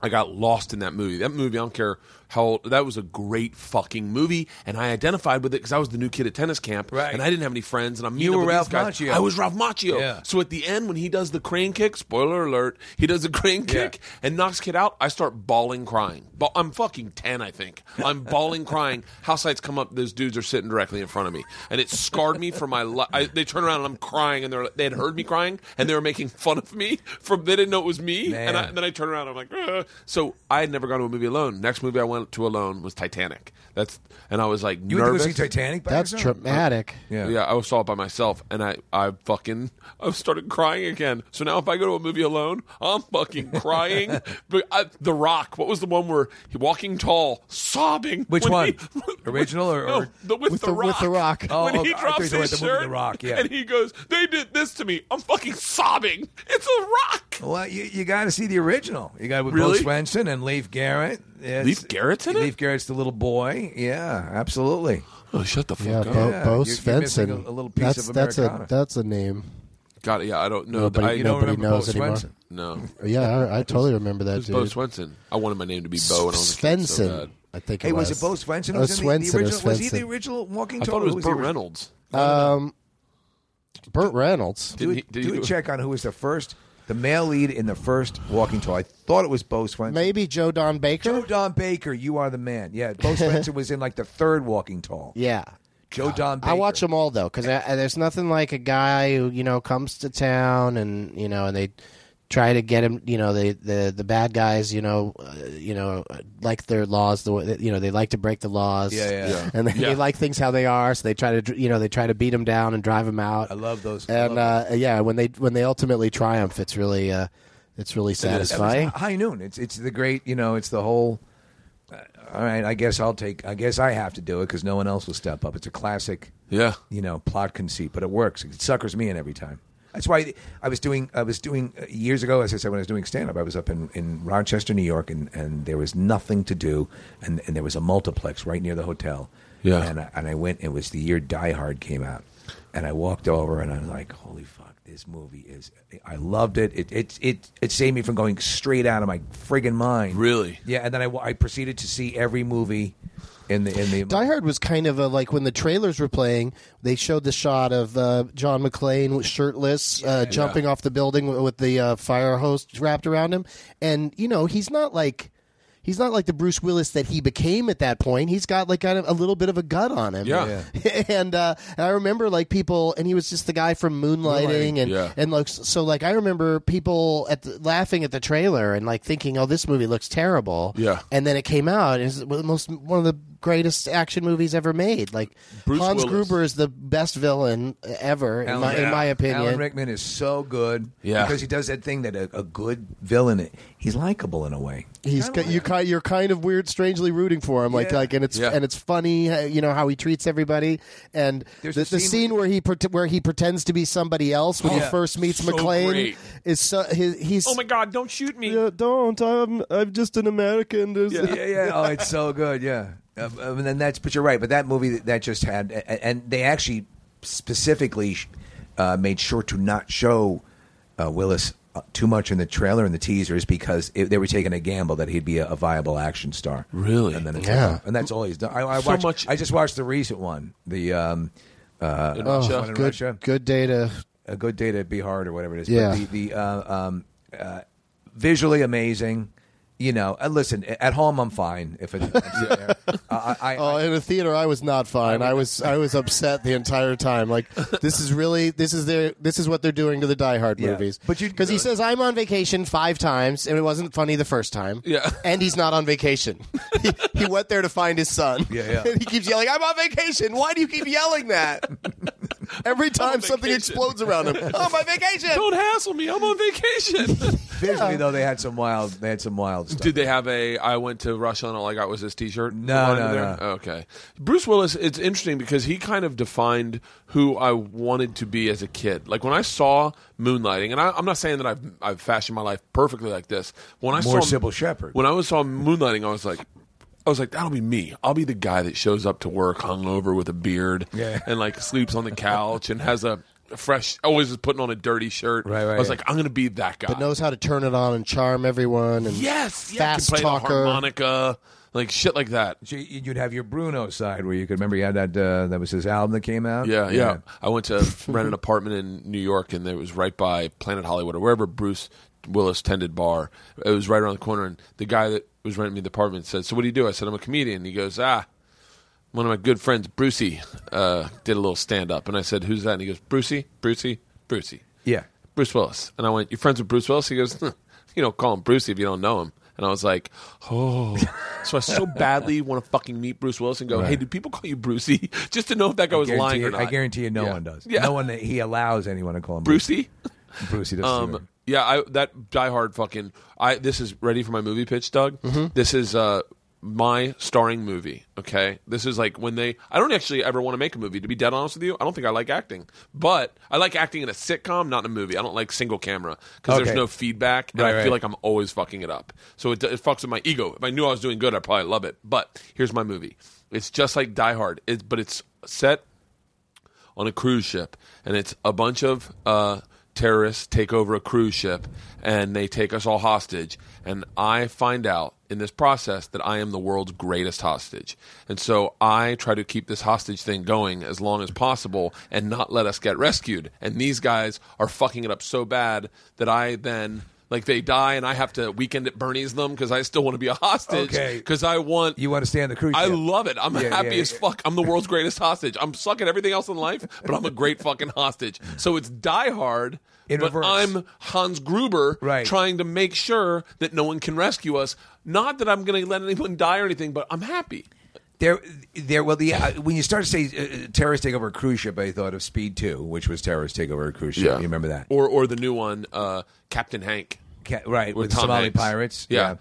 Speaker 2: I got lost in that movie. That movie, I don't care how old, that was a great fucking movie, and I identified with it because I was the new kid at tennis camp,
Speaker 4: Right.
Speaker 2: and I didn't have any friends, and I'm
Speaker 4: You
Speaker 2: meeting up
Speaker 4: were
Speaker 2: with
Speaker 4: Ralph
Speaker 2: these guys.
Speaker 4: Macchio.
Speaker 2: I was Ralph Macchio.
Speaker 4: Yeah.
Speaker 2: So at the end, when he does the crane kick, spoiler alert, he does the crane
Speaker 4: Yeah.
Speaker 2: kick and knocks kid out. I start bawling, crying. Ba- I'm fucking ten, I think. I'm bawling, crying. House lights come up. Those dudes are sitting directly in front of me, and it scarred me for my life. They turn around and I'm crying, and they're they had heard me crying, and they were making fun of me. From they didn't know it was me,
Speaker 4: Man.
Speaker 2: and, I, and then I turn around. and I'm like, "Ugh." so I had never gone to a movie alone. Next movie I went to alone was Titanic. That's and I was like
Speaker 4: You went to
Speaker 2: nervous.
Speaker 4: go see Titanic? By
Speaker 3: That's
Speaker 4: yourself?
Speaker 3: traumatic.
Speaker 4: Yeah.
Speaker 2: Yeah. I saw it by myself, and I, I fucking, I've started crying again. So now if I go to a movie alone, I'm fucking crying. but I, The Rock, what was the one where he walking tall, sobbing?
Speaker 4: Which
Speaker 2: when
Speaker 4: one?
Speaker 2: he-
Speaker 4: Original or-
Speaker 2: no,
Speaker 4: or-
Speaker 2: the, with,
Speaker 3: With
Speaker 2: the,
Speaker 3: the-
Speaker 2: Rock?
Speaker 3: with The Rock.
Speaker 4: Oh,
Speaker 2: when
Speaker 4: okay.
Speaker 2: he
Speaker 4: I
Speaker 2: drops
Speaker 4: thought you were
Speaker 2: his
Speaker 4: talking about the movie
Speaker 2: shirt,
Speaker 4: The Rock, yeah.
Speaker 2: and he goes, "They did this to me. I'm fucking sobbing. It's a rock."
Speaker 4: Well, you, you got to see the original. You got with
Speaker 2: Really?
Speaker 4: Bill Swenson and Leif Garrett. It's-
Speaker 2: Leif Garrett's in it?
Speaker 4: Leif Garrett's the little boy. Yeah, absolutely.
Speaker 2: Oh, shut the fuck
Speaker 3: Yeah,
Speaker 2: up.
Speaker 3: Bo,
Speaker 4: Yeah,
Speaker 3: Bo
Speaker 4: you're- you're
Speaker 3: Svensson.
Speaker 4: missing a- a little piece
Speaker 3: that's,
Speaker 4: of
Speaker 3: that's a
Speaker 4: Americana.
Speaker 3: that's a name.
Speaker 2: God, yeah, I don't know.
Speaker 3: Nobody-
Speaker 2: I,
Speaker 4: Uh, You
Speaker 3: you
Speaker 4: don't
Speaker 3: Nobody
Speaker 4: remember
Speaker 3: knows
Speaker 4: Bo
Speaker 3: anymore.
Speaker 4: Swenson?
Speaker 2: no,
Speaker 3: Yeah, I, I totally remember that
Speaker 2: it's Bo
Speaker 3: dude.
Speaker 2: Swenson. I wanted my name to be Bo, and I was a kid so
Speaker 3: Svensson,
Speaker 2: bad.
Speaker 3: I think.
Speaker 4: Hey,
Speaker 3: it
Speaker 4: was.
Speaker 3: was.
Speaker 4: it Bo Swenson? who
Speaker 3: Oh,
Speaker 4: was in the- the,
Speaker 3: Swenson or
Speaker 4: original? Was he the
Speaker 3: Svensson.
Speaker 4: original Walking
Speaker 2: I
Speaker 4: Tall?
Speaker 2: thought it
Speaker 4: Who
Speaker 2: was
Speaker 4: was the
Speaker 2: Burt
Speaker 4: original?
Speaker 2: Reynolds.
Speaker 3: Um, Burt Reynolds.
Speaker 4: Do,
Speaker 2: Didn't he-
Speaker 4: a-
Speaker 2: did
Speaker 4: do
Speaker 2: he
Speaker 4: a
Speaker 2: do it?
Speaker 4: check on who was the first, the male lead in the first Walking Tall. I thought it was Bo Swenson.
Speaker 3: Maybe Joe Don Baker.
Speaker 4: Joe Don Baker, you are the man. Yeah, Bo Swenson was in like the third Walking Tall.
Speaker 3: yeah.
Speaker 4: Joe Don Baker.
Speaker 3: I watch them all though, because there's nothing like a guy who you know comes to town and you know and they try to get him. You know, they the the bad guys. You know, uh, you know, uh, like their laws. The way that, you know they like to break the laws.
Speaker 4: Yeah, yeah. Yeah.
Speaker 3: And they,
Speaker 2: Yeah.
Speaker 3: they like things how they are, so they try to dr- you know they try to beat him down and drive him out.
Speaker 4: I love those. I
Speaker 3: And
Speaker 4: love
Speaker 3: uh, yeah, when they when they ultimately triumph, it's really uh, it's really
Speaker 4: those. That was
Speaker 3: satisfying.
Speaker 4: High Noon. It's it's the great. You know, it's the whole. uh, all right, I guess I'll take. I guess I have to do it because no one else will step up. It's a classic,
Speaker 2: Yeah.
Speaker 4: you know, plot conceit, but it works. It suckers me in every time. That's why I was doing. I was doing uh, years ago, as I said, when I was doing stand up, I was up in, in Rochester, New York, and, and there was nothing to do, and, and there was a multiplex right near the hotel.
Speaker 2: Yeah.
Speaker 4: and I, and I went. It was the year Die Hard came out, and I walked over, and I was like, "Holy fuck, this movie is!" I loved it. It it it, it saved me from going straight out of my friggin' mind.
Speaker 2: Really?
Speaker 4: Yeah, and then I, wa- I proceeded to see every movie in the in the
Speaker 3: Die Hard was kind of a, like when the trailers were playing, they showed the shot of uh, John McClane shirtless, uh, jumping off the building wi- with the uh, fire hose wrapped around him, and you know he's not like he's not like the Bruce Willis that he became at that point. He's got like kind of a little bit of a gut on him,
Speaker 2: Yeah.
Speaker 3: and, uh, and I remember like people, and he was just the guy from Moonlighting, and
Speaker 2: yeah.
Speaker 3: and like so like I remember people at the, laughing at the trailer and like thinking, oh, this movie looks terrible,
Speaker 2: Yeah.
Speaker 3: and then it came out and it's the most one of the greatest action movies ever made. Like
Speaker 2: Bruce
Speaker 3: Hans
Speaker 2: Willis.
Speaker 3: Gruber is the best villain ever in, my, in my opinion.
Speaker 4: Alan Rickman is so good.
Speaker 2: Yeah.
Speaker 4: because he does that thing that a, a good villain. He's likable in a way.
Speaker 3: He's ki- you ki- you're kind of weird, strangely rooting for him, like
Speaker 4: Yeah.
Speaker 3: like, and it's
Speaker 2: Yeah.
Speaker 3: and it's funny, uh, you know how he treats everybody, and the,
Speaker 4: There's
Speaker 3: the
Speaker 4: a
Speaker 3: scene,
Speaker 4: scene-
Speaker 3: where he pret- where he pretends to be somebody else when he
Speaker 4: Yeah.
Speaker 3: first meets
Speaker 2: So
Speaker 3: McClane
Speaker 2: great.
Speaker 3: is so, his, he's
Speaker 2: Oh my God! Don't shoot me.
Speaker 3: Yeah, don't I'm I'm just an American. There's
Speaker 4: yeah, yeah. Oh, it's so good. Yeah, uh, uh, and then that's. But you're right. But that movie that, that just had, a- a- and they actually specifically sh- uh, made sure to not show uh, Willis uh, too much in the trailer and the teasers because it, they were taking a gamble that he'd be a, a viable action star.
Speaker 2: Really?
Speaker 4: And then it's
Speaker 3: Yeah.
Speaker 4: and that's all he's done. I, I
Speaker 2: So
Speaker 4: watched,
Speaker 2: much-
Speaker 4: I just watched the recent one. The um, uh,
Speaker 2: In Russia.
Speaker 4: one in
Speaker 3: Oh, good
Speaker 4: Russia
Speaker 3: good day to
Speaker 4: a good day to be hard or whatever it is.
Speaker 3: Yeah.
Speaker 4: But the the uh, um, uh, visually amazing. You know, and listen, a- at home I'm fine if it's. I'm sitting there. I, I,
Speaker 3: Oh, in a theater, I was not fine. I was I was upset the entire time. Like this is really this is their this is what they're doing to the Die Hard
Speaker 4: Yeah.
Speaker 3: movies.
Speaker 4: But you-
Speaker 3: because he says I'm on vacation five times and it wasn't funny the first time.
Speaker 2: Yeah.
Speaker 3: and he's not on vacation. he, he went there to find his son.
Speaker 4: Yeah, yeah.
Speaker 3: And he keeps yelling, "I'm on vacation." Why do you keep yelling that? Every time something
Speaker 2: vacation.
Speaker 3: explodes around him. Oh, my vacation!
Speaker 2: Don't hassle me. I'm on vacation.
Speaker 4: visually though, they had some wild. They had some wild stuff.
Speaker 2: Did they have a I went to Russia and all I got was this T-shirt?
Speaker 4: No,
Speaker 2: line
Speaker 4: no,
Speaker 2: there?
Speaker 4: no.
Speaker 2: Okay. Bruce Willis. It's interesting because he kind of defined who I wanted to be as a kid. Like when I saw Moonlighting, and I, I'm not saying that I've I've fashioned my life perfectly like this. When I
Speaker 4: More
Speaker 2: saw
Speaker 4: Sybil Shepherd.
Speaker 2: When I was saw Moonlighting, I was like. I was like, that'll be me. I'll be the guy that shows up to work hungover with a beard
Speaker 4: Yeah.
Speaker 2: and like sleeps on the couch and has a fresh, always is putting on a dirty shirt.
Speaker 4: Right, right,
Speaker 2: I was
Speaker 4: yeah.
Speaker 2: like, I'm going to be that guy.
Speaker 3: But knows how to turn it on and charm everyone. And
Speaker 2: Yes, yeah,
Speaker 3: fast
Speaker 2: can play the
Speaker 3: talker.
Speaker 2: harmonica, like shit like that.
Speaker 4: So you- You'd have your Bruno side where you could remember you had that. Uh, that was his album that came out.
Speaker 2: Yeah, yeah. I went to rent an apartment in New York, and it was right by Planet Hollywood or wherever Bruce Willis tended bar. It was right around the corner, and the guy that was renting me the apartment said, "So what do you do?" I said, "I'm a comedian." He goes, "Ah." One of my good friends, Brucey, uh, did a little stand up, and I said, "Who's that?" And he goes, "Brucey, Brucey, Brucey."
Speaker 4: yeah.
Speaker 2: Bruce Willis. And I went, You friends with Bruce Willis? He goes, "Huh, You don't call him Brucey if you don't know him. And I was like, Oh. so I so badly want to fucking meet Bruce Willis and go, Hey, do people call you Brucey? Just to know if that guy was
Speaker 4: Guarantee-
Speaker 2: lying or not.
Speaker 4: I guarantee you, no
Speaker 2: Yeah.
Speaker 4: one does.
Speaker 2: Yeah.
Speaker 4: No one that he allows anyone to call him
Speaker 2: Brucey?
Speaker 4: Bruce. Brucey does.
Speaker 2: Um, yeah, I, that Die Hard fucking. I this is ready for my movie pitch, Doug.
Speaker 4: Mm-hmm.
Speaker 2: This is uh, my starring movie. Okay, this is like when they. I don't actually ever want to make a movie. To be dead honest with you, I don't think I like acting, but I like acting in a sitcom, not in a movie. I don't like single camera because
Speaker 4: Okay.
Speaker 2: there's no feedback, and
Speaker 4: Right,
Speaker 2: I
Speaker 4: right.
Speaker 2: feel like I'm always fucking it up. So it, it fucks with my ego. If I knew I was doing good, I'd probably love it. But here's my movie. It's just like Die Hard, it, but it's set on a cruise ship, and it's a bunch of uh, terrorists take over a cruise ship, and they take us all hostage. And I find out in this process that I am the world's greatest hostage, and so I try to keep this hostage thing going as long as possible and not let us get rescued. And these guys are fucking it up so bad that I then. Like they die, and I have to weekend at Bernie's them because I still want to be a hostage.
Speaker 4: Okay.
Speaker 2: Because I want
Speaker 4: You want to stay on the cruise
Speaker 2: I
Speaker 4: ship.
Speaker 2: love it. I'm
Speaker 4: Yeah,
Speaker 2: happy
Speaker 4: yeah,
Speaker 2: as
Speaker 4: yeah.
Speaker 2: fuck. I'm the world's greatest hostage. I'm sucking everything else in life, but I'm a great fucking hostage. So it's Die Hard,
Speaker 4: In
Speaker 2: but
Speaker 4: reverse.
Speaker 2: I'm Hans Gruber
Speaker 4: Right.
Speaker 2: trying to make sure that no one can rescue us. Not that I'm going to let anyone die or anything, but I'm happy.
Speaker 4: There, there. Well, the uh, when you start to say uh, terrorist take over a cruise ship, I thought of Speed Two, which was terrorist take over a cruise ship. You remember that?
Speaker 2: Or or the new one, uh, Captain Hank.
Speaker 4: Ca- right
Speaker 2: With
Speaker 4: with,
Speaker 2: Tom
Speaker 4: Somali
Speaker 2: Hanks.
Speaker 4: pirates. Uh,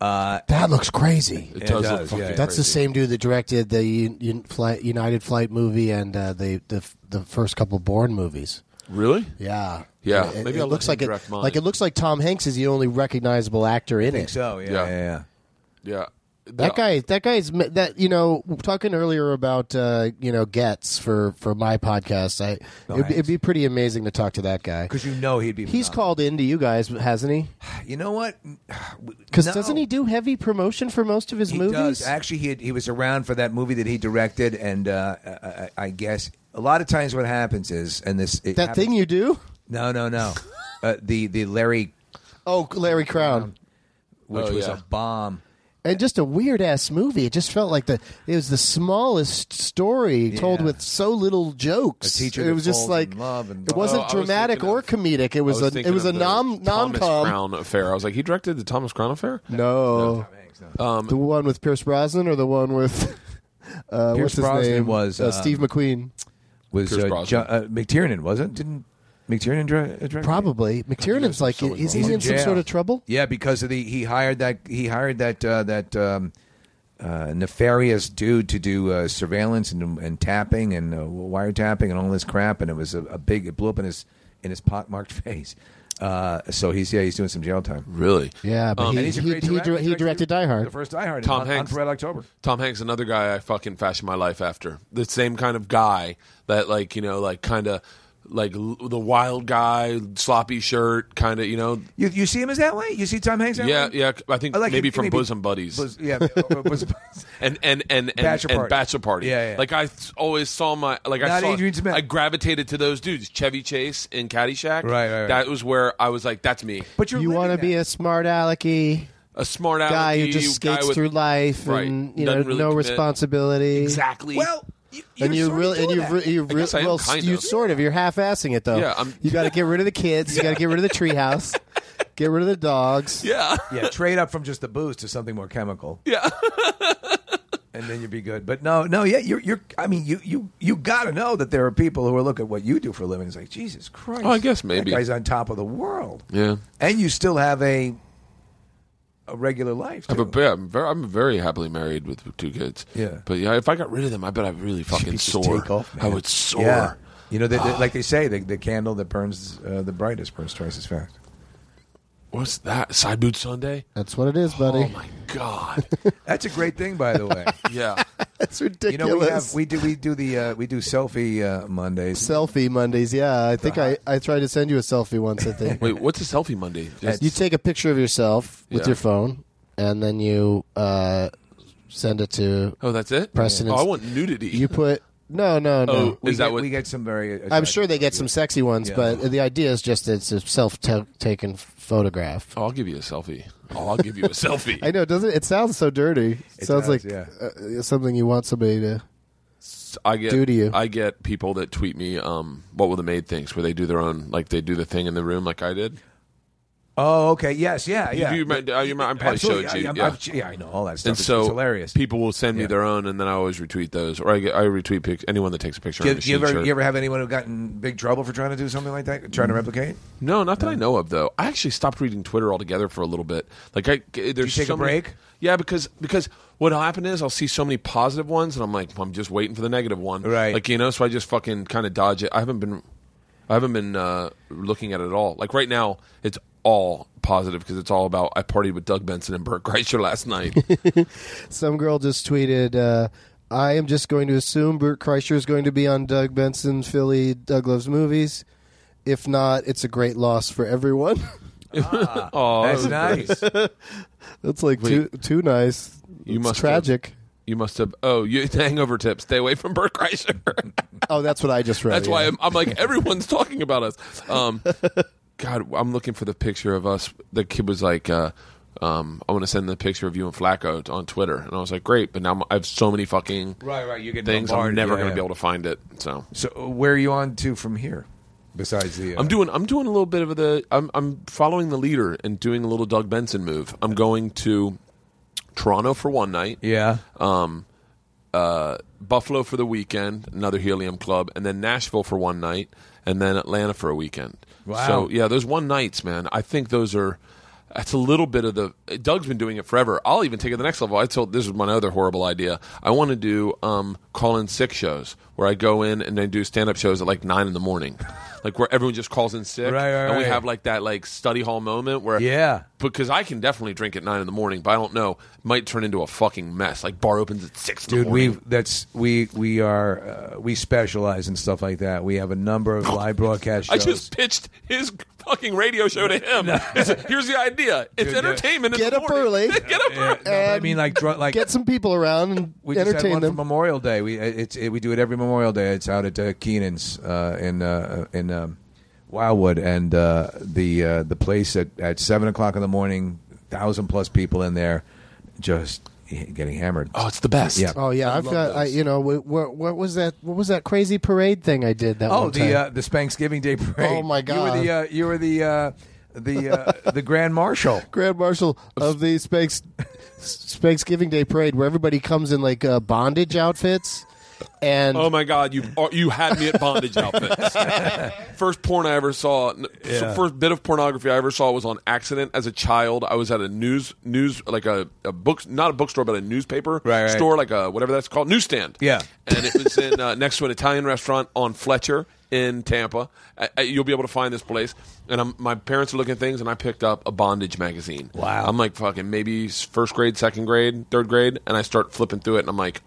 Speaker 2: Yeah.
Speaker 3: That looks crazy.
Speaker 2: It
Speaker 4: It
Speaker 2: does,
Speaker 4: does,
Speaker 2: look fucking
Speaker 4: yeah.
Speaker 3: That's the same dude that directed the Un- Un- Flight, United Flight movie and uh, the, the f- the first couple Bourne movies.
Speaker 2: really.
Speaker 3: Yeah,
Speaker 2: Yeah.
Speaker 3: It,
Speaker 2: Maybe
Speaker 3: it
Speaker 2: I'll
Speaker 3: looks
Speaker 2: let
Speaker 3: like
Speaker 2: him
Speaker 3: it,
Speaker 2: direct mine.
Speaker 3: like it looks like Tom Hanks is the only recognizable actor in
Speaker 4: I think
Speaker 3: it.
Speaker 4: so. oh, Yeah,
Speaker 2: Yeah.
Speaker 4: yeah, yeah.
Speaker 2: Yeah,
Speaker 3: That guy, that guy's that you know talking earlier about uh, you know gets for for my podcast. I it'd, be- it'd be pretty amazing to talk to that guy.
Speaker 4: Because you know he'd be.
Speaker 3: He's
Speaker 4: phenomenal.
Speaker 3: called into you guys, hasn't he?
Speaker 4: You know what?
Speaker 3: Because
Speaker 4: No.
Speaker 3: doesn't he do heavy promotion for most of his
Speaker 4: He
Speaker 3: movies?
Speaker 4: does. Actually, he, had, he was around for that movie that he directed, and uh, I, I, I guess a lot of times what happens is, and this it
Speaker 3: that
Speaker 4: happens-
Speaker 3: thing you do?
Speaker 4: No, no, no. uh, the the Larry,
Speaker 3: Oh, Larry Crown.
Speaker 4: which
Speaker 2: Oh,
Speaker 4: was
Speaker 2: yeah.
Speaker 4: a bomb.
Speaker 3: and just a weird ass movie. It just felt like the it was the smallest story told with so little jokes.
Speaker 4: A teacher
Speaker 3: it
Speaker 4: that
Speaker 3: was just
Speaker 4: falls
Speaker 3: like
Speaker 4: in love and-
Speaker 3: it wasn't
Speaker 2: Oh, I was
Speaker 3: dramatic
Speaker 2: thinking
Speaker 3: or
Speaker 2: of-
Speaker 3: comedic. It was,
Speaker 2: I
Speaker 3: a
Speaker 2: thinking
Speaker 3: it was a
Speaker 2: of the
Speaker 3: nom nom
Speaker 2: Thomas
Speaker 3: com.
Speaker 2: Crown affair. I was like, he directed the Thomas Crown affair.
Speaker 3: No, the one with Pierce Brosnan or the one with uh,
Speaker 4: Pierce
Speaker 3: what's his
Speaker 4: Brosnan
Speaker 3: name?
Speaker 4: was,
Speaker 3: uh,
Speaker 4: um,
Speaker 3: Steve McQueen.
Speaker 4: Was
Speaker 2: Pierce
Speaker 4: uh, jo-
Speaker 2: Brosnan.
Speaker 4: uh, McTiernan wasn't? Didn't McTiernan dra- uh, direct? it?
Speaker 3: Probably McTiernan's like
Speaker 2: someone
Speaker 3: is he
Speaker 4: He's
Speaker 3: in,
Speaker 4: in
Speaker 3: some
Speaker 4: jail.
Speaker 3: sort of trouble?
Speaker 4: Yeah, because of the he hired that he hired that uh, that um, uh, nefarious dude to do uh, surveillance and, and tapping and uh, wiretapping and all this crap, and it was a, a big it blew up in his in his pockmarked face. Uh, so he's yeah he's doing some jail time.
Speaker 2: Really?
Speaker 3: Yeah, but
Speaker 4: And
Speaker 3: he
Speaker 4: he's a
Speaker 3: he,
Speaker 4: great
Speaker 3: he,
Speaker 4: director.
Speaker 3: dir- he directed Die Hard.
Speaker 4: the first Die Hard,
Speaker 2: Tom
Speaker 4: on,
Speaker 2: Hanks.
Speaker 4: on Red October.
Speaker 2: Tom Hanks, another guy I fucking fashioned my life after. The same kind of guy that, like, you know, like kind of like l- the wild guy, sloppy shirt, kind of, you know.
Speaker 4: You you see him as that way? You see Tom Hanks? That
Speaker 2: Yeah,
Speaker 4: way?
Speaker 2: yeah. I think
Speaker 4: I like
Speaker 2: maybe
Speaker 4: it-
Speaker 2: from
Speaker 4: maybe-
Speaker 2: Bosom Buddies.
Speaker 4: Bos- yeah, uh, Bosom Buddies.
Speaker 2: and and and and
Speaker 4: Bachelor
Speaker 2: and
Speaker 4: Party.
Speaker 2: bachelor party.
Speaker 4: Yeah, yeah.
Speaker 2: Like I th- always saw my like I
Speaker 4: Not
Speaker 2: saw
Speaker 4: Adrian Smith.
Speaker 2: I gravitated to those dudes, Chevy Chase and Caddyshack.
Speaker 4: Right, right, right.
Speaker 2: That was where I was like, that's me.
Speaker 4: But you're
Speaker 3: You want to be a smart alecky
Speaker 2: A smart
Speaker 3: guy who
Speaker 2: alecky
Speaker 3: just
Speaker 2: guy
Speaker 3: skates
Speaker 2: with-
Speaker 3: through life
Speaker 2: Right.
Speaker 3: and you know
Speaker 2: Doesn't really
Speaker 3: no
Speaker 2: commit.
Speaker 3: responsibility.
Speaker 2: Exactly.
Speaker 4: well. You, you're
Speaker 3: and you
Speaker 4: sort of
Speaker 3: really and
Speaker 4: doing
Speaker 3: you
Speaker 4: that.
Speaker 3: re- you re-
Speaker 2: guess I am
Speaker 3: well
Speaker 2: kind
Speaker 3: you
Speaker 2: of.
Speaker 3: sort of you're half assing it though.
Speaker 2: Yeah, I'm-
Speaker 3: you got to get rid of the kids. You got to get rid of the treehouse. Get rid of the dogs.
Speaker 2: yeah.
Speaker 4: yeah, trade up from just the booze to something more chemical.
Speaker 2: Yeah.
Speaker 4: and then you'd be good. But no, no, yeah, you're, you're. I mean, you, you, you got to know that there are people who are looking at what you do for a living. It's like Jesus Christ.
Speaker 2: Oh, I guess
Speaker 4: that
Speaker 2: maybe.
Speaker 4: guy's on top of the world.
Speaker 2: Yeah.
Speaker 4: and you still have a a regular life.
Speaker 2: I'm,
Speaker 4: too.
Speaker 2: a, yeah, I'm very, I'm very happily married with two kids.
Speaker 4: Yeah.
Speaker 2: but yeah, if I got rid of them, I bet I'd really fucking
Speaker 4: Just
Speaker 2: soar.
Speaker 4: take off, man.
Speaker 2: I would soar.
Speaker 4: Yeah. You know, they, they- like they say, the, the candle that burns uh, the brightest burns twice as fast.
Speaker 2: What's that? Side boot Sunday?
Speaker 3: That's what it is, buddy.
Speaker 2: Oh my god!
Speaker 4: That's a great thing, by the way.
Speaker 2: yeah,
Speaker 3: That's
Speaker 4: you know,
Speaker 3: ridiculous.
Speaker 4: we have we do we do the uh, we do selfie uh, Mondays.
Speaker 3: selfie Mondays. Yeah, I think I, I tried to send you a selfie once. I think
Speaker 2: wait, what's a selfie Monday? Just-
Speaker 3: you take a picture of yourself with
Speaker 2: Yeah.
Speaker 3: your phone and then you uh, send it to
Speaker 2: oh, that's it.
Speaker 3: Preston
Speaker 2: Oh,
Speaker 3: is-
Speaker 2: I want nudity.
Speaker 3: you. Put no, no, no.
Speaker 2: oh,
Speaker 4: we
Speaker 2: is
Speaker 4: get,
Speaker 2: that what?
Speaker 4: we get some very? uh,
Speaker 3: I'm sure they get some sexy ones,
Speaker 4: Yeah.
Speaker 3: but the idea is just it's a self taken photograph.
Speaker 2: oh, I'll give you a selfie. Oh, I'll give you a selfie.
Speaker 3: I know. Doesn't it sounds so dirty? It, sounds
Speaker 4: does,
Speaker 3: like
Speaker 4: yeah.
Speaker 3: uh, something you want somebody to.
Speaker 2: I get
Speaker 3: do to you.
Speaker 2: I get people that tweet me, um, "What will the maid thinks?" Where they do their own, like they do the thing in the room, like I did.
Speaker 4: Oh, okay. Yes. Yeah. Yeah.
Speaker 2: You, do- oh, you, I, you, I probably
Speaker 4: Absolutely.
Speaker 2: showed you.
Speaker 4: I, I'm-
Speaker 2: yeah.
Speaker 4: I'm- yeah, I know all that stuff.
Speaker 2: and
Speaker 4: It's-
Speaker 2: so
Speaker 4: it's hilarious.
Speaker 2: people will send me
Speaker 4: Yeah.
Speaker 2: their own, and then I always retweet those, or I, get, I retweet pic- anyone that takes a picture.
Speaker 4: Do you,
Speaker 2: of a
Speaker 4: do you ever,
Speaker 2: shirt.
Speaker 4: you ever have anyone who got in big trouble for trying to do something like that, trying to
Speaker 2: Mm.
Speaker 4: replicate?
Speaker 2: no, not that I know of, though. I actually stopped reading Twitter altogether for a little bit. Like, I there's
Speaker 4: take a
Speaker 2: so many-
Speaker 4: break?
Speaker 2: yeah, because because what'll happen is I'll see so many positive ones, and I'm like, I'm just waiting for the negative one,
Speaker 4: Right.
Speaker 2: Like you know, so I just fucking kind of dodge it. I haven't been, I haven't been uh, looking at it at all. Like right now, it's all positive because it's all about I partied with Doug Benson and Burt Kreischer last night.
Speaker 3: Some girl just tweeted. Uh, I am just going to assume Bert Kreischer is going to be on Doug Benson Philly Doug Loves Movies. If not, it's a great loss for everyone.
Speaker 2: oh,
Speaker 4: Ah, That's nice.
Speaker 3: That's like too too nice.
Speaker 2: You
Speaker 3: it's
Speaker 2: must have-
Speaker 3: tragic.
Speaker 2: You must have. Oh, you the hangover tip. Stay away from Burt Kreischer.
Speaker 3: Oh, that's what I just read.
Speaker 2: That's
Speaker 3: yeah.
Speaker 2: why I'm, I'm like everyone's talking about us. Um, God, I'm looking for the picture of us. The kid was like, uh, um, "I want to send the picture of you and Flacco on Twitter," and I was like, "Great!" But now I'm, I have so many fucking
Speaker 4: Right, right, you get
Speaker 2: things. I'm
Speaker 4: bombarded,
Speaker 2: never
Speaker 4: yeah,
Speaker 2: going to
Speaker 4: yeah.
Speaker 2: be able to find it. So
Speaker 4: so, uh, where are you on to from here? Besides the, uh,
Speaker 2: I'm doing. I'm doing a little bit of the. I'm, I'm following the leader and doing a little Doug Benson move. I'm going to Toronto for one night.
Speaker 4: yeah,
Speaker 2: uh, Buffalo for the weekend, another Helium Club, and then Nashville for one night, and then Atlanta for a weekend.
Speaker 4: Wow.
Speaker 2: So yeah, those one nights, man. I think those are. That's a little bit of the. Doug's been doing it forever. I'll even take it to the next level. I told this is my other horrible idea. I want to do um, call in sick shows where I go in and I do stand up shows at like nine in the morning, like where everyone just calls in sick,
Speaker 4: Right, right,
Speaker 2: and we
Speaker 4: right.
Speaker 2: have like that like study hall moment where
Speaker 4: Yeah.
Speaker 2: because I can definitely drink at nine in the morning, but I don't know might turn into a fucking mess. Like bar opens at six. in the
Speaker 4: Dude,
Speaker 2: morning.
Speaker 4: we that's we we are uh, we specialize in stuff like that. We have a number of live broadcast shows.
Speaker 2: I just pitched his fucking radio show to him. It's- Here's the idea. It's
Speaker 4: Dude, yeah.
Speaker 2: entertainment. in
Speaker 3: Get
Speaker 2: the
Speaker 3: up
Speaker 2: morning.
Speaker 3: early.
Speaker 2: Get up
Speaker 4: Yeah, Eh, no,
Speaker 2: early.
Speaker 4: but I mean, like dr- like
Speaker 3: Um, Get some people around and
Speaker 4: we just had
Speaker 3: entertain
Speaker 4: one for
Speaker 3: them.
Speaker 4: Memorial Day. We eh, it's it, we do it every Memorial Day. It's out at uh, Keenan's uh, in uh, in um, Wildwood, and uh, the uh, the place at at seven o'clock in the morning, thousand plus people in there, just getting hammered.
Speaker 2: Oh, it's the best.
Speaker 4: Yeah.
Speaker 3: Oh yeah, I've got. I, you know, what, what, what was that? What was that crazy parade thing I did? That
Speaker 4: Oh,
Speaker 3: one
Speaker 4: the
Speaker 3: time?
Speaker 4: uh, the Thanksgiving Day parade.
Speaker 3: Oh, my
Speaker 4: You
Speaker 3: God.
Speaker 4: were the uh, you were the uh, the uh, the Grand Marshal.
Speaker 3: Grand Marshal of the Spanks Spanks Giving Day Parade, where everybody comes in like uh, bondage outfits, and
Speaker 2: Oh my God, you you had me at bondage outfits. first porn I ever saw, n- first bit of pornography I ever saw was on accident as a child. I was at a news news like a, a book not a bookstore but a newspaper
Speaker 4: Right, right.
Speaker 2: store like a whatever that's called newsstand.
Speaker 4: Yeah.
Speaker 2: and it was in uh, next to an Italian restaurant on Fletcher in Tampa. I, I- you'll be able to find this place. And I'm, my parents are looking at things, and I picked up a bondage magazine.
Speaker 4: Wow.
Speaker 2: I'm like fucking maybe s- first grade, second grade, third grade, and I start flipping through it, and I'm like,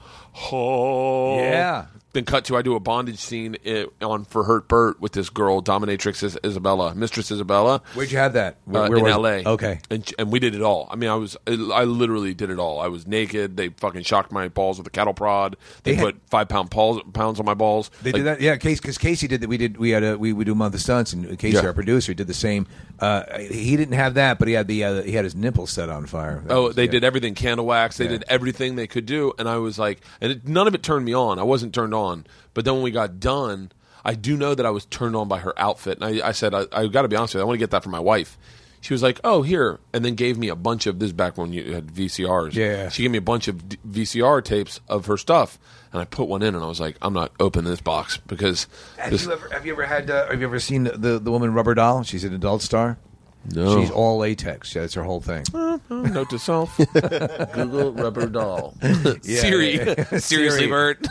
Speaker 2: oh
Speaker 4: Yeah.
Speaker 2: then cut to I do a bondage scene i on for Hurt Burt with this girl, dominatrix Is- Isabella, Mistress Isabella,
Speaker 4: Where'd you have that?
Speaker 2: uh, in
Speaker 4: was it?
Speaker 2: L.A.
Speaker 4: Okay.
Speaker 2: and, and we did it all. I mean, I was I literally did it all. I was naked. They fucking shocked my balls with a cattle prod. They,
Speaker 4: They had-
Speaker 2: put five pound paws, pounds on my balls.
Speaker 4: They
Speaker 2: Like,
Speaker 4: did that, yeah. Case because Casey did that. We did. We had a we would do a month of stunts, and Casey,
Speaker 2: Yeah.
Speaker 4: our producer, did the same. Uh, he didn't have that, but he had the uh, he had his nipples set on fire. That
Speaker 2: Oh,
Speaker 4: was-
Speaker 2: they
Speaker 4: yeah.
Speaker 2: did everything candle wax. They did everything they could do, and I was like, and it, none of it turned me on. I wasn't turned on. But then when we got done, I do know that I was turned on by her outfit, and I, I said, I, I got to be honest with you, I want to get that for my wife. She was like, "Oh, here," and then gave me a bunch of this back when you had VCRs.
Speaker 4: Yeah.
Speaker 2: she gave me a bunch of d- VCR tapes of her stuff, and I put one in, and I was like, "I'm not opening this box because
Speaker 4: Have
Speaker 2: this."
Speaker 4: you ever have you ever had uh, have you ever seen the the woman Rubber Doll? She's an adult star.
Speaker 2: No.
Speaker 4: She's all latex. Yeah, that's her whole thing.
Speaker 2: Note to self: Google rubber doll. Siri,
Speaker 4: yeah, yeah.
Speaker 2: seriously,
Speaker 4: Siri.
Speaker 2: Bert.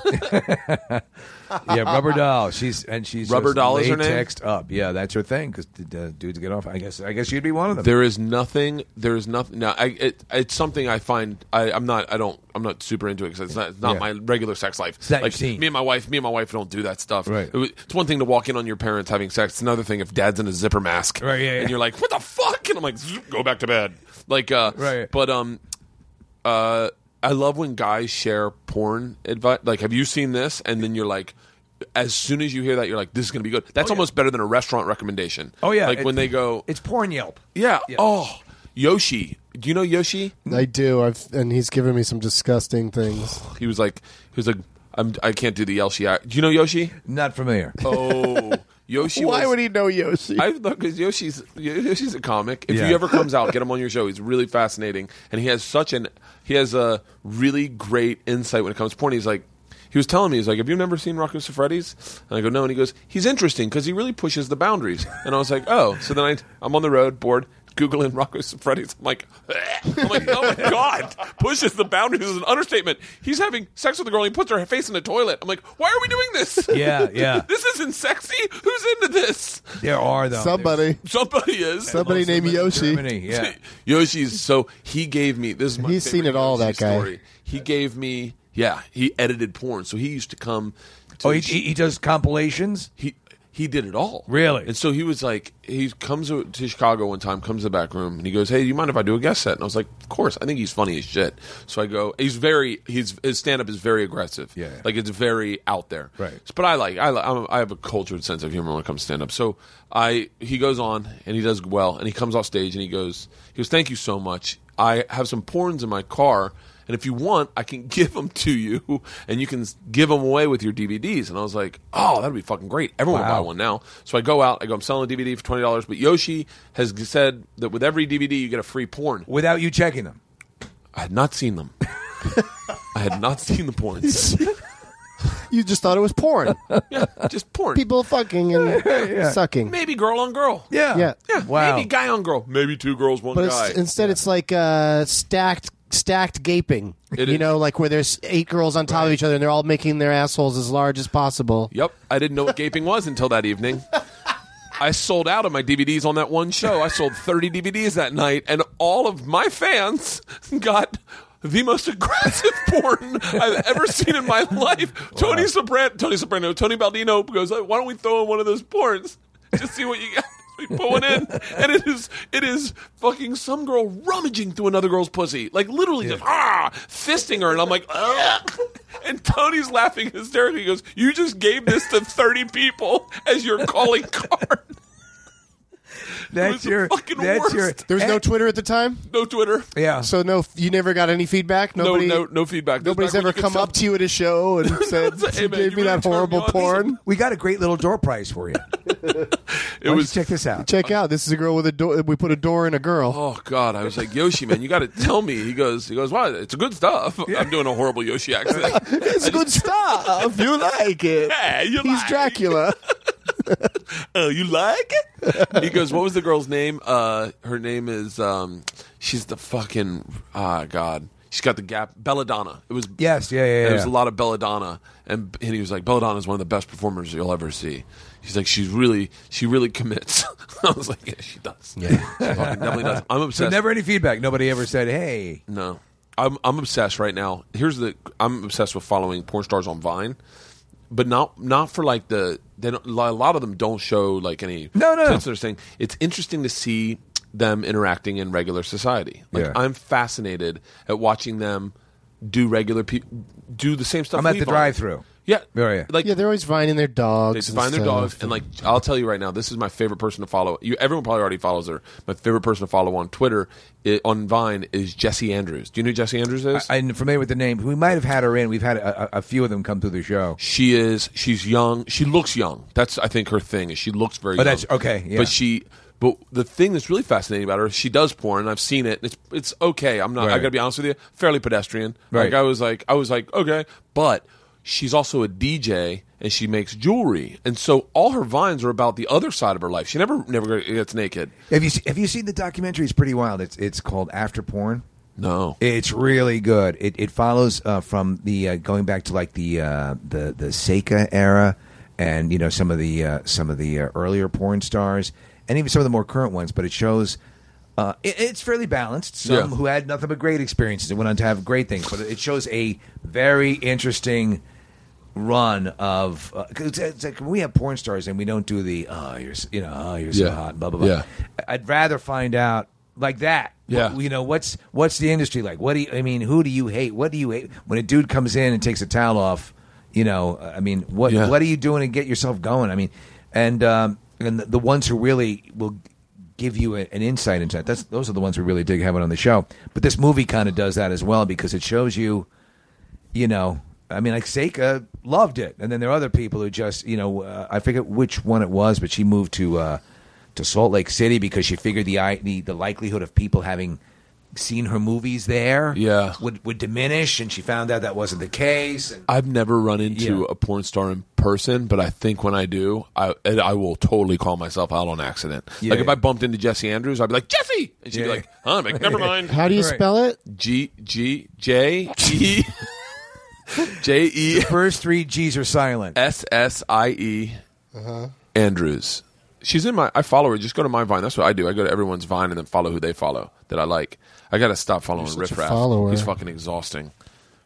Speaker 4: yeah, Rubber Doll. She's and she's
Speaker 2: Rubber
Speaker 4: just
Speaker 2: Doll is her name?
Speaker 4: latexed up. Yeah, that's her thing because uh, dudes get off. I guess I guess you'd be one of them.
Speaker 2: There is nothing. There is nothing. Now, I, it, it's something I find. I, I'm not. I don't. I'm not super into it because it's not, it's not
Speaker 4: Yeah.
Speaker 2: my regular sex life.
Speaker 4: not your
Speaker 2: like
Speaker 4: scene.
Speaker 2: me and my wife. Me and my wife don't do that stuff.
Speaker 4: Right.
Speaker 2: It was- it's one thing to walk in on your parents having sex. It's another thing if dad's in a zipper mask.
Speaker 4: Right, yeah,
Speaker 2: And
Speaker 4: yeah.
Speaker 2: you're like, what the fuck? And I'm like, "Zoop, go back to bed. Like. Uh,
Speaker 4: Right.
Speaker 2: But um, uh, I love when guys share porn advice. Like, have you seen this? And then you're like. As soon as you hear that, you're like, "This is gonna be good." That's almost better than a restaurant recommendation.
Speaker 4: oh yeah,
Speaker 2: like
Speaker 4: it-
Speaker 2: when they go,
Speaker 4: it's porn Yelp.
Speaker 2: yeah.
Speaker 4: Yeah.
Speaker 2: Oh, Yoshi. Do you know Yoshi?
Speaker 3: I do. I've and he's given me some disgusting things.
Speaker 2: He was like, he was like, I'm, I can't do the Yoshi. act. Do you know Yoshi?
Speaker 4: Not familiar.
Speaker 2: Oh, Yoshi. was,
Speaker 3: he know Yoshi?
Speaker 2: I thought because Yoshi's Yoshi's a comic. If
Speaker 4: Yeah.
Speaker 2: he ever comes out, get him on your show. He's really fascinating, and he has such an he has a really great insight when it comes to porn. He's like. He was telling me, he's like, "Have you never seen Rocco Siffredi's?" And I go, "No." And he goes, "He's interesting because he really pushes the boundaries." And I was like, "Oh." So then I, I'm on the road, bored, googling Rocco Siffredi's. I'm like, "I'm like, oh my god, pushes the boundaries is an understatement." He's having sex with a girl. And he puts her face in a toilet. I'm like, "Why are we doing this?
Speaker 4: Yeah, yeah.
Speaker 2: this isn't sexy. Who's into this?"
Speaker 4: There are though.
Speaker 3: Somebody,
Speaker 2: Somebody is.
Speaker 3: somebody
Speaker 4: There's-
Speaker 3: named Yoshi.
Speaker 4: Germany, yeah.
Speaker 2: Yoshi's so he gave me this. Is my
Speaker 3: He's seen
Speaker 2: favorite
Speaker 3: it all,
Speaker 2: Yoshi
Speaker 3: that guy.
Speaker 2: Story. He gave me yeah. He edited porn, so he used to come. To
Speaker 4: Oh, he, he he does compilations.
Speaker 2: he he did it all
Speaker 4: Really?
Speaker 2: and so he was like he comes to to chicago one time comes to the back room and he goes hey do you mind if i do a guest set and i was like of course i think he's funny as shit so i go he's very he's his stand-up is very aggressive
Speaker 4: Yeah.
Speaker 2: like it's very out there
Speaker 4: Right.
Speaker 2: but i like i li- I'm, i have a cultured sense of humor when it comes to stand-up so i he goes on and he does well and he comes off stage and he goes he goes thank you so much i have some porns in my car and if you want, I can give them to you, and you can s- give them away with your DVDs. And I was like, "Oh, that'd be fucking great! Everyone would buy
Speaker 4: Wow.
Speaker 2: one now." So I go out. I go, "I'm selling a DVD for twenty dollars." But Yoshi has g- said that with every DVD, you get a free porn.
Speaker 4: without you checking them.
Speaker 2: I had not seen them. I had not seen the porns.
Speaker 3: You just thought it was porn.
Speaker 2: Yeah, just porn.
Speaker 3: People fucking and sucking.
Speaker 2: Maybe girl on girl.
Speaker 4: Yeah.
Speaker 3: Yeah.
Speaker 2: Yeah,
Speaker 4: Wow.
Speaker 2: maybe guy on girl. Maybe two girls, one
Speaker 3: But
Speaker 2: guy.
Speaker 3: it's, instead, it's like uh, stacked, stacked gaping.
Speaker 2: It
Speaker 3: you
Speaker 2: is.
Speaker 3: know, like where there's eight girls on top of each other, and they're all making their assholes as large as possible.
Speaker 2: Yep. I didn't know what gaping was until that evening. I sold out of my DVDs on that one show. I sold 30 DVDs that night, and all of my fans got the most aggressive porn I've ever seen in my life. Tony Soprano, Tony Soprano, Tony Baldino goes, "Why don't we throw in one of those porns? Just see what you got." We put one in, and it is it is fucking some girl rummaging through another girl's pussy, like literally just ah fisting her, and I'm like, Ugh. and Tony's laughing hysterically. He goes, "You just gave this to 30 people as your calling card." It was
Speaker 4: That's
Speaker 2: the
Speaker 4: your.
Speaker 2: fucking
Speaker 4: that's
Speaker 2: worst.
Speaker 4: your.
Speaker 3: There was no
Speaker 4: and-
Speaker 3: Twitter at the time,
Speaker 2: No Twitter.
Speaker 4: yeah.
Speaker 3: so no, you never got any feedback.
Speaker 2: No,
Speaker 3: Nobody,
Speaker 2: no, no feedback. This
Speaker 3: nobody's
Speaker 2: back when
Speaker 3: ever
Speaker 2: you could
Speaker 3: come
Speaker 2: sell-
Speaker 3: up to you at a show and said,
Speaker 2: Hey,
Speaker 3: "You
Speaker 2: man,
Speaker 3: gave
Speaker 2: you
Speaker 3: me
Speaker 2: really
Speaker 3: that
Speaker 2: turned me
Speaker 3: horrible
Speaker 2: on to
Speaker 3: porn."
Speaker 4: we got a great little door prize for you.
Speaker 2: It
Speaker 4: Why don't you
Speaker 2: was.
Speaker 4: check this out.
Speaker 3: Check out, this is a girl with a door. We put a door in a girl.
Speaker 2: Oh God! I was like Yoshi, man, you got to tell me. He goes, he goes, wow, it's good stuff. I'm doing a horrible Yoshi accent.
Speaker 3: It's good stuff. You like it.
Speaker 2: yeah, you
Speaker 3: He's
Speaker 2: like.
Speaker 3: Dracula.
Speaker 2: Oh, you like it? he goes, what was the girl's name? Uh, her name is. Um, she's the fucking. Ah, God. She's got the gap. Belladonna. It was.
Speaker 4: Yes, yeah, yeah,
Speaker 2: There
Speaker 4: yeah.
Speaker 2: was a lot of Belladonna, and and he was like, Belladonna is one of the best performers you'll ever see. He's like, she's really, she really commits. I was like, yeah, she does. Yeah, she fucking definitely does. I'm
Speaker 4: So
Speaker 2: obsessed.
Speaker 4: never any feedback. Nobody ever said, "Hey."
Speaker 2: No, I'm I'm obsessed right now. Here's the I'm obsessed with following porn stars on Vine, but not not for like the they don't, a lot of them don't show like any
Speaker 4: No, no, no.
Speaker 2: tits or thing. It's interesting to see them interacting in regular society. Like
Speaker 4: Yeah.
Speaker 2: I'm fascinated at watching them do regular pe- do the same stuff.
Speaker 4: I'm at
Speaker 2: we
Speaker 4: the
Speaker 2: Vine.
Speaker 4: drive-through.
Speaker 2: Yeah,
Speaker 4: Oh, yeah.
Speaker 2: Like
Speaker 3: yeah, they're always finding their dogs.
Speaker 2: they
Speaker 3: and
Speaker 2: find their
Speaker 3: stuff.
Speaker 2: dogs, and like I'll tell you right now, this is my favorite person to follow. You, everyone probably already follows her. My favorite person to follow on Twitter, i on Vine, is Jesse Andrews. Do you know who Jesse Andrews is?
Speaker 4: I- I'm familiar with the name. We might have had her in. We've had a, a, a few of them come through the show.
Speaker 2: She is. She's young. She looks young. That's I think her thing is she looks very.
Speaker 4: Oh,
Speaker 2: young.
Speaker 4: that's- okay, yeah.
Speaker 2: But she. But the thing that's really fascinating about her, is she does porn. and I've seen it. It's it's okay. I'm not. I
Speaker 4: Right.
Speaker 2: gotta be honest with you. Fairly pedestrian.
Speaker 4: Right.
Speaker 2: Like I was like I was like okay, but she's also a DJ and she makes jewelry, and so all her vines are about the other side of her life. She never never gets naked.
Speaker 4: Have you se- have you seen the documentary? It's pretty wild. It's it's called After Porn.
Speaker 2: No.
Speaker 4: It's really good. It it follows uh, from the uh, going back to like the uh, the the Seika era, and you know some of the uh, some of the uh, earlier porn stars, and even some of the more current ones. But it shows. Uh, it, it's fairly balanced. Some
Speaker 2: Yeah.
Speaker 4: who had nothing but great experiences and went on to have great things, but it shows a very interesting run of. Uh, 'cause it's, it's like when we have porn stars and we don't do the oh you're s- you know oh you're so
Speaker 2: Yeah.
Speaker 4: hot blah blah blah.
Speaker 2: Yeah.
Speaker 4: I'd rather find out like that.
Speaker 2: Yeah.
Speaker 4: Wh- you know what's what's the industry like? What do you, I mean? Who do you hate? What do you hate? When a dude comes in and takes a towel off, you know, I mean, what
Speaker 2: Yeah.
Speaker 4: what are you doing to get yourself going? I mean, and um, and the, the ones who really will give you a, an insight into that. That's those are the ones we really dig having on the show. But this movie kind of does that as well because it shows you you know, I mean, like Seika loved it, and then there are other people who just, you know, uh, I forget which one it was, but she moved to uh, to Salt Lake City because she figured the, i- the the likelihood of people having seen her movies there,
Speaker 2: Yeah.
Speaker 4: would would diminish, and she found out that wasn't the case. And
Speaker 2: I've never run into
Speaker 4: Yeah.
Speaker 2: a porn star in person, but I think when I do, I and I will totally call myself out on accident.
Speaker 4: Yeah,
Speaker 2: like if
Speaker 4: yeah.
Speaker 2: I bumped into Jesse Andrews, I'd be like Jesse, and she'd
Speaker 4: Yeah,
Speaker 2: be
Speaker 4: yeah.
Speaker 2: like, "Huh?" I'm like, "Never mind."
Speaker 3: How do you
Speaker 4: Right.
Speaker 3: spell it?
Speaker 2: G G J E J E
Speaker 4: first three G's are silent.
Speaker 2: S S I E
Speaker 3: Uh-huh.
Speaker 2: Andrews. She's in my. I follow her. Just go to my Vine. That's what I do. I go to everyone's Vine and then follow who they follow that I like. I got to stop following
Speaker 3: such a
Speaker 2: Riff Raff.
Speaker 3: follower.
Speaker 2: He's fucking exhausting.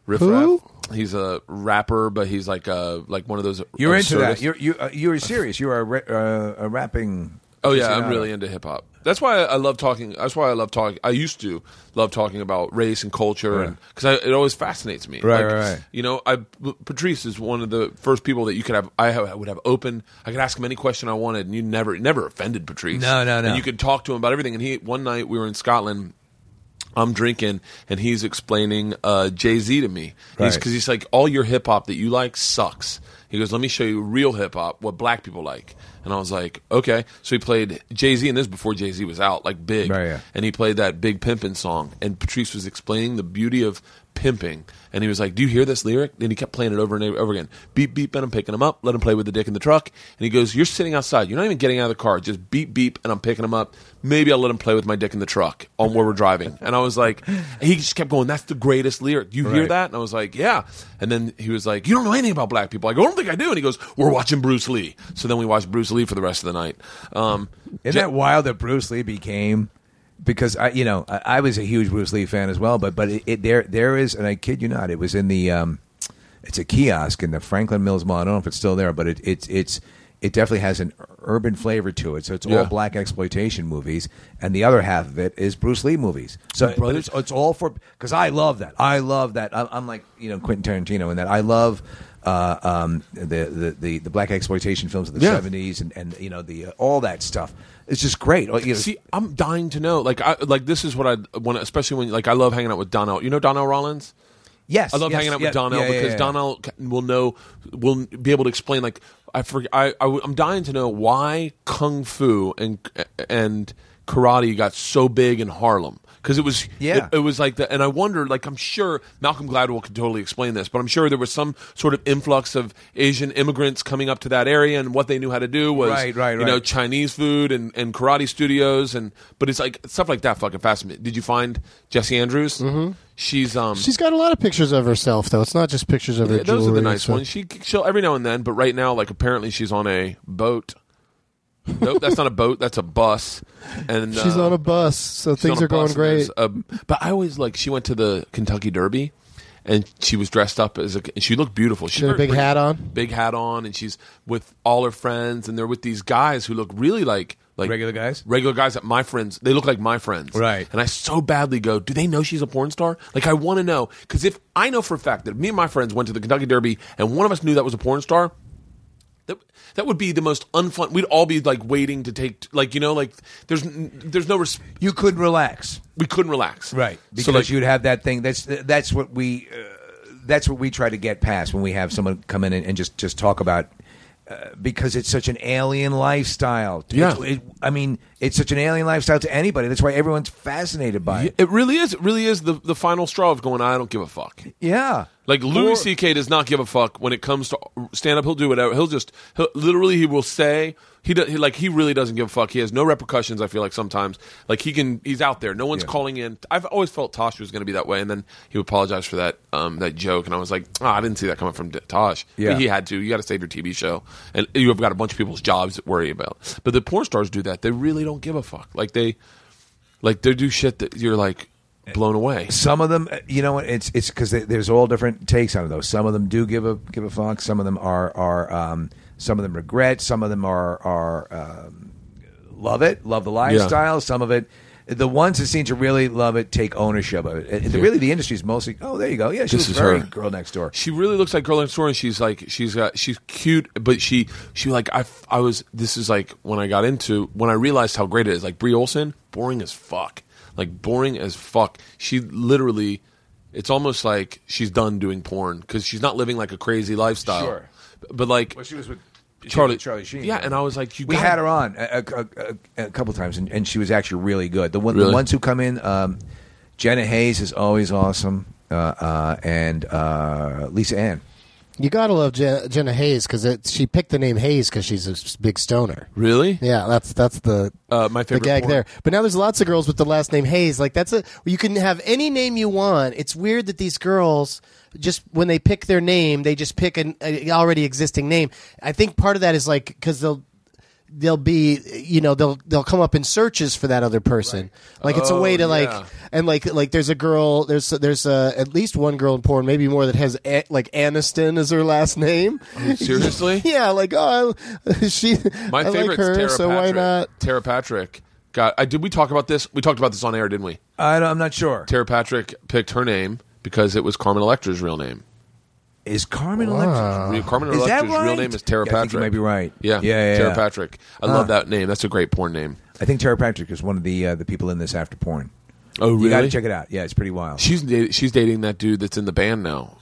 Speaker 2: Riff
Speaker 3: Who?
Speaker 2: Raff. He's a rapper, but he's like a like one of those.
Speaker 4: You're into
Speaker 2: absurdist-
Speaker 4: that. You're you uh, you're serious. You are a, ra- uh, a rapping.
Speaker 2: Oh yeah,
Speaker 4: aficionado.
Speaker 2: I'm really into hip hop. That's why I love talking. That's why I love talking. I used to love talking about race and culture, and because it always fascinates me.
Speaker 4: Right, right, right.
Speaker 2: You know, I Patrice is one of the first people that you could have. I, have, I would have open. I could ask him any question I wanted, and you never, never offended Patrice.
Speaker 4: No, no, no.
Speaker 2: And you could talk to him about everything. And he one night we were in Scotland. I'm drinking, and he's explaining uh, Jay Z to me. Because
Speaker 4: Right.
Speaker 2: he's, like, all your hip hop that you like sucks. He goes, let me show you real hip hop, what black people like. And I was like, okay. So he played Jay Z, and this was before Jay Z was out, like big.
Speaker 4: Right, yeah.
Speaker 2: And he played that Big Pimpin' song. And Patrice was explaining the beauty of pimping. And he was like, Do you hear this lyric? And he kept playing it over and over again. Beep, beep, and I'm picking him up. Let him play with the dick in the truck. And he goes, You're sitting outside. You're not even getting out of the car. Just beep, beep, and I'm picking him up. Maybe I'll let him play with my dick in the truck on where we're driving. And I was like, and He just kept going, That's the greatest lyric. Do you hear
Speaker 4: Right.
Speaker 2: that? And I was like, Yeah. And then he was like, You don't know anything about black people. I go, I don't think I do. And he goes, We're watching Bruce Lee. So then we watched Bruce Lee for the rest of the night. Um,
Speaker 4: Isn't that wild that Bruce Lee became? Because I, you know, I, I was a huge Bruce Lee fan as well. But but it, it, there there is, and I kid you not, it was in the, um, it's a kiosk in the Franklin Mills Mall. I don't know if it's still there, but it, it's it's it definitely has an urban flavor to it. So it's
Speaker 2: Yeah.
Speaker 4: all black exploitation movies, and the other half of it is Bruce Lee movies. So but
Speaker 2: Brothers?
Speaker 4: it's, it's all for because I love that. I love that. I, I'm like you know Quentin Tarantino in that. I love. Uh, um, the, the the the black exploitation films of the
Speaker 2: Yeah.
Speaker 4: 70s and, and you know the uh, all that stuff it's just great Oh, you know,
Speaker 2: See, I'm dying to know. Like, I like this is what I want, especially when like I love hanging out with Donnell. You know Donnell Rollins.
Speaker 4: yes
Speaker 2: I love
Speaker 4: yes,
Speaker 2: hanging out
Speaker 4: yeah,
Speaker 2: with Donnell
Speaker 4: yeah, yeah,
Speaker 2: because
Speaker 4: yeah.
Speaker 2: Donnell c- will know, will be able to explain. Like, I forget. I, I w- I'm dying to know why kung fu and and karate got so big in Harlem. Because it was,
Speaker 4: Yeah.
Speaker 2: it, it was like that, and I wonder, like I'm sure Malcolm Gladwell could totally explain this, but I'm sure there was some sort of influx of Asian immigrants coming up to that area, and what they knew how to do was,
Speaker 4: Right, right,
Speaker 2: you know,
Speaker 4: right.
Speaker 2: Chinese food and, and karate studios, and but it's like stuff like that fucking fascinating. Did you find Jesse Andrews? Mm-hmm. She's um,
Speaker 3: She's got a lot of pictures of herself, though. It's not just pictures of her
Speaker 2: yeah, those are
Speaker 3: jewelry
Speaker 2: the
Speaker 3: and
Speaker 2: nice
Speaker 3: stuff.
Speaker 2: ones. She she'll every now and then, but right now, like apparently she's on a boat. Nope, that's not a boat. That's a bus. And
Speaker 3: She's
Speaker 2: uh,
Speaker 3: on a bus, so
Speaker 2: she's
Speaker 3: things
Speaker 2: on a
Speaker 3: are going
Speaker 2: bus and
Speaker 3: great.
Speaker 2: there's a- but I always like she went to the Kentucky Derby, and she was dressed up as a. She looked beautiful. She
Speaker 3: had a
Speaker 2: very
Speaker 3: big hat on?
Speaker 2: Big hat on, and she's with all her friends, and they're with these guys who look really like. Like
Speaker 4: Regular guys?
Speaker 2: regular guys that my friends, they look like my friends,
Speaker 4: Right.
Speaker 2: And I so badly go, do they know she's a porn star? Like I want to know because if I know for a fact that if me and my friends went to the Kentucky Derby and one of us knew that was a porn star, that that would be the most unfun. We'd all be like waiting to take, like you know, like there's n- there's no res-
Speaker 4: you could relax
Speaker 2: we couldn't relax.
Speaker 4: because
Speaker 2: so like
Speaker 4: you'd have that thing that's that's what we uh, that's what we try to get past when we have someone come in and, and just just talk about uh, because it's such an alien lifestyle.
Speaker 2: Yeah.
Speaker 4: It's- it- I mean, it's such an alien lifestyle to anybody. That's why everyone's fascinated by it.
Speaker 2: it really is. It really is the the final straw of going. I don't give a fuck.
Speaker 4: Yeah,
Speaker 2: Like Louis
Speaker 4: Or-
Speaker 2: C.K. does not give a fuck when it comes to stand up. He'll do whatever. He'll just he'll, literally he will say he, do, he like he really doesn't give a fuck. He has no repercussions. I feel like sometimes like he can he's out there. No one's
Speaker 4: Yeah.
Speaker 2: calling in. I've always felt Tosh was going to be that way, and then he would apologize for that um, that joke, and I was like, oh, I didn't see that coming from D- Tosh. But
Speaker 4: Yeah.
Speaker 2: he had to. You got to save your TV show, and you've got a bunch of people's jobs to worry about. But the porn stars do that. They really don't give a fuck. Like they like they do shit that you're like blown away.
Speaker 4: Some of them, uh, you know, what, it's it's because there's all different takes on it. Though some of them do give a give a fuck. Some of them are are um, some of them regret. Some of them are are um, love it, love the lifestyle. Some of it, the ones that seem to really love it take ownership of it. And the- Really, the industry is mostly. Oh, there you go. Yeah, she
Speaker 2: This is
Speaker 4: was very
Speaker 2: her.
Speaker 4: girl next door.
Speaker 2: She really looks like girl next door, and she's like she's got she's cute, but she she like I f- I was this is like when I got into when I realized how great it is. Like Brie Olson, boring as fuck, like boring as fuck. She literally, it's almost like she's done doing porn because she's not living like a crazy lifestyle.
Speaker 4: Sure.
Speaker 2: but like
Speaker 4: Well, she was with she was
Speaker 2: Charlie
Speaker 4: with Charlie Sheen.
Speaker 2: Yeah, and I was like, you
Speaker 4: we
Speaker 2: gotta-
Speaker 4: had her on a, a, a, a couple times, and, and she was actually really good. The, one,
Speaker 2: Really?
Speaker 4: the ones who come in, um, Jenna Hayes is always awesome, uh, uh, and uh, Lisa Ann.
Speaker 3: You gotta love Jen- Jenna Hayes because she picked the name Hayes because she's a s- big stoner.
Speaker 2: Really?
Speaker 3: Yeah, that's that's the
Speaker 2: Uh, my
Speaker 3: the
Speaker 2: favorite
Speaker 3: gag
Speaker 2: porn-
Speaker 3: there. But now there's lots of girls with the last name Hayes. Like that's a you can have any name you want. It's weird that these girls just when they pick their name, they just pick an a already existing name. I think part of that is like because they'll they'll be you know they'll they'll come up in searches for that other person. Like it's a way to
Speaker 2: Oh,
Speaker 3: like
Speaker 2: yeah.
Speaker 3: and like like there's a girl there's there's uh, at least one girl in porn maybe more that has a- like Aniston as her last name.
Speaker 2: seriously?
Speaker 3: yeah, like oh I- she
Speaker 2: My
Speaker 3: I
Speaker 2: favorite
Speaker 3: like her
Speaker 2: Tara
Speaker 3: so
Speaker 2: Patrick.
Speaker 3: why not
Speaker 2: Tara Patrick. God, I, did we talk about this? We talked about this on air, didn't we?
Speaker 4: I don't, I'm not sure.
Speaker 2: Tara Patrick picked her name because it was Carmen Electra's real name.
Speaker 4: Is Carmen Electra?
Speaker 2: Real- Carmen
Speaker 4: Is that
Speaker 2: Electra's real
Speaker 4: right?
Speaker 2: name is Tara
Speaker 4: Yeah, I
Speaker 2: Patrick.
Speaker 4: think you might be right.
Speaker 2: Yeah,
Speaker 4: Yeah, yeah,
Speaker 2: Tara
Speaker 4: yeah.
Speaker 2: Patrick. I love that name. That's a great porn name.
Speaker 4: I think Tara Patrick is one of the uh, the people in this after porn.
Speaker 2: Oh,
Speaker 4: You got
Speaker 2: really?
Speaker 4: to check it out. Yeah, it's pretty wild.
Speaker 2: She's da- she's dating that dude that's in the band now.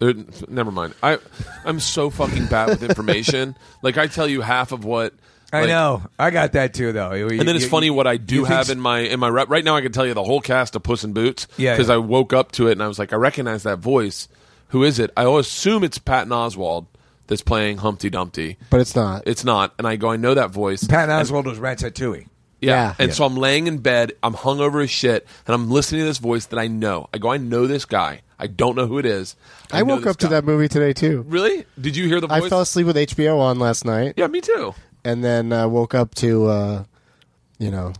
Speaker 2: There, never mind. I I'm so fucking bad with information. like I tell you half of what
Speaker 4: I
Speaker 2: like-
Speaker 4: know. I got that too, though.
Speaker 2: And then it's funny what I do have
Speaker 4: in
Speaker 2: in my in my rep. Right now, I can tell you the whole cast of Puss in Boots.
Speaker 4: Yeah,
Speaker 2: because
Speaker 4: yeah.
Speaker 2: I woke up to it and I was like, I recognize that voice. Who is it? I always assume it's Patton Oswald that's playing Humpty Dumpty,
Speaker 3: But it's not.
Speaker 2: it's not. And I go, I know that voice.
Speaker 4: Pat Oswald was Ratatouille.
Speaker 2: Yeah.
Speaker 3: Yeah.
Speaker 2: And
Speaker 4: Yeah.
Speaker 2: so I'm laying in bed, I'm hungover as shit, and I'm listening to this voice that I know. I go, I know this guy. I don't know who it is.
Speaker 3: I,
Speaker 2: know
Speaker 3: woke
Speaker 2: this
Speaker 3: up to
Speaker 2: guy."
Speaker 3: that movie today too.
Speaker 2: Really? Did you hear the voice?
Speaker 3: I fell asleep with HBO on last night,
Speaker 2: yeah, me too.
Speaker 3: and then uh, woke up to, uh, you know,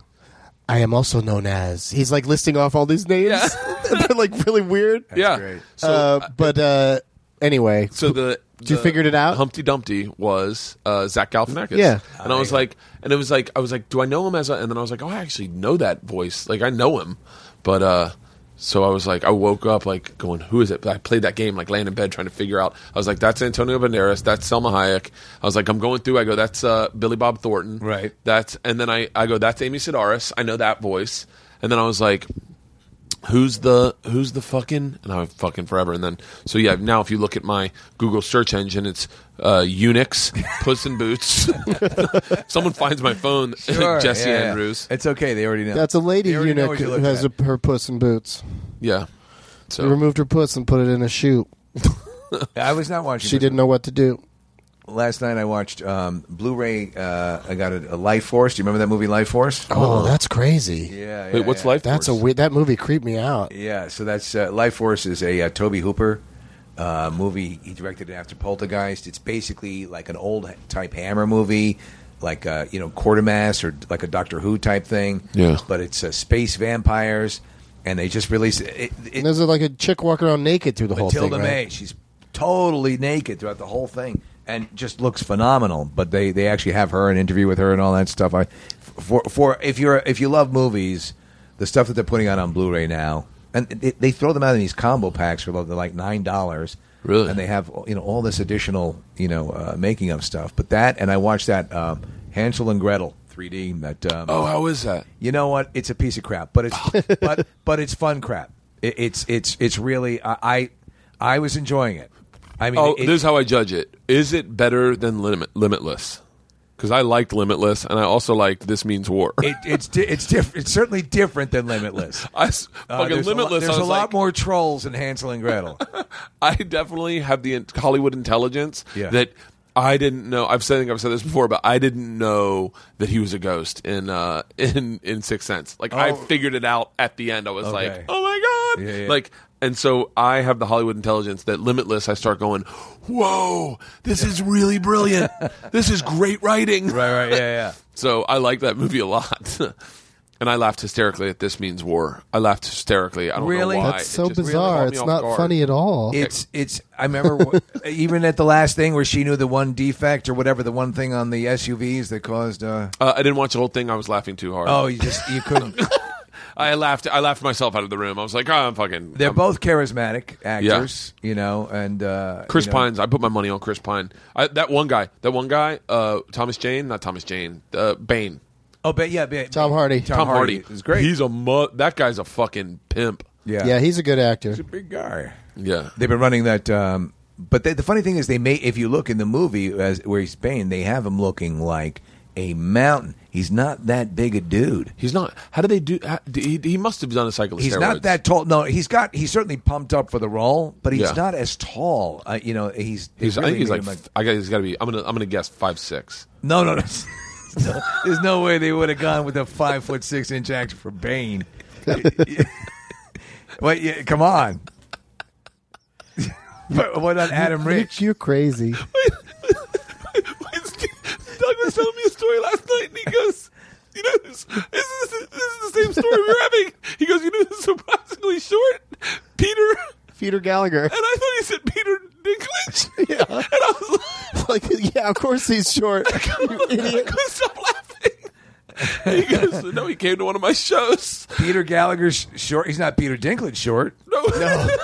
Speaker 3: I am also known as. He's like listing off all these names.
Speaker 2: Yeah.
Speaker 3: They're like really weird.
Speaker 2: yeah.
Speaker 4: great.
Speaker 2: So,
Speaker 3: uh, but uh, anyway,
Speaker 2: so the,
Speaker 3: You
Speaker 2: the
Speaker 3: figured it out?
Speaker 2: Humpty Dumpty was uh, Zach Galifianakis.
Speaker 3: Yeah.
Speaker 2: and I was like, and it was like, I was like, do I know him as? A, and then I was like, oh, I actually know that voice. Like I know him, but uh, so I was like, I woke up like going, who is it? But I played that game like laying in bed trying to figure out. I was like, that's Antonio Banderas, that's Selma Hayek. I was like, I'm going through. I go, that's uh, Billy Bob Thornton.
Speaker 4: Right.
Speaker 2: That's and then I I go, that's Amy Sedaris. I know that voice. And then I was like, who's the who's the fucking and I'm fucking forever and then so yeah now if you look at my Google search engine it's uh, Unix Puss in Boots someone finds my phone
Speaker 4: Sure,
Speaker 2: Jesse
Speaker 4: yeah, yeah.
Speaker 2: Andrews
Speaker 4: It's okay. They already know.
Speaker 3: that's a lady
Speaker 4: They already know
Speaker 3: eunuch
Speaker 4: what you're
Speaker 3: who
Speaker 4: looking
Speaker 3: has
Speaker 4: at.
Speaker 3: a, her puss in boots.
Speaker 2: yeah
Speaker 3: They
Speaker 2: so
Speaker 3: removed her puss and put it in a shoe.
Speaker 4: I was not watching.
Speaker 3: She
Speaker 4: but
Speaker 3: didn't know what to do.
Speaker 4: Last night I watched um, Blu-ray. Uh, I got a, a Life Force. Do you remember that movie Life Force?
Speaker 3: Oh, that's crazy.
Speaker 4: Yeah.
Speaker 2: wait
Speaker 4: yeah,
Speaker 2: what's
Speaker 4: yeah.
Speaker 2: life
Speaker 3: That's a
Speaker 2: Force?
Speaker 3: weird. That movie creeped me out.
Speaker 4: Yeah. So that's uh, Life Force is a uh, Toby Hooper uh, movie. He directed it after Poltergeist. It's basically like an old type Hammer movie, like uh, you know Quartermass or like a Doctor Who type thing.
Speaker 2: Yeah.
Speaker 4: But it's uh, space vampires, and they just released it. it,
Speaker 3: And there's like a chick walking around naked through the whole
Speaker 4: Matilda
Speaker 3: thing.
Speaker 4: May.
Speaker 3: Right?
Speaker 4: She's totally naked throughout the whole thing, and just looks phenomenal. But they, they actually have her an interview with her and all that stuff. I for for if you're if you love movies, the stuff that they're putting out on Blu-ray now, and they, they throw them out in these combo packs for like- they're like nine dollars.
Speaker 2: Really?
Speaker 4: and they have you know all this additional you know uh, making of stuff. But that, and I watched that um, Hansel and Gretel 3D. That um,
Speaker 2: oh how is that
Speaker 4: you know what? It's a piece of crap, but it's but but it's fun crap. It, it's it's it's really I, I I was enjoying it. I mean,
Speaker 2: oh
Speaker 4: it-
Speaker 2: this is how I judge it is it better than limit limitless because I liked limitless and I also liked this means war
Speaker 4: it, it's di- it's diff- it's certainly different than Limitless.
Speaker 2: I s-
Speaker 4: Uh,
Speaker 2: fucking
Speaker 4: there's
Speaker 2: limitless
Speaker 4: A
Speaker 2: I
Speaker 4: lot, there's a
Speaker 2: was
Speaker 4: lot
Speaker 2: like-
Speaker 4: more trolls in Hansel and Gretel.
Speaker 2: I definitely have the in- Hollywood intelligence
Speaker 4: Yeah.
Speaker 2: that I didn't know. I've said, I think I've said this before, but I didn't know that he was a ghost in uh, in in Sixth Sense. Like I
Speaker 4: Oh.
Speaker 2: figured it out at the end. I was
Speaker 4: Okay.
Speaker 2: like, oh my god,
Speaker 4: Yeah, yeah.
Speaker 2: like. And so I have the Hollywood intelligence that limitless. I start going, "Whoa, this is really brilliant! this is great writing!"
Speaker 4: right, right, yeah, yeah.
Speaker 2: So I like that movie a lot, and I laughed hysterically at "This Means War." I laughed hysterically. I don't
Speaker 4: Really?
Speaker 2: know why.
Speaker 3: That's
Speaker 2: It
Speaker 3: so
Speaker 2: just really
Speaker 3: bizarre.
Speaker 2: caught me
Speaker 3: it's
Speaker 2: off
Speaker 3: not
Speaker 2: guard.
Speaker 3: funny at all.
Speaker 4: It's it's. I remember w- even at the last thing where she knew the one defect or whatever the one thing on the SUVs that caused. Uh,
Speaker 2: Uh, I didn't watch the whole thing. I was laughing too hard.
Speaker 4: oh, you just you couldn't.
Speaker 2: I laughed. I laughed myself out of the room. I was like, oh, I'm fucking.
Speaker 4: They're
Speaker 2: I'm-
Speaker 4: both charismatic actors, you know, and uh,
Speaker 2: Chris
Speaker 4: you know,
Speaker 2: Pine's. I put my money on Chris Pine. I, that one guy. That one guy. Uh, Thomas Jane. Not Thomas Jane. Uh, Bane.
Speaker 4: Oh, but yeah, but,
Speaker 3: Tom Hardy.
Speaker 4: Tom,
Speaker 2: Tom
Speaker 4: Hardy.
Speaker 2: Hardy.
Speaker 4: is great.
Speaker 2: He's a mu- that guy's a fucking pimp.
Speaker 4: yeah,
Speaker 3: yeah. he's a good actor.
Speaker 4: a big guy.
Speaker 2: Yeah.
Speaker 4: They've been running that. Um, but they, the funny thing is, they may if you look in the movie as where he's Bane, they have him looking like a mountain. He's not that big a dude.
Speaker 2: He's not. How do they do? How, he, he must have done a cycle. of
Speaker 4: He's
Speaker 2: steroids.
Speaker 4: not that tall. No, he's got. He's certainly pumped up for the role, but he's
Speaker 2: Yeah.
Speaker 4: not as tall. Uh, you know, he's. they
Speaker 2: He's, I
Speaker 4: really
Speaker 2: think he's
Speaker 4: made
Speaker 2: like.
Speaker 4: him
Speaker 2: f- I guess he's got to be. I'm gonna. I'm gonna guess five six.
Speaker 4: no, no, no. No, There's no way they would have gone with a five foot six inch actor for Bane. Wait, yeah, come on. But Why not Adam
Speaker 3: You're-
Speaker 4: Rich?
Speaker 3: You're crazy.
Speaker 2: Doug was telling me a story last night, and he goes, "You know, this, this, is, this is the same story we were having." He goes, "You know, this is surprisingly short, Peter." And
Speaker 3: Peter Gallagher.
Speaker 2: I thought he said Peter Dinklage.
Speaker 3: Yeah.
Speaker 2: and I was like,
Speaker 3: like, yeah, of course he's short. you
Speaker 2: I
Speaker 3: idiot.
Speaker 2: couldn't stop laughing. And he goes, "No, he came to one of my shows."
Speaker 4: Peter Gallagher's short. He's not Peter Dinklage short.
Speaker 2: No,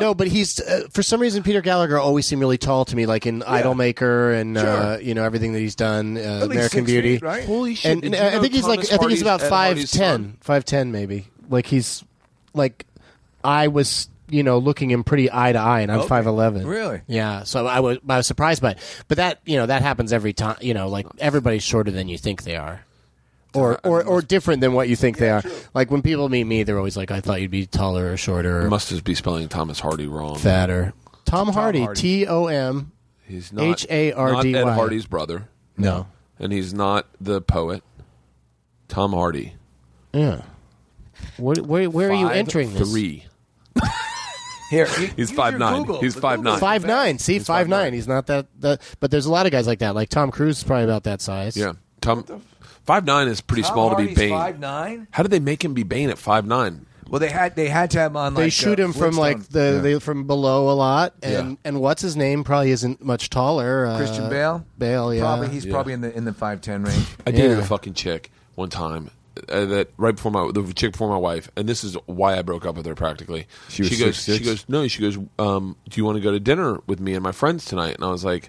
Speaker 3: No, but he's uh, for some reason Peter Gallagher always seemed really tall to me, like in Idolmaker and uh, you know everything that he's done, uh,
Speaker 4: least
Speaker 3: American
Speaker 4: six
Speaker 3: Beauty.
Speaker 4: feet, right?
Speaker 2: holy shit!
Speaker 3: and, and I think he's like I think he's about five ten, five ten maybe. Like he's like I was you know, looking him pretty eye to eye, and I'm
Speaker 4: Okay.
Speaker 3: five eleven.
Speaker 4: Really?
Speaker 3: Yeah. So I was I was surprised by it, but that you know that happens every time. You know, like everybody's shorter than you think they are. Or, or, or different than what you think they are. Like when people meet me, they're always like, "I thought you'd be taller or shorter or
Speaker 2: Must just be spelling Thomas Hardy wrong.
Speaker 3: fatter." Tom, Hardy,
Speaker 4: Hardy.
Speaker 3: T O M.
Speaker 2: He's not
Speaker 3: H.A.R.D.Y..
Speaker 2: not Ed Hardy's brother,
Speaker 3: No.
Speaker 2: and he's not the poet. Tom Hardy.
Speaker 3: Yeah. Where, where, where are you
Speaker 2: Five
Speaker 3: entering this?
Speaker 2: Three.
Speaker 4: Here,
Speaker 2: He's 5'9". He's 5'9".
Speaker 3: Five nine. See, five nine.
Speaker 2: nine.
Speaker 3: He's not that, that. But there's a lot of guys like that. Like Tom Cruise is probably about that size.
Speaker 2: Yeah, Tom. Five nine is pretty small to be Bane.
Speaker 4: Five nine.
Speaker 2: How did they make him be Bane at five nine?
Speaker 4: Well, they had they had to have him on.
Speaker 3: They
Speaker 4: like,
Speaker 3: shoot
Speaker 4: uh,
Speaker 3: him from like
Speaker 4: Flintstone.
Speaker 3: the they, from below a lot, and
Speaker 2: Yeah.
Speaker 3: and what's his name probably isn't much taller. Uh,
Speaker 4: Christian Bale.
Speaker 3: Bale, yeah.
Speaker 4: Probably he's
Speaker 2: Yeah.
Speaker 4: probably in the in the five ten range.
Speaker 2: I dated
Speaker 3: Yeah.
Speaker 2: a fucking chick one time uh, that right before my the chick before my wife, and this is why I broke up with her practically.
Speaker 4: She was
Speaker 2: goes,
Speaker 4: 6'6"?
Speaker 2: she goes, no, she goes, um, do you want to go to dinner with me and my friends tonight? And I was like.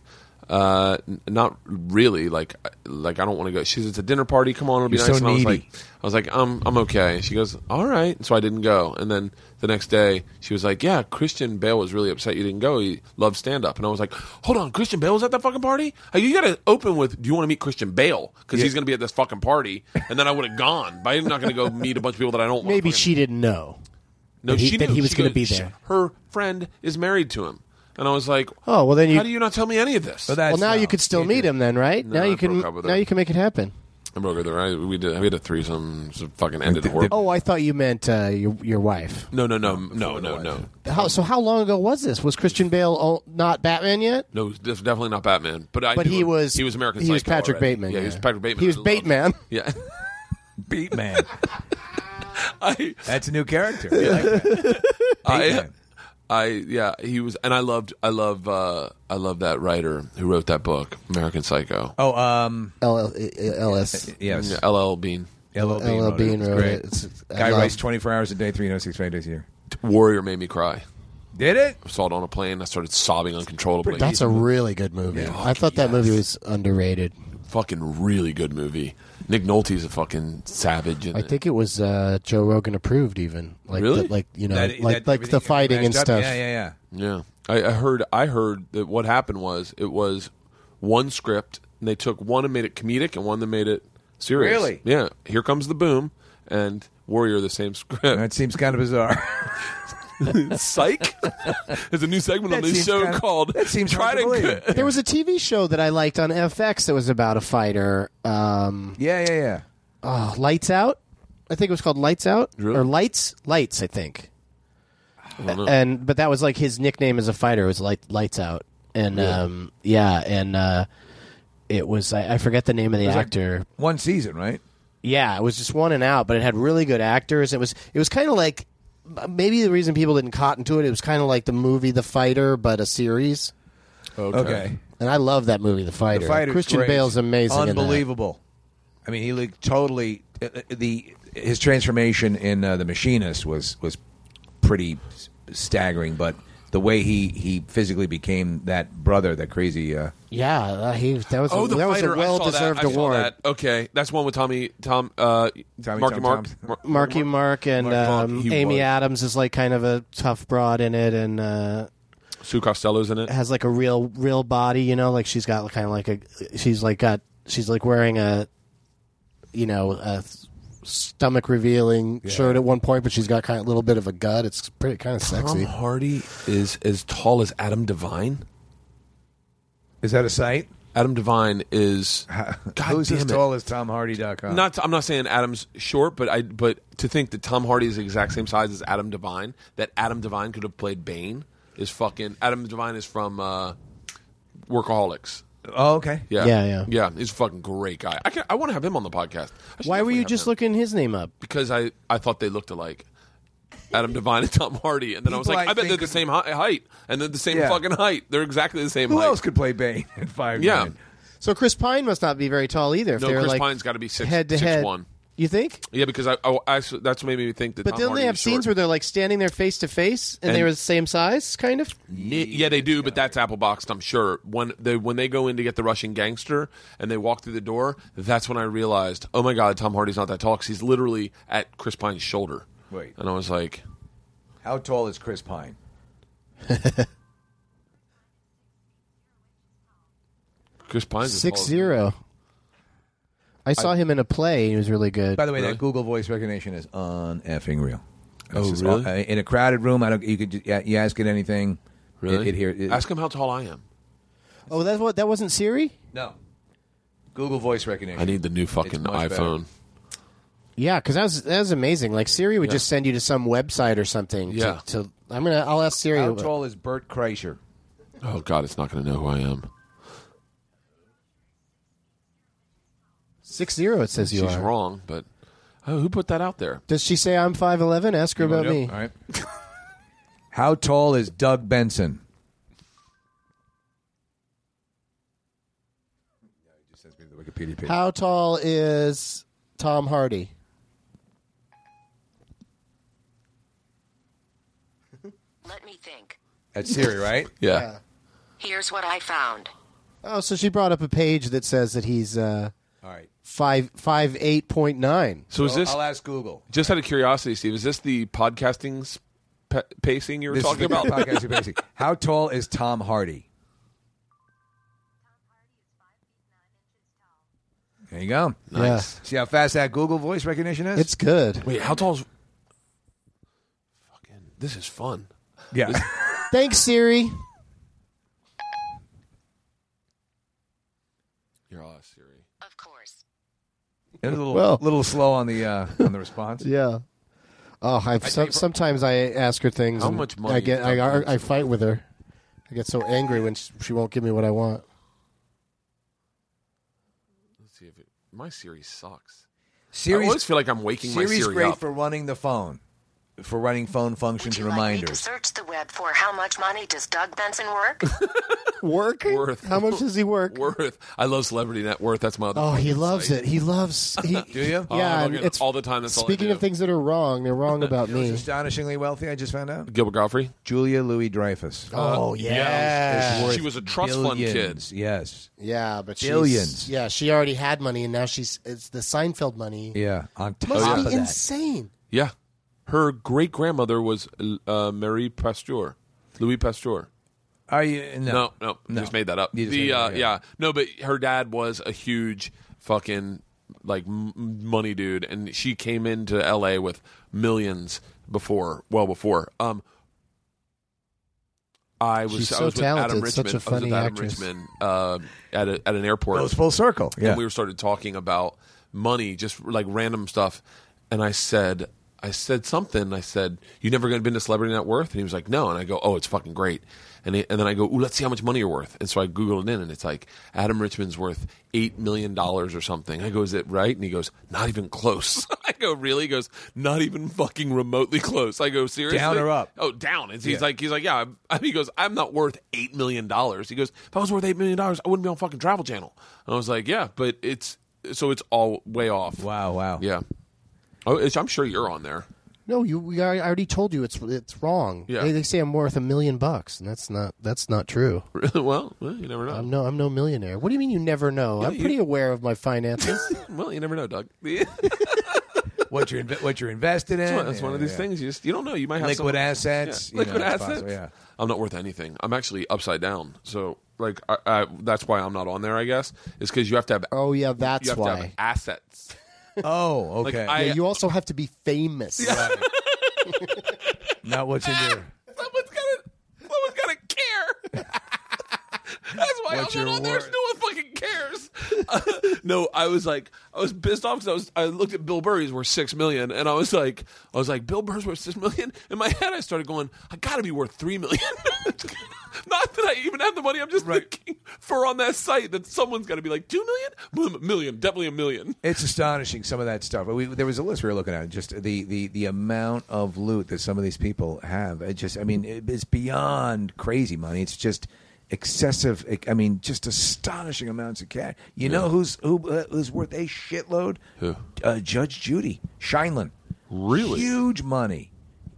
Speaker 2: Uh, n- not really. Like, I- like I don't want to go. She says it's a dinner party. Come on, it'll be
Speaker 4: You're
Speaker 2: nice.
Speaker 4: so
Speaker 2: and I was
Speaker 4: needy.
Speaker 2: like, I was like, um, I'm okay. She goes, all right. And so I didn't go. And then the next day, she was like, yeah, Christian Bale was really upset you didn't go. He loves stand up. And I was like, hold on, Christian Bale was at that fucking party? Like, you got to open with, do you want to meet Christian Bale? Because he's going to be at this fucking party. And then I would have gone. But I'm not going to go meet a bunch of people that I don't want.
Speaker 3: Maybe she didn't know.
Speaker 2: no,
Speaker 3: that he-
Speaker 2: she
Speaker 3: that
Speaker 2: knew.
Speaker 3: he was
Speaker 2: She
Speaker 3: gonna
Speaker 2: goes,
Speaker 3: be
Speaker 2: "She-
Speaker 3: there."
Speaker 2: her friend is married to him. And I was like,
Speaker 3: Oh, well, then you-
Speaker 2: how do you not tell me any of this?
Speaker 4: So that's
Speaker 3: well, now you could still meet him then, right?
Speaker 2: No,
Speaker 3: now you
Speaker 2: I
Speaker 3: can
Speaker 2: broke up with
Speaker 3: now
Speaker 2: her.
Speaker 3: you can make it happen.
Speaker 2: I broke her there. I, we did. We had a threesome. It fucking ended horrible.
Speaker 3: Oh, I thought you meant uh, your your wife.
Speaker 2: No, no, no, no, no, no.
Speaker 3: How, so how long ago was this? Was Christian Bale all, not Batman yet?
Speaker 2: No, it's def- definitely not Batman. But I
Speaker 3: But
Speaker 2: do-
Speaker 3: he was
Speaker 2: he was American.
Speaker 3: He was
Speaker 2: Psycho
Speaker 3: Patrick
Speaker 2: already.
Speaker 3: Bateman.
Speaker 2: Yeah, he was Patrick Bateman.
Speaker 3: He was
Speaker 2: I love-
Speaker 3: Bateman.
Speaker 2: Yeah,
Speaker 4: Beat man.
Speaker 2: I,
Speaker 4: That's a new character. I like that.
Speaker 2: I,
Speaker 4: Bateman.
Speaker 2: I, yeah, he was, and I loved, I love, uh, I love that writer who wrote that book, American Psycho.
Speaker 4: Oh, um,
Speaker 3: L- LS.
Speaker 4: yes.
Speaker 2: Yeah, L.L. Bean,
Speaker 4: LL Bean wrote
Speaker 3: LL
Speaker 4: it.
Speaker 3: Bean
Speaker 4: It's
Speaker 3: wrote
Speaker 4: great.
Speaker 3: it. It's- I
Speaker 4: Guy
Speaker 3: love-
Speaker 4: writes 24 hours a day, 365 days a year.
Speaker 2: Warrior made me cry.
Speaker 4: Did it?
Speaker 2: I saw it on a plane. I started sobbing uncontrollably.
Speaker 3: That's a really good movie. I thought that movie was underrated.
Speaker 2: fucking really good movie. Nick Nolte's a fucking savage. In
Speaker 3: I
Speaker 2: it.
Speaker 3: think it was uh, Joe Rogan approved, even like
Speaker 2: Really?
Speaker 3: the, like you know
Speaker 4: That-
Speaker 3: like
Speaker 4: that
Speaker 3: like the
Speaker 4: everything
Speaker 3: fighting and
Speaker 4: matched up?
Speaker 3: stuff.
Speaker 4: Yeah, yeah, yeah.
Speaker 2: Yeah, I, I heard. I heard that what happened was it was one script, and they took one and made it comedic, and one that made it serious.
Speaker 4: Really?
Speaker 2: Yeah. Here comes the boom, and Warrior the same script.
Speaker 4: That seems kind of bizarre.
Speaker 2: Psych. There's a new segment on
Speaker 4: That
Speaker 2: this
Speaker 4: seems
Speaker 2: show
Speaker 4: kinda-
Speaker 2: called
Speaker 4: that seems
Speaker 2: Try
Speaker 4: hard to believe.
Speaker 2: Good."
Speaker 3: There was a TV show that I liked on FX that was about a fighter. Um,
Speaker 4: yeah, yeah, yeah.
Speaker 3: oh, Lights Out, I think it was called Lights Out
Speaker 2: Really?
Speaker 3: or Lights Lights, I think.
Speaker 2: don't know.
Speaker 3: And but that was like his nickname as a fighter was Light, Lights Out, and um, yeah, and uh, it was I, I forget the name of the actor,
Speaker 4: One season, right?
Speaker 3: Yeah, it was just one and out, but it had really good actors. It was it was kind of like maybe the reason people didn't cotton to it. It was kind of like the movie The Fighter, but a series.
Speaker 2: Okay.
Speaker 4: Okay.
Speaker 3: And I love that movie, The Fighter.
Speaker 4: The fighter.
Speaker 3: Christian Bale's amazing. in that.
Speaker 4: Unbelievable. I mean, he looked totally. uh, uh, the his transformation in uh, the Machinist was was pretty s- staggering, but the way he he physically became that brother, that crazy. Uh,
Speaker 3: Yeah, uh, he that was
Speaker 2: Oh,
Speaker 3: a,
Speaker 2: the
Speaker 3: that was
Speaker 2: fighter!
Speaker 3: a well deserved
Speaker 2: I saw that. I saw
Speaker 3: award.
Speaker 2: that. Okay, that's one with Tommy, Tom, uh,
Speaker 4: Tommy
Speaker 2: Marky
Speaker 4: Tom
Speaker 2: Mark,
Speaker 4: Tom.
Speaker 2: Mar-
Speaker 3: Marky Mark and
Speaker 2: Mark Mark,
Speaker 3: um,
Speaker 2: he
Speaker 3: Amy
Speaker 2: was.
Speaker 3: Adams is like kind of a tough broad in it, and uh,
Speaker 2: Sue Costello's in it.
Speaker 3: has like a real real body. You know, like she's got kind of like a she's like got she's like wearing a you know a stomach revealing shirt at one point, but she's got kind of a little bit of a gut. It's pretty kind of
Speaker 2: Tom
Speaker 3: sexy.
Speaker 2: Hardy is as tall as Adam Devine.
Speaker 4: is that a site?
Speaker 2: Adam Devine is God
Speaker 4: Who's
Speaker 2: damn
Speaker 4: as
Speaker 2: it.
Speaker 4: tall as
Speaker 3: Uh,
Speaker 4: TomHardy.com?
Speaker 2: Not I'm not saying Adam's short, but I but to think that Tom Hardy is the exact same size as Adam Devine, that Adam Devine could have played Bane is fucking Adam Devine is from uh, Workaholics.
Speaker 4: Oh, okay.
Speaker 2: Yeah,
Speaker 3: Yeah, yeah.
Speaker 2: yeah. He's a fucking great guy. I can, I want to have him on the podcast. I should
Speaker 3: Why were
Speaker 2: definitely
Speaker 3: you
Speaker 2: have
Speaker 3: just
Speaker 2: him.
Speaker 3: looking his name up?
Speaker 2: Because I I thought they looked alike. Adam Devine and Tom Hardy, and then I was
Speaker 4: People
Speaker 2: like,
Speaker 4: I
Speaker 2: I bet they're
Speaker 4: think
Speaker 2: the
Speaker 4: of-
Speaker 2: same hi- height, and they're the same
Speaker 4: Yeah.
Speaker 2: fucking height. They're exactly the same
Speaker 4: Who
Speaker 2: height.
Speaker 4: else could play Bane at five?
Speaker 2: Yeah.
Speaker 4: nine?
Speaker 3: So Chris Pine must not be very tall either. If
Speaker 2: No,
Speaker 3: they're
Speaker 2: Chris
Speaker 3: like
Speaker 2: Pine's got to be six
Speaker 3: head to
Speaker 2: six
Speaker 3: head.
Speaker 2: one.
Speaker 3: You think?
Speaker 2: Yeah, because I, I, I that's what made me think that.
Speaker 3: But
Speaker 2: Tom
Speaker 3: then
Speaker 2: Hardy
Speaker 3: they have
Speaker 2: was short.
Speaker 3: scenes where they're like standing there face to face, and
Speaker 2: And-
Speaker 3: they were the same size, kind of.
Speaker 2: Yeah, yeah, they do, but that's apple boxed, I'm sure. When they when they go in to get the Russian gangster and they walk through the door, that's when I realized, oh my god, Tom Hardy's not that tall because he's literally at Chris Pine's shoulder.
Speaker 4: Wait.
Speaker 2: and I was like,
Speaker 4: How tall is Chris Pine?
Speaker 2: Chris Pine's as
Speaker 3: Six
Speaker 2: tall as-
Speaker 3: zero. I saw him in a play. He was really good.
Speaker 4: By the way,
Speaker 2: Really?
Speaker 4: that Google voice recognition is on effing real.
Speaker 2: Oh,
Speaker 4: This is
Speaker 2: really?
Speaker 4: all- uh, in a crowded room, I don't. You could. ju- Yeah, you ask it anything.
Speaker 2: Really?
Speaker 4: It, it hear- it-
Speaker 2: Ask him how tall I am.
Speaker 3: oh, that's what that wasn't Siri.
Speaker 4: No. Google voice recognition.
Speaker 2: I need the new fucking
Speaker 4: much better.
Speaker 2: iPhone.
Speaker 3: Yeah, because that was that was amazing. Like Siri would
Speaker 2: Yeah.
Speaker 3: just send you to some website or something. to-
Speaker 2: Yeah.
Speaker 3: To, I'm gonna I'll ask Siri.
Speaker 4: How tall is Bert Kreischer?
Speaker 2: Oh God, it's not going to know who I am.
Speaker 3: Six zero. It says you
Speaker 2: She's
Speaker 3: are.
Speaker 2: wrong, but oh, who put that out there?
Speaker 3: Does she say I'm five eleven? Ask her about
Speaker 4: Yep,
Speaker 3: me.
Speaker 4: All right. How tall is Doug Benson? Wikipedia page.
Speaker 3: How tall is Tom Hardy?
Speaker 5: Let me think.
Speaker 4: That's Siri, right?
Speaker 2: Yeah,
Speaker 5: Here's what I found.
Speaker 3: Oh, so she brought up a page that says that he's uh,
Speaker 4: All right.
Speaker 3: five five eight point nine.
Speaker 2: So is
Speaker 4: Well,
Speaker 2: this
Speaker 4: I'll ask Google.
Speaker 2: just out of curiosity, Steve? Is this the podcasting sp- pacing you were
Speaker 4: This is
Speaker 2: talking
Speaker 4: the
Speaker 2: about?
Speaker 4: podcast you're basing. How tall is Tom Hardy? There you go.
Speaker 3: Nice.
Speaker 4: See how fast that Google voice recognition is?
Speaker 3: It's good.
Speaker 2: Wait, how tall is? Fucking, this is fun.
Speaker 4: yeah.
Speaker 3: Thanks, Siri.
Speaker 2: You're all Siri.
Speaker 5: Of course.
Speaker 4: It was a little,
Speaker 3: Well-
Speaker 4: little slow on the uh, on the response.
Speaker 3: Yeah. Oh, I some, sometimes I ask her things.
Speaker 2: How
Speaker 3: and
Speaker 2: much money
Speaker 3: I get?
Speaker 2: is
Speaker 3: I,
Speaker 2: Doug
Speaker 3: I, I fight with her. I get so angry when she, she won't give me what I want.
Speaker 2: Let's see if it, my Siri sucks. I
Speaker 4: Siri's,
Speaker 2: always feel like I'm waking my
Speaker 4: Siri's
Speaker 2: Siri
Speaker 4: great
Speaker 2: up.
Speaker 4: for running the phone, for running phone
Speaker 5: Would
Speaker 4: functions
Speaker 5: you
Speaker 4: and
Speaker 5: like me to
Speaker 4: reminders.
Speaker 5: search the web for how much money does Doug Benson work?
Speaker 3: Work?
Speaker 2: Worth.
Speaker 3: How much does he work?
Speaker 2: worth. I love Celebrity Net Worth. That's my. Other
Speaker 3: Oh, he
Speaker 2: fucking
Speaker 3: loves
Speaker 2: site.
Speaker 3: it. He loves. He,
Speaker 4: Do you?
Speaker 2: Oh, I
Speaker 3: yeah,
Speaker 2: look
Speaker 3: and
Speaker 2: at it
Speaker 3: it's
Speaker 2: all the time. That's all I
Speaker 3: speaking
Speaker 2: do.
Speaker 3: of things that are wrong, they're wrong about
Speaker 4: She's
Speaker 3: me.
Speaker 4: astonishingly wealthy, I just found out.
Speaker 2: Gilbert Godfrey.
Speaker 4: Julia Louis Dreyfus.
Speaker 2: uh,
Speaker 3: Oh
Speaker 2: yeah.
Speaker 3: yeah,
Speaker 2: She was a trust fund kid.
Speaker 4: Yes.
Speaker 3: yeah, but she's-
Speaker 4: Billions.
Speaker 3: Yeah, she already had money, and now she's it's the Seinfeld money.
Speaker 4: Yeah. On top
Speaker 2: Oh,
Speaker 3: Must
Speaker 4: of
Speaker 3: be
Speaker 4: that.
Speaker 3: insane.
Speaker 2: Yeah, her great grandmother was uh, Marie Pasteur, Louis Pasteur.
Speaker 4: Are you no.
Speaker 2: No, no, just made that up.
Speaker 4: You just
Speaker 2: the
Speaker 4: made that
Speaker 2: uh,
Speaker 4: up,
Speaker 2: yeah.
Speaker 4: yeah.
Speaker 2: no, but her dad was a huge fucking like m- money dude, and she came into L.A. with millions before, well before. Um, I was
Speaker 3: She's
Speaker 2: I
Speaker 3: so
Speaker 2: was with Adam
Speaker 3: talented,
Speaker 2: Richmond.
Speaker 3: such a
Speaker 2: I was
Speaker 3: funny
Speaker 2: with Adam
Speaker 3: actress.
Speaker 2: Richmond uh, at a, at an airport.
Speaker 4: Goes full circle. Yeah.
Speaker 2: and we were started talking about money, just like random stuff. And I said, I said something. I said, "You never gonna been to Celebrity Net Worth?" And he was like, "No." And I go, "Oh, it's fucking great." And he, and then I go, "Ooh, let's see how much money you're worth." And so I googled it in, and it's like Adam Richman's worth eight million dollars or something. I go, "Is it right?" And he goes, "Not even close." I go, "Really?" He goes, "Not even fucking remotely close." I go, "Seriously?"
Speaker 4: Down or up?
Speaker 2: Oh, down. It's, he's
Speaker 4: Yeah.
Speaker 2: like, he's like, yeah. I'm, I mean, he goes, I'm not worth eight million dollars. He goes, if I was worth eight million dollars, I wouldn't be on fucking Travel Channel. And I was like, yeah, but it's so it's all way off.
Speaker 4: wow, wow.
Speaker 2: Yeah. Oh, it's, I'm sure you're on there.
Speaker 3: No, you. We, I already told you it's it's wrong.
Speaker 2: Yeah.
Speaker 3: They, they say I'm worth a million bucks, and that's not that's not true.
Speaker 2: well, well, you never know.
Speaker 3: I'm no I'm no millionaire. What do you mean you never know? I'm
Speaker 2: you-
Speaker 3: pretty aware of my finances.
Speaker 2: well, you never know, Doug. it's
Speaker 4: What you're inve- what you're invested in.
Speaker 2: one, it's one of
Speaker 4: Yeah,
Speaker 2: these
Speaker 4: yeah.
Speaker 2: things. You just you don't know. You might have
Speaker 4: Liquid
Speaker 2: some-
Speaker 4: assets,
Speaker 2: Yeah,
Speaker 4: you know,
Speaker 2: liquid
Speaker 4: it's
Speaker 2: assets.
Speaker 4: possible, yeah.
Speaker 2: I'm not worth anything. I'm actually upside down. So like, I, I, that's why I'm not on there. I guess is because you have to have
Speaker 3: oh yeah, that's
Speaker 2: you have
Speaker 3: why.
Speaker 2: to have assets.
Speaker 4: Oh,
Speaker 2: Like,
Speaker 4: okay.
Speaker 2: I-
Speaker 3: yeah, you also have to be famous.
Speaker 4: Not what's in
Speaker 2: Ah!
Speaker 4: your
Speaker 2: Someone's gotta, someone's gotta care. That's why
Speaker 4: What's
Speaker 2: I'm
Speaker 4: your
Speaker 2: not on there.
Speaker 4: word?
Speaker 2: oh, No one fucking cares. no, I was like, I was pissed off because I was. I looked at Bill Burry's worth six million, and I was like, I was like, Bill Burry's worth six million. In my head, I started going, I gotta be worth three million. not that I even have the money. I'm just
Speaker 4: Right.
Speaker 2: thinking for on that site that someone's got to be like two million, Boom, million, definitely a million.
Speaker 4: It's astonishing some of that stuff. We, there was a list we were looking at. Just the, the, the amount of loot that some of these people have. It just, I mean, it, it's beyond crazy money. It's just excessive. I mean, just astonishing amounts of cash. You know who's who uh, who's worth a shitload?
Speaker 2: Who?
Speaker 4: Uh, Judge Judy Shineland.
Speaker 2: Really?
Speaker 4: huge money.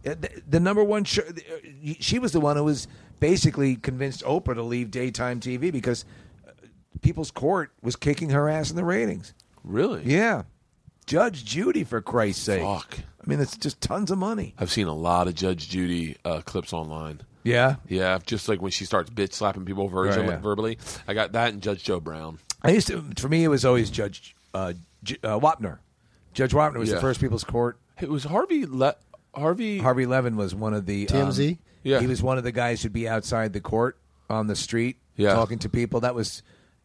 Speaker 4: Uh, The, the number one. Sh- uh, she was the one who was basically convinced Oprah to leave daytime TV because uh, People's Court was kicking her ass in the ratings.
Speaker 2: Really?
Speaker 4: Yeah. Judge Judy, for Christ's sake.
Speaker 2: Fuck.
Speaker 4: I mean, it's just tons of money.
Speaker 2: I've seen a lot of Judge Judy uh, clips online.
Speaker 4: Yeah,
Speaker 2: Yeah, just like when she starts bitch slapping people ver-
Speaker 4: Right, yeah.
Speaker 2: verbally. I got that and Judge Joe Brown.
Speaker 4: I used to. For me, it was always Judge uh, J- uh, Wapner. Judge Wapner was
Speaker 2: Yeah.
Speaker 4: the first People's Court.
Speaker 2: It was Harvey. Le- Harvey.
Speaker 4: Harvey Levin was one of the um,
Speaker 3: TMZ?
Speaker 2: Yeah.
Speaker 4: he was one of the guys who'd be outside the court on the street
Speaker 2: Yeah.
Speaker 4: talking to people. That was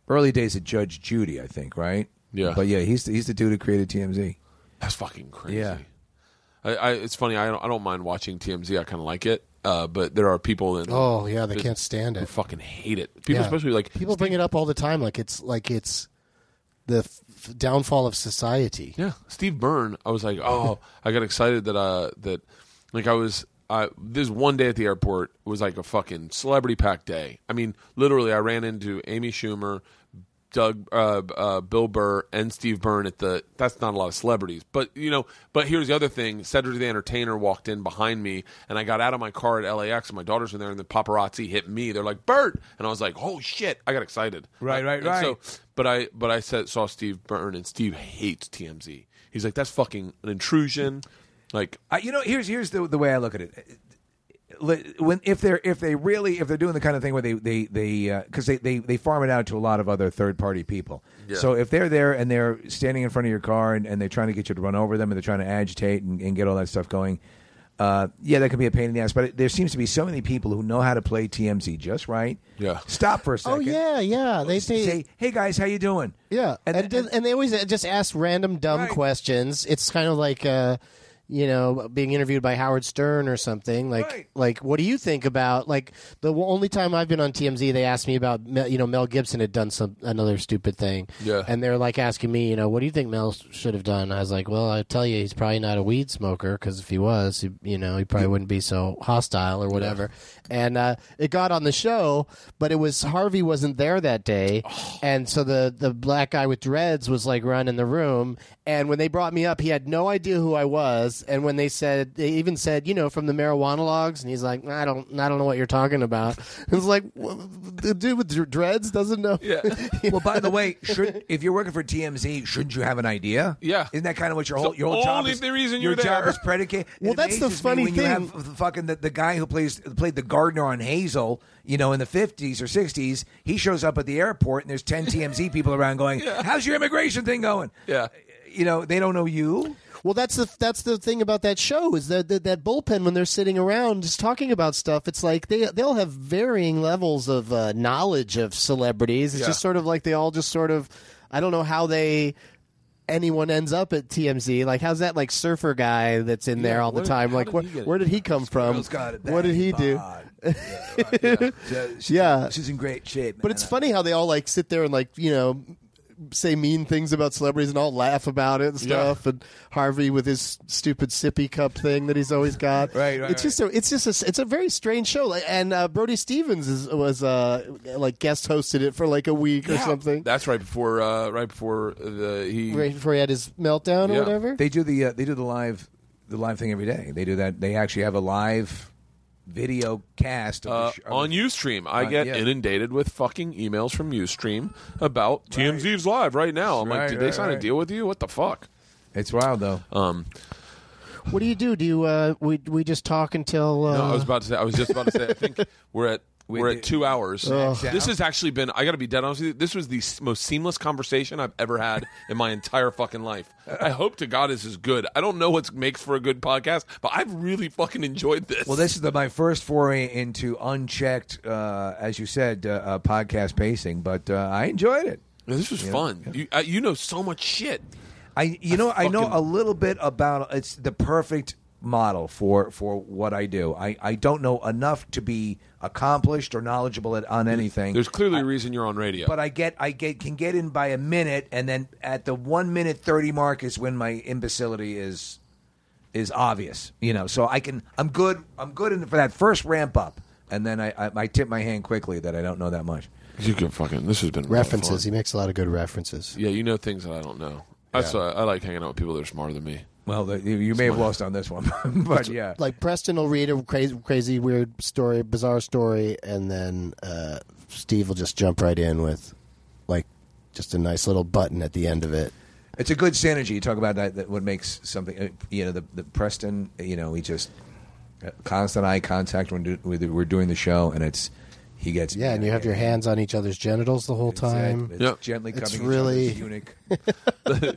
Speaker 4: early days of Judge Judy, I think, right?
Speaker 2: Yeah.
Speaker 4: but yeah, he's the, he's the dude who created TMZ.
Speaker 2: That's fucking crazy.
Speaker 4: Yeah.
Speaker 2: I, I, it's funny. I don't, I don't mind watching TMZ. I kind of like it. Uh, but there are people that
Speaker 3: Oh yeah, they
Speaker 2: that
Speaker 3: can't stand it.
Speaker 2: fucking hate it. People,
Speaker 3: Yeah.
Speaker 2: especially like
Speaker 3: people bring it up all the time, like it's like it's the f- downfall of society.
Speaker 2: Yeah, Steve Byrne. I was like, oh, I got excited that uh that like I was I this one day at the airport was like a fucking celebrity packed day. I mean, literally, I ran into Amy Schumer, Doug, uh, uh, Bill Burr, and Steve Byrne at the. That's not a lot of celebrities, but you know. But here's the other thing: Cedric the Entertainer walked in behind me, and I got out of my car at LAX, and my daughters were there, and the paparazzi hit me. They're like, "Bert," and I was like, "Oh shit!" I got excited.
Speaker 4: Right, right,
Speaker 2: Uh, And so-
Speaker 4: right.
Speaker 2: but I but I said, saw Steve Byrne and Steve hates TMZ. He's like, that's fucking an intrusion. Like,
Speaker 4: I, you know, here's here's the the way I look at it. Li- When if they're if they really if they're doing the kind of thing where they they they because they, they they farm it out to a lot of other third party people.
Speaker 2: Yeah.
Speaker 4: So if they're there and they're standing in front of your car and, and they're trying to get you to run over them and they're trying to agitate and, and get all that stuff going, uh, yeah, that could be a pain in the ass. But it, there seems to be so many people who know how to play TMZ just right.
Speaker 2: Yeah.
Speaker 4: Stop for a second.
Speaker 3: Oh yeah, yeah. They say,
Speaker 4: Say, hey guys, how you doing?
Speaker 3: yeah, and
Speaker 4: And-
Speaker 3: and, and they always just ask random dumb
Speaker 4: Right.
Speaker 3: questions. It's kind of like uh, you know being interviewed by Howard Stern or something. Like
Speaker 4: Right.
Speaker 3: like what do you think about like the w- only time I've been on TMZ they asked me about Mel- you know Mel Gibson had done some another stupid thing.
Speaker 2: Yeah.
Speaker 3: and they're like asking me you know what do you think Mel s- should have done? I was like, well, I tell you he's probably not a weed smoker because if he was, he, you know, he probably wouldn't be so hostile or whatever. And uh, it got on the show, but it was Harvey wasn't there that day, and so the the black guy with dreads was like running the room. And when they brought me up, he had no idea who I was. And when they said, they even said, you know, from the marijuana logs, and he's like, I don't, I don't know what you're talking about. It's like "Well, the dude with dr- dreads doesn't know.
Speaker 2: yeah,
Speaker 4: well, by the way, should if you're working for TMZ, shouldn't you have an idea?
Speaker 2: Yeah.
Speaker 4: isn't that kind of what your whole
Speaker 2: the
Speaker 4: your whole job
Speaker 2: only
Speaker 4: is?
Speaker 2: the reason
Speaker 4: your
Speaker 2: you're
Speaker 4: job
Speaker 2: there.
Speaker 4: is predicated.
Speaker 3: Well,
Speaker 4: It
Speaker 3: that's the
Speaker 4: amazes me
Speaker 3: funny
Speaker 4: when
Speaker 3: thing.
Speaker 4: You have the fucking the, the guy who plays played the gardener on Hazel, you know, in the fifties or sixties. He shows up at the airport, and there's ten TMZ people around going, "How's your immigration thing going?"
Speaker 2: Yeah.
Speaker 4: you know, they don't know you.
Speaker 3: Well, that's the that's the thing about that show is that that, that bullpen when they're sitting around just talking about stuff, it's like they they'll have varying levels of uh, knowledge of celebrities. It's
Speaker 2: Yeah.
Speaker 3: just sort of like they all just sort of I don't know how they anyone ends up at TMZ. Like how's that like surfer guy that's in there all
Speaker 2: where-
Speaker 3: the time?
Speaker 2: how
Speaker 3: Like
Speaker 2: did
Speaker 3: where
Speaker 2: he get it?
Speaker 3: where did he come from?
Speaker 4: Girl's got it
Speaker 3: What did
Speaker 4: bad,
Speaker 3: he do?
Speaker 4: Bob. Yeah, right, yeah. She's-
Speaker 3: Yeah.
Speaker 4: she's in great shape.
Speaker 3: But it's funny how they all like sit there and like you know say mean things about celebrities and all laugh about it and
Speaker 2: Yeah.
Speaker 3: stuff. And Harvey with his stupid sippy cup thing that he's always got.
Speaker 4: Right, right,
Speaker 3: It's just a, it's just a, it's a very strange show. Like, And uh, Brody Stevens is, was uh, like guest hosted it for like a week or something
Speaker 2: that's right before uh, right before the he.
Speaker 3: right before he had his meltdown
Speaker 2: Yeah.
Speaker 3: or whatever.
Speaker 4: They do the uh, they do the live the live thing every day. They do that. They actually have a live video cast of
Speaker 2: Uh,
Speaker 4: the sh- of
Speaker 2: on
Speaker 4: the-
Speaker 2: UStream, I
Speaker 4: Uh,
Speaker 2: get
Speaker 4: yeah.
Speaker 2: inundated with fucking emails from UStream about TMZ's live right now. I'm like,
Speaker 4: Right,
Speaker 2: did they
Speaker 4: right,
Speaker 2: sign a
Speaker 4: right.
Speaker 2: deal with you? What the fuck?
Speaker 4: It's wild though.
Speaker 2: Um,
Speaker 3: What do you do? Do you uh, we we just talk until? Uh,
Speaker 2: No, I was about to say. I was just about to say. I think we're at
Speaker 4: We
Speaker 2: we're
Speaker 4: did-
Speaker 2: at two hours.
Speaker 4: Ugh.
Speaker 2: This has actually been. I got to be dead honest with you. This was the s- most seamless conversation I've ever had in my entire fucking life. I hope to God this is good. I don't know what makes for a good podcast, but I've really fucking enjoyed this.
Speaker 4: well, this is the, my first foray into unchecked, uh, as you said, uh, uh, podcast pacing. But uh, I enjoyed it.
Speaker 2: this was fun. You uh, you know so much shit.
Speaker 4: I you know I know
Speaker 2: fucking-
Speaker 4: a little bit about it's the perfect model for for what I do. I I don't know enough to be accomplished or knowledgeable at, on anything.
Speaker 2: There's clearly a reason you're on radio.
Speaker 4: but I get I get can get in by a minute, and then at the one minute thirty mark is when my imbecility is is obvious. You know, so I can I'm good I'm good in, for that first ramp up, and then I, I I tip my hand quickly that I don't know that much.
Speaker 2: you can fucking. This has been really
Speaker 3: references. He
Speaker 2: fun.
Speaker 3: makes a lot of good references.
Speaker 2: Yeah, you know things that I don't know. That's why I like hanging out with people that are smarter than me.
Speaker 4: Well, the, you, you may have lost on this one, but yeah,
Speaker 3: like Preston will read a crazy, crazy, weird story, bizarre story, and then uh, Steve will just jump right in with like just a nice little button at the end of it.
Speaker 4: It's a good synergy. You talk about that, that what makes something, uh, you know, the, the Preston, you know, he just uh, constant eye contact when do, with- we're doing the show, and it's, he gets.
Speaker 3: Yeah, and you have your hands on each other's genitals the whole
Speaker 4: It's, uh,
Speaker 3: time.
Speaker 4: It's
Speaker 2: Yep.
Speaker 4: gently
Speaker 3: It's
Speaker 4: coming
Speaker 3: really-
Speaker 4: eunuch.
Speaker 2: The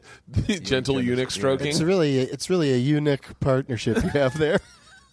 Speaker 2: gentle
Speaker 4: Yeah,
Speaker 2: eunuch
Speaker 4: yeah.
Speaker 2: stroking.
Speaker 3: It's really it's really a unique partnership you have there.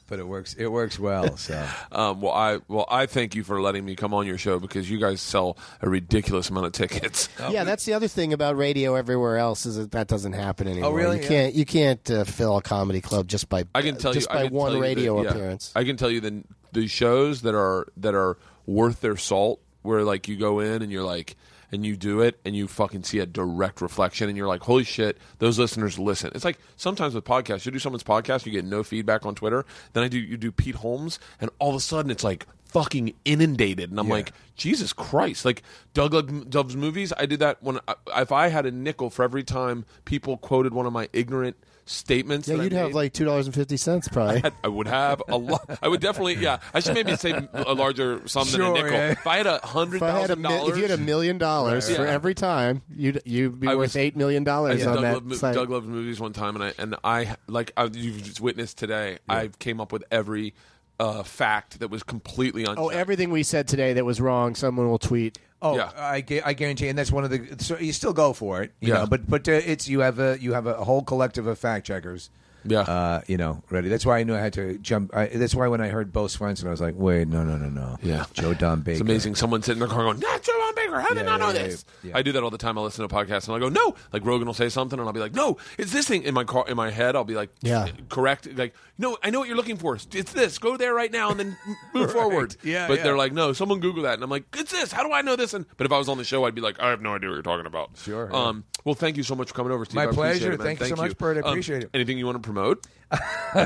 Speaker 4: But it works. It works well. So
Speaker 2: Um, well, I well I thank you for letting me come on your show because you guys sell a ridiculous amount of tickets.
Speaker 3: yeah, that's the other thing about radio everywhere else is that that doesn't happen anymore.
Speaker 4: Oh, really?
Speaker 3: You
Speaker 4: Yeah.
Speaker 3: can't you can't uh, fill a comedy club just by
Speaker 2: Oh, I can tell
Speaker 3: just
Speaker 2: you
Speaker 3: by
Speaker 2: I can
Speaker 3: one
Speaker 2: tell you
Speaker 3: radio
Speaker 2: that- yeah.
Speaker 3: appearance.
Speaker 2: I can tell you the the shows that are that are worth their salt, where like you go in and you're like and you do it and you fucking see a direct reflection and you're like, holy shit, those listeners listen. It's like sometimes with podcasts, you do someone's podcast, you get no feedback on Twitter. Then I do you do Pete Holmes, and all of a sudden it's like fucking inundated, and I'm
Speaker 4: Yeah.
Speaker 2: like, Jesus Christ! Like Doug Lug- Dove's movies, I did that when I, if I had a nickel for every time people quoted one of my ignorant statements.
Speaker 3: yeah,
Speaker 2: that I
Speaker 3: you'd have
Speaker 2: made-
Speaker 3: like two dollars and fifty cents probably.
Speaker 2: had- I would have a lot. I would definitely, yeah. I should maybe save a larger sum than a
Speaker 4: Sure,
Speaker 2: nickel.
Speaker 4: yeah.
Speaker 2: If I had a hundred
Speaker 3: If, I had a
Speaker 2: thousand
Speaker 3: mi-
Speaker 2: dollars,
Speaker 3: if you had a million dollars
Speaker 2: Right,
Speaker 3: for
Speaker 2: yeah.
Speaker 3: every time, you'd you'd be
Speaker 2: I
Speaker 3: worth
Speaker 2: was-
Speaker 3: eight million
Speaker 2: I
Speaker 3: dollars
Speaker 2: did
Speaker 3: on
Speaker 2: Doug,
Speaker 3: that
Speaker 2: Love, mo-
Speaker 3: site.
Speaker 2: Doug Love's movies one time, and I and I like I, you've just witnessed today. I came up with every uh, fact that was completely unchecked.
Speaker 3: oh, everything we said today that was wrong, someone will tweet.
Speaker 4: Oh,
Speaker 2: Yeah.
Speaker 4: I, gu- I guarantee, and that's one of the. So you still go for it, you
Speaker 2: Yeah.
Speaker 4: know. But but uh, it's you have a you have a whole collective of fact checkers.
Speaker 2: Yeah.
Speaker 4: uh, you know, ready. That's why I knew I had to jump. I, that's why when I heard Bo Swenson, I was like, wait, no, no, no, no.
Speaker 2: Yeah.
Speaker 4: Joe Don Baker.
Speaker 2: It's amazing. Someone sitting in their car going, "That's Joe Ron Baker. How did
Speaker 4: Yeah,
Speaker 2: I not know
Speaker 4: yeah, yeah,
Speaker 2: this?"
Speaker 4: yeah.
Speaker 2: I do that all the time. I listen to podcasts and I go, "No," like Rogan will say something, and I'll be like, "No, it's this thing." In my car, in my head, I'll be like,
Speaker 3: Yeah.
Speaker 2: correct." Like, no, I know what you're looking for. It's this. Go there right now and then move forward."
Speaker 4: Yeah,
Speaker 2: But
Speaker 4: yeah.
Speaker 2: they're like, "No, someone Google that," and I'm like, "It's this. How do I know this?" And but if I was on the show, I'd be like, "I have no idea what you're talking about."
Speaker 4: Sure, yeah.
Speaker 2: Um. Well, thank you so much for coming over, Steve.
Speaker 4: My
Speaker 2: I appreciate
Speaker 4: pleasure.
Speaker 2: it, man.
Speaker 4: Thank you so much, Bert. I
Speaker 2: Um,
Speaker 4: appreciate it.
Speaker 2: Anything you want to promote?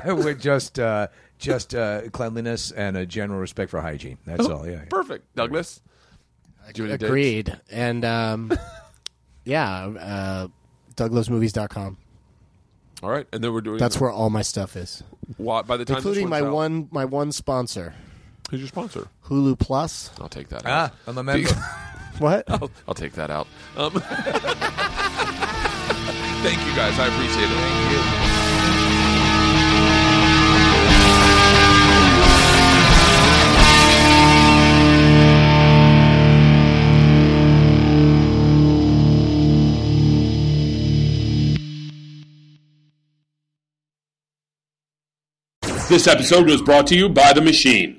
Speaker 4: We're just uh, just uh, cleanliness and a general respect for hygiene. That's all. Yeah.
Speaker 2: Perfect, Douglas. Do you have any dates?
Speaker 3: Agreed. And um, yeah, uh, DouglasMovies.com.
Speaker 2: All right, and then we're doing
Speaker 3: That's where all my stuff is,
Speaker 2: Why- by the time this
Speaker 3: including my
Speaker 2: one's out-
Speaker 3: one my one sponsor,
Speaker 2: Who's your sponsor?
Speaker 3: Hulu Plus.
Speaker 2: I'll take that.
Speaker 4: Ah,
Speaker 2: Out.
Speaker 4: I'm a member.
Speaker 3: What?
Speaker 2: I'll, I'll take that out. Um, thank you guys. I appreciate it.
Speaker 6: This episode was brought to you by The Machine.